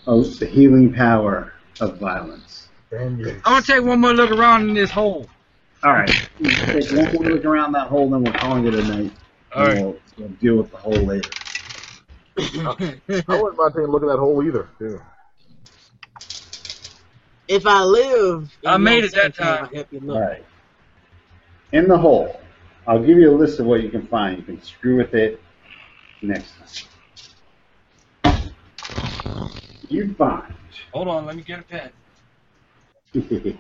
S1: Oh, the healing power of violence.
S2: Damn you.
S7: I'm gonna take one more look around in this hole.
S1: All right. You can take one more look around that hole, then we're calling it a night.
S7: All right.
S1: We'll, we'll deal with the hole later.
S2: I wouldn't mind taking a look at that hole either. Too.
S3: If I live,
S7: I
S3: you
S7: made
S3: know,
S7: it that
S3: I'll
S7: time.
S3: help you
S1: All
S3: look.
S1: right. In the hole. I'll give you a list of what you can find. You can screw with it next time. You find
S7: Hold on, let me get a pen.
S1: you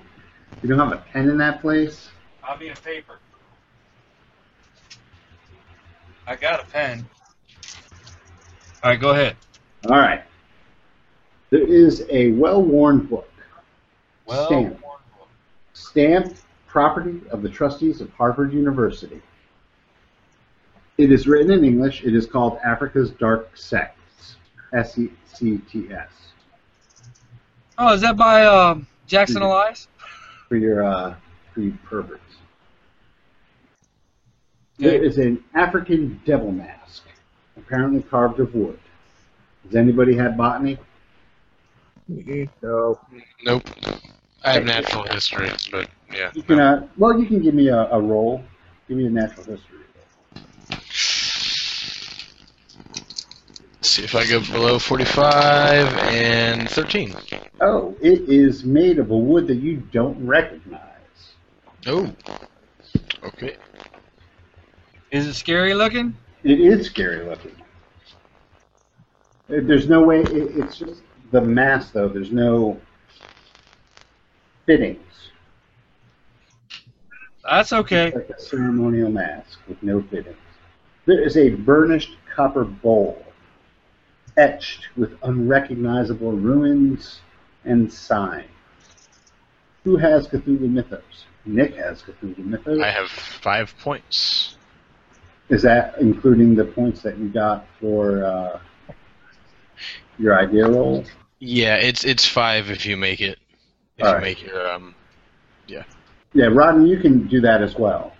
S1: don't have a pen in that place?
S7: I'll be a paper. I got a pen. All right, go ahead.
S1: All right. There is a well-worn book
S7: Well,
S1: Stamp. stamped property of the trustees of Harvard University. It is written in English. It is called Africa's Dark Sects. S E C T S.
S7: Oh, is that by uh, Jackson
S1: Mhm.
S7: Elias?
S1: For your uh, for you perverts. There is an African devil mask, apparently carved of wood. Does anybody have botany? No.
S4: Nope. I have natural history, but yeah.
S1: You can, uh, well, you can give me a, a roll. Give me a natural history.
S4: Let's see if I go below 45 and 13.
S1: Oh, it is made of a wood that you don't recognize.
S4: Oh. Okay.
S7: Is it scary looking?
S1: It is scary looking. Uh, There's no way. It, it's just the mask, though. There's no fittings.
S7: That's okay.
S1: Like a ceremonial mask with no fittings. There is a burnished copper bowl etched with unrecognizable ruins and sign. Who has Cthulhu Mythos? Nick has Cthulhu Mythos.
S4: I have five points.
S1: Is that including the points that you got for uh, your idea roll?
S4: Yeah, it's it's five if you make it. If you
S1: Alright.
S4: make your um, yeah.
S1: Yeah, Rodney, you can do that as well.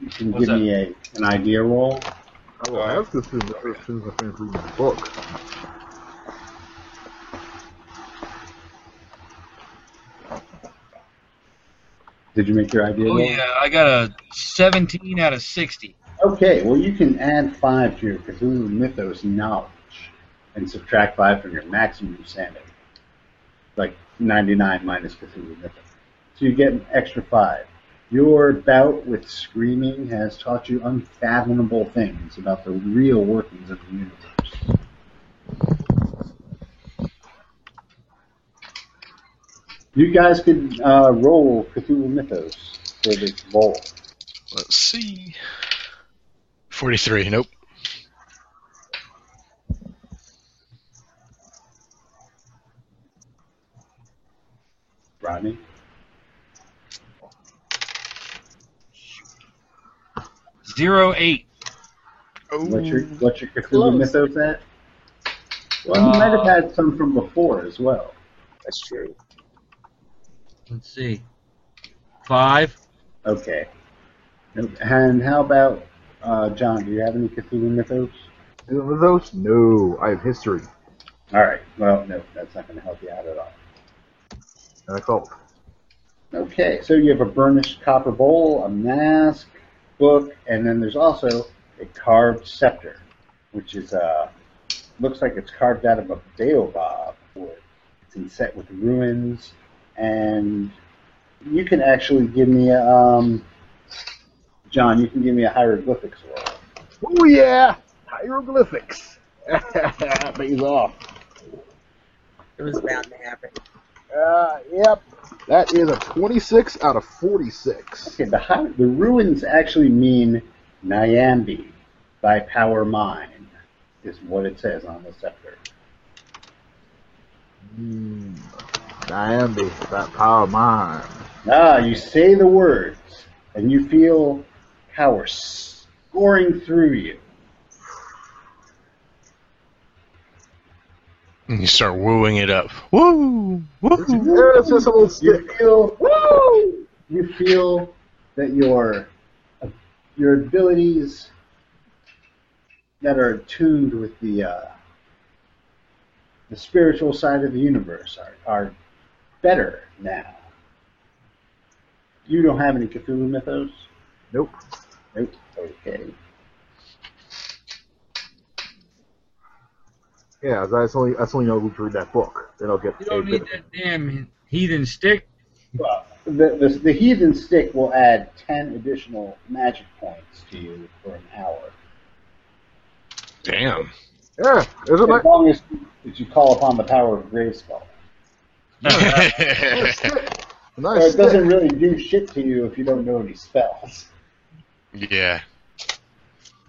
S1: You can
S4: What's
S1: give me a, an idea roll.
S2: I will have to see the as soon as I finish reading the book.
S1: Did you make your idea
S7: Oh
S1: roll?
S7: yeah, I got a 17 out of 60.
S1: Okay, well, you can add five to your Cthulhu Mythos knowledge and subtract five from your maximum sanity. Like 99 minus Cthulhu Mythos. So you get an extra five. Your bout with screaming has taught you unfathomable things about the real workings of the universe. You guys could uh, roll Cthulhu Mythos for this bowl.
S4: Let's see. 43. Nope.
S1: Rodney?
S7: Zero eight.
S1: What's your
S3: Mm.
S1: what's your Cthulhu
S7: Close.
S1: mythos at? Well, you might have had some from before as well.
S3: Uh. That's true.
S7: Let's see. Five.
S1: Okay. And how about uh, John? Do you have any Cthulhu mythos?
S2: Cthulhu mythos? No, I have history.
S1: All right. Well, no, that's not going to help you out at all.
S2: And I called.
S1: Okay. So you have a burnished copper bowl, a mask, book, and then there's also a carved scepter, which is uh, looks like it's carved out of a baobab wood. It's inset with ruins, and you can actually give me a, um, John. You can give me a hieroglyphics roll.
S2: Oh yeah, hieroglyphics. Pays off.
S3: It was bound to happen.
S2: Uh, yep. That is a 26 out of 46.
S1: Okay, the, hi- the ruins actually mean Nyambi, thy power mine, is what it says on the scepter.
S2: Mm. Diambi, that power of mine.
S1: Ah, you say the words, and you feel power scoring through you.
S4: And you start wooing it up. Woo! Woo!
S2: There's this old
S1: You
S2: stick.
S1: feel,
S2: Woo!
S1: you feel that your your abilities that are attuned with the uh, the spiritual side of the universe are, are better now. You don't have any Cthulhu mythos?
S2: Nope.
S1: Nope. Okay.
S2: Yeah, that's only that's only know who to read that book. Then I'll get.
S7: You don't
S2: a
S7: need
S2: bit-
S7: that damn heathen stick.
S1: Well, the, the, the heathen stick will add 10 additional magic points to you for an hour.
S4: Damn.
S2: Yeah, there's a
S1: As
S2: ni-
S1: long as, as you call upon the power of Grayskull.
S2: nice stick. A
S1: So
S2: Nice
S1: it
S2: stick.
S1: doesn't really do shit to you if you don't know any spells.
S4: yeah.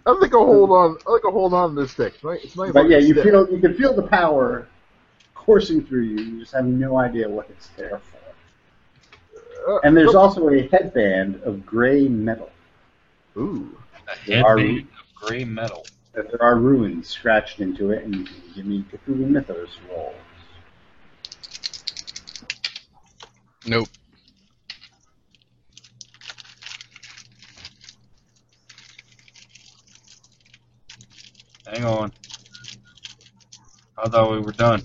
S2: I think I'll hold on. I think I'll hold on to this stick. It's nice- It's nice
S1: But yeah, you
S2: stick.
S1: feel you can feel the power coursing through you. You just have no idea what it's there for.
S2: Uh,
S1: And there's
S2: oh,
S1: also a headband of gray metal.
S2: Ooh.
S7: A
S1: There are-
S7: headband of gray metal.
S1: That there are ruins scratched into it, and you can give me Cthulhu Mythos roll.
S4: Nope.
S7: Hang on. I thought we were done.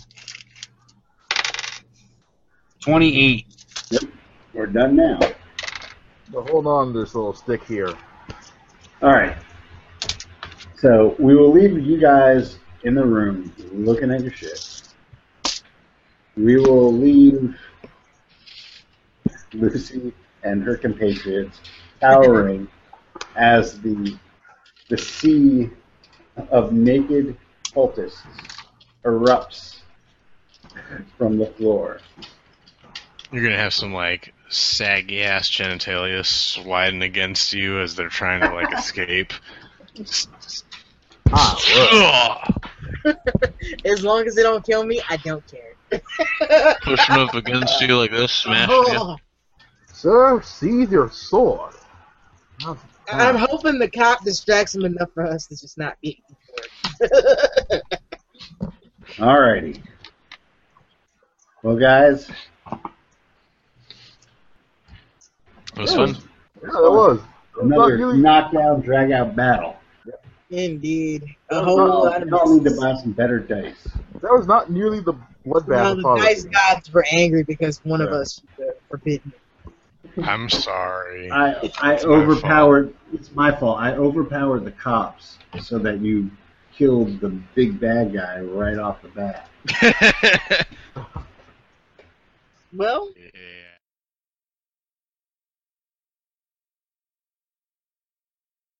S7: 28.
S1: Yep. We're done now.
S2: But hold on to this little stick here.
S1: All right. So we will leave you guys in the room looking at your shit. We will leave Lucy and her compatriots towering as the the sea of naked cultists erupts from the floor.
S4: You're gonna have some like saggy ass genitalia sliding against you as they're trying to like escape. Ah,
S3: as long as they don't kill me, I don't care.
S4: Pushing up against you like this, smashing you.
S3: Oh,
S2: Sir, see your sword. Oh,
S3: I- I'm hoping the cop distracts him enough for us to just not be.
S1: Alrighty. Well, guys,
S4: It was fun.
S2: Yeah, that
S1: Oh.
S2: was.
S1: another
S2: Not really-
S1: knockdown, drag-out battle.
S3: Indeed, a
S1: Y'all-
S3: whole lot of
S1: y'all Oh, need to buy some better dice.
S2: That was not nearly the bloodbath
S3: well,
S2: I
S3: the
S2: thought it
S3: dice
S2: was.
S3: gods were angry because one of
S2: Yeah.
S3: us was uh, forbidden.
S4: I'm sorry.
S1: I I
S4: It's my
S1: overpowered. It's my fault. I overpowered the cops so that you killed the big bad guy right off the bat.
S3: Well,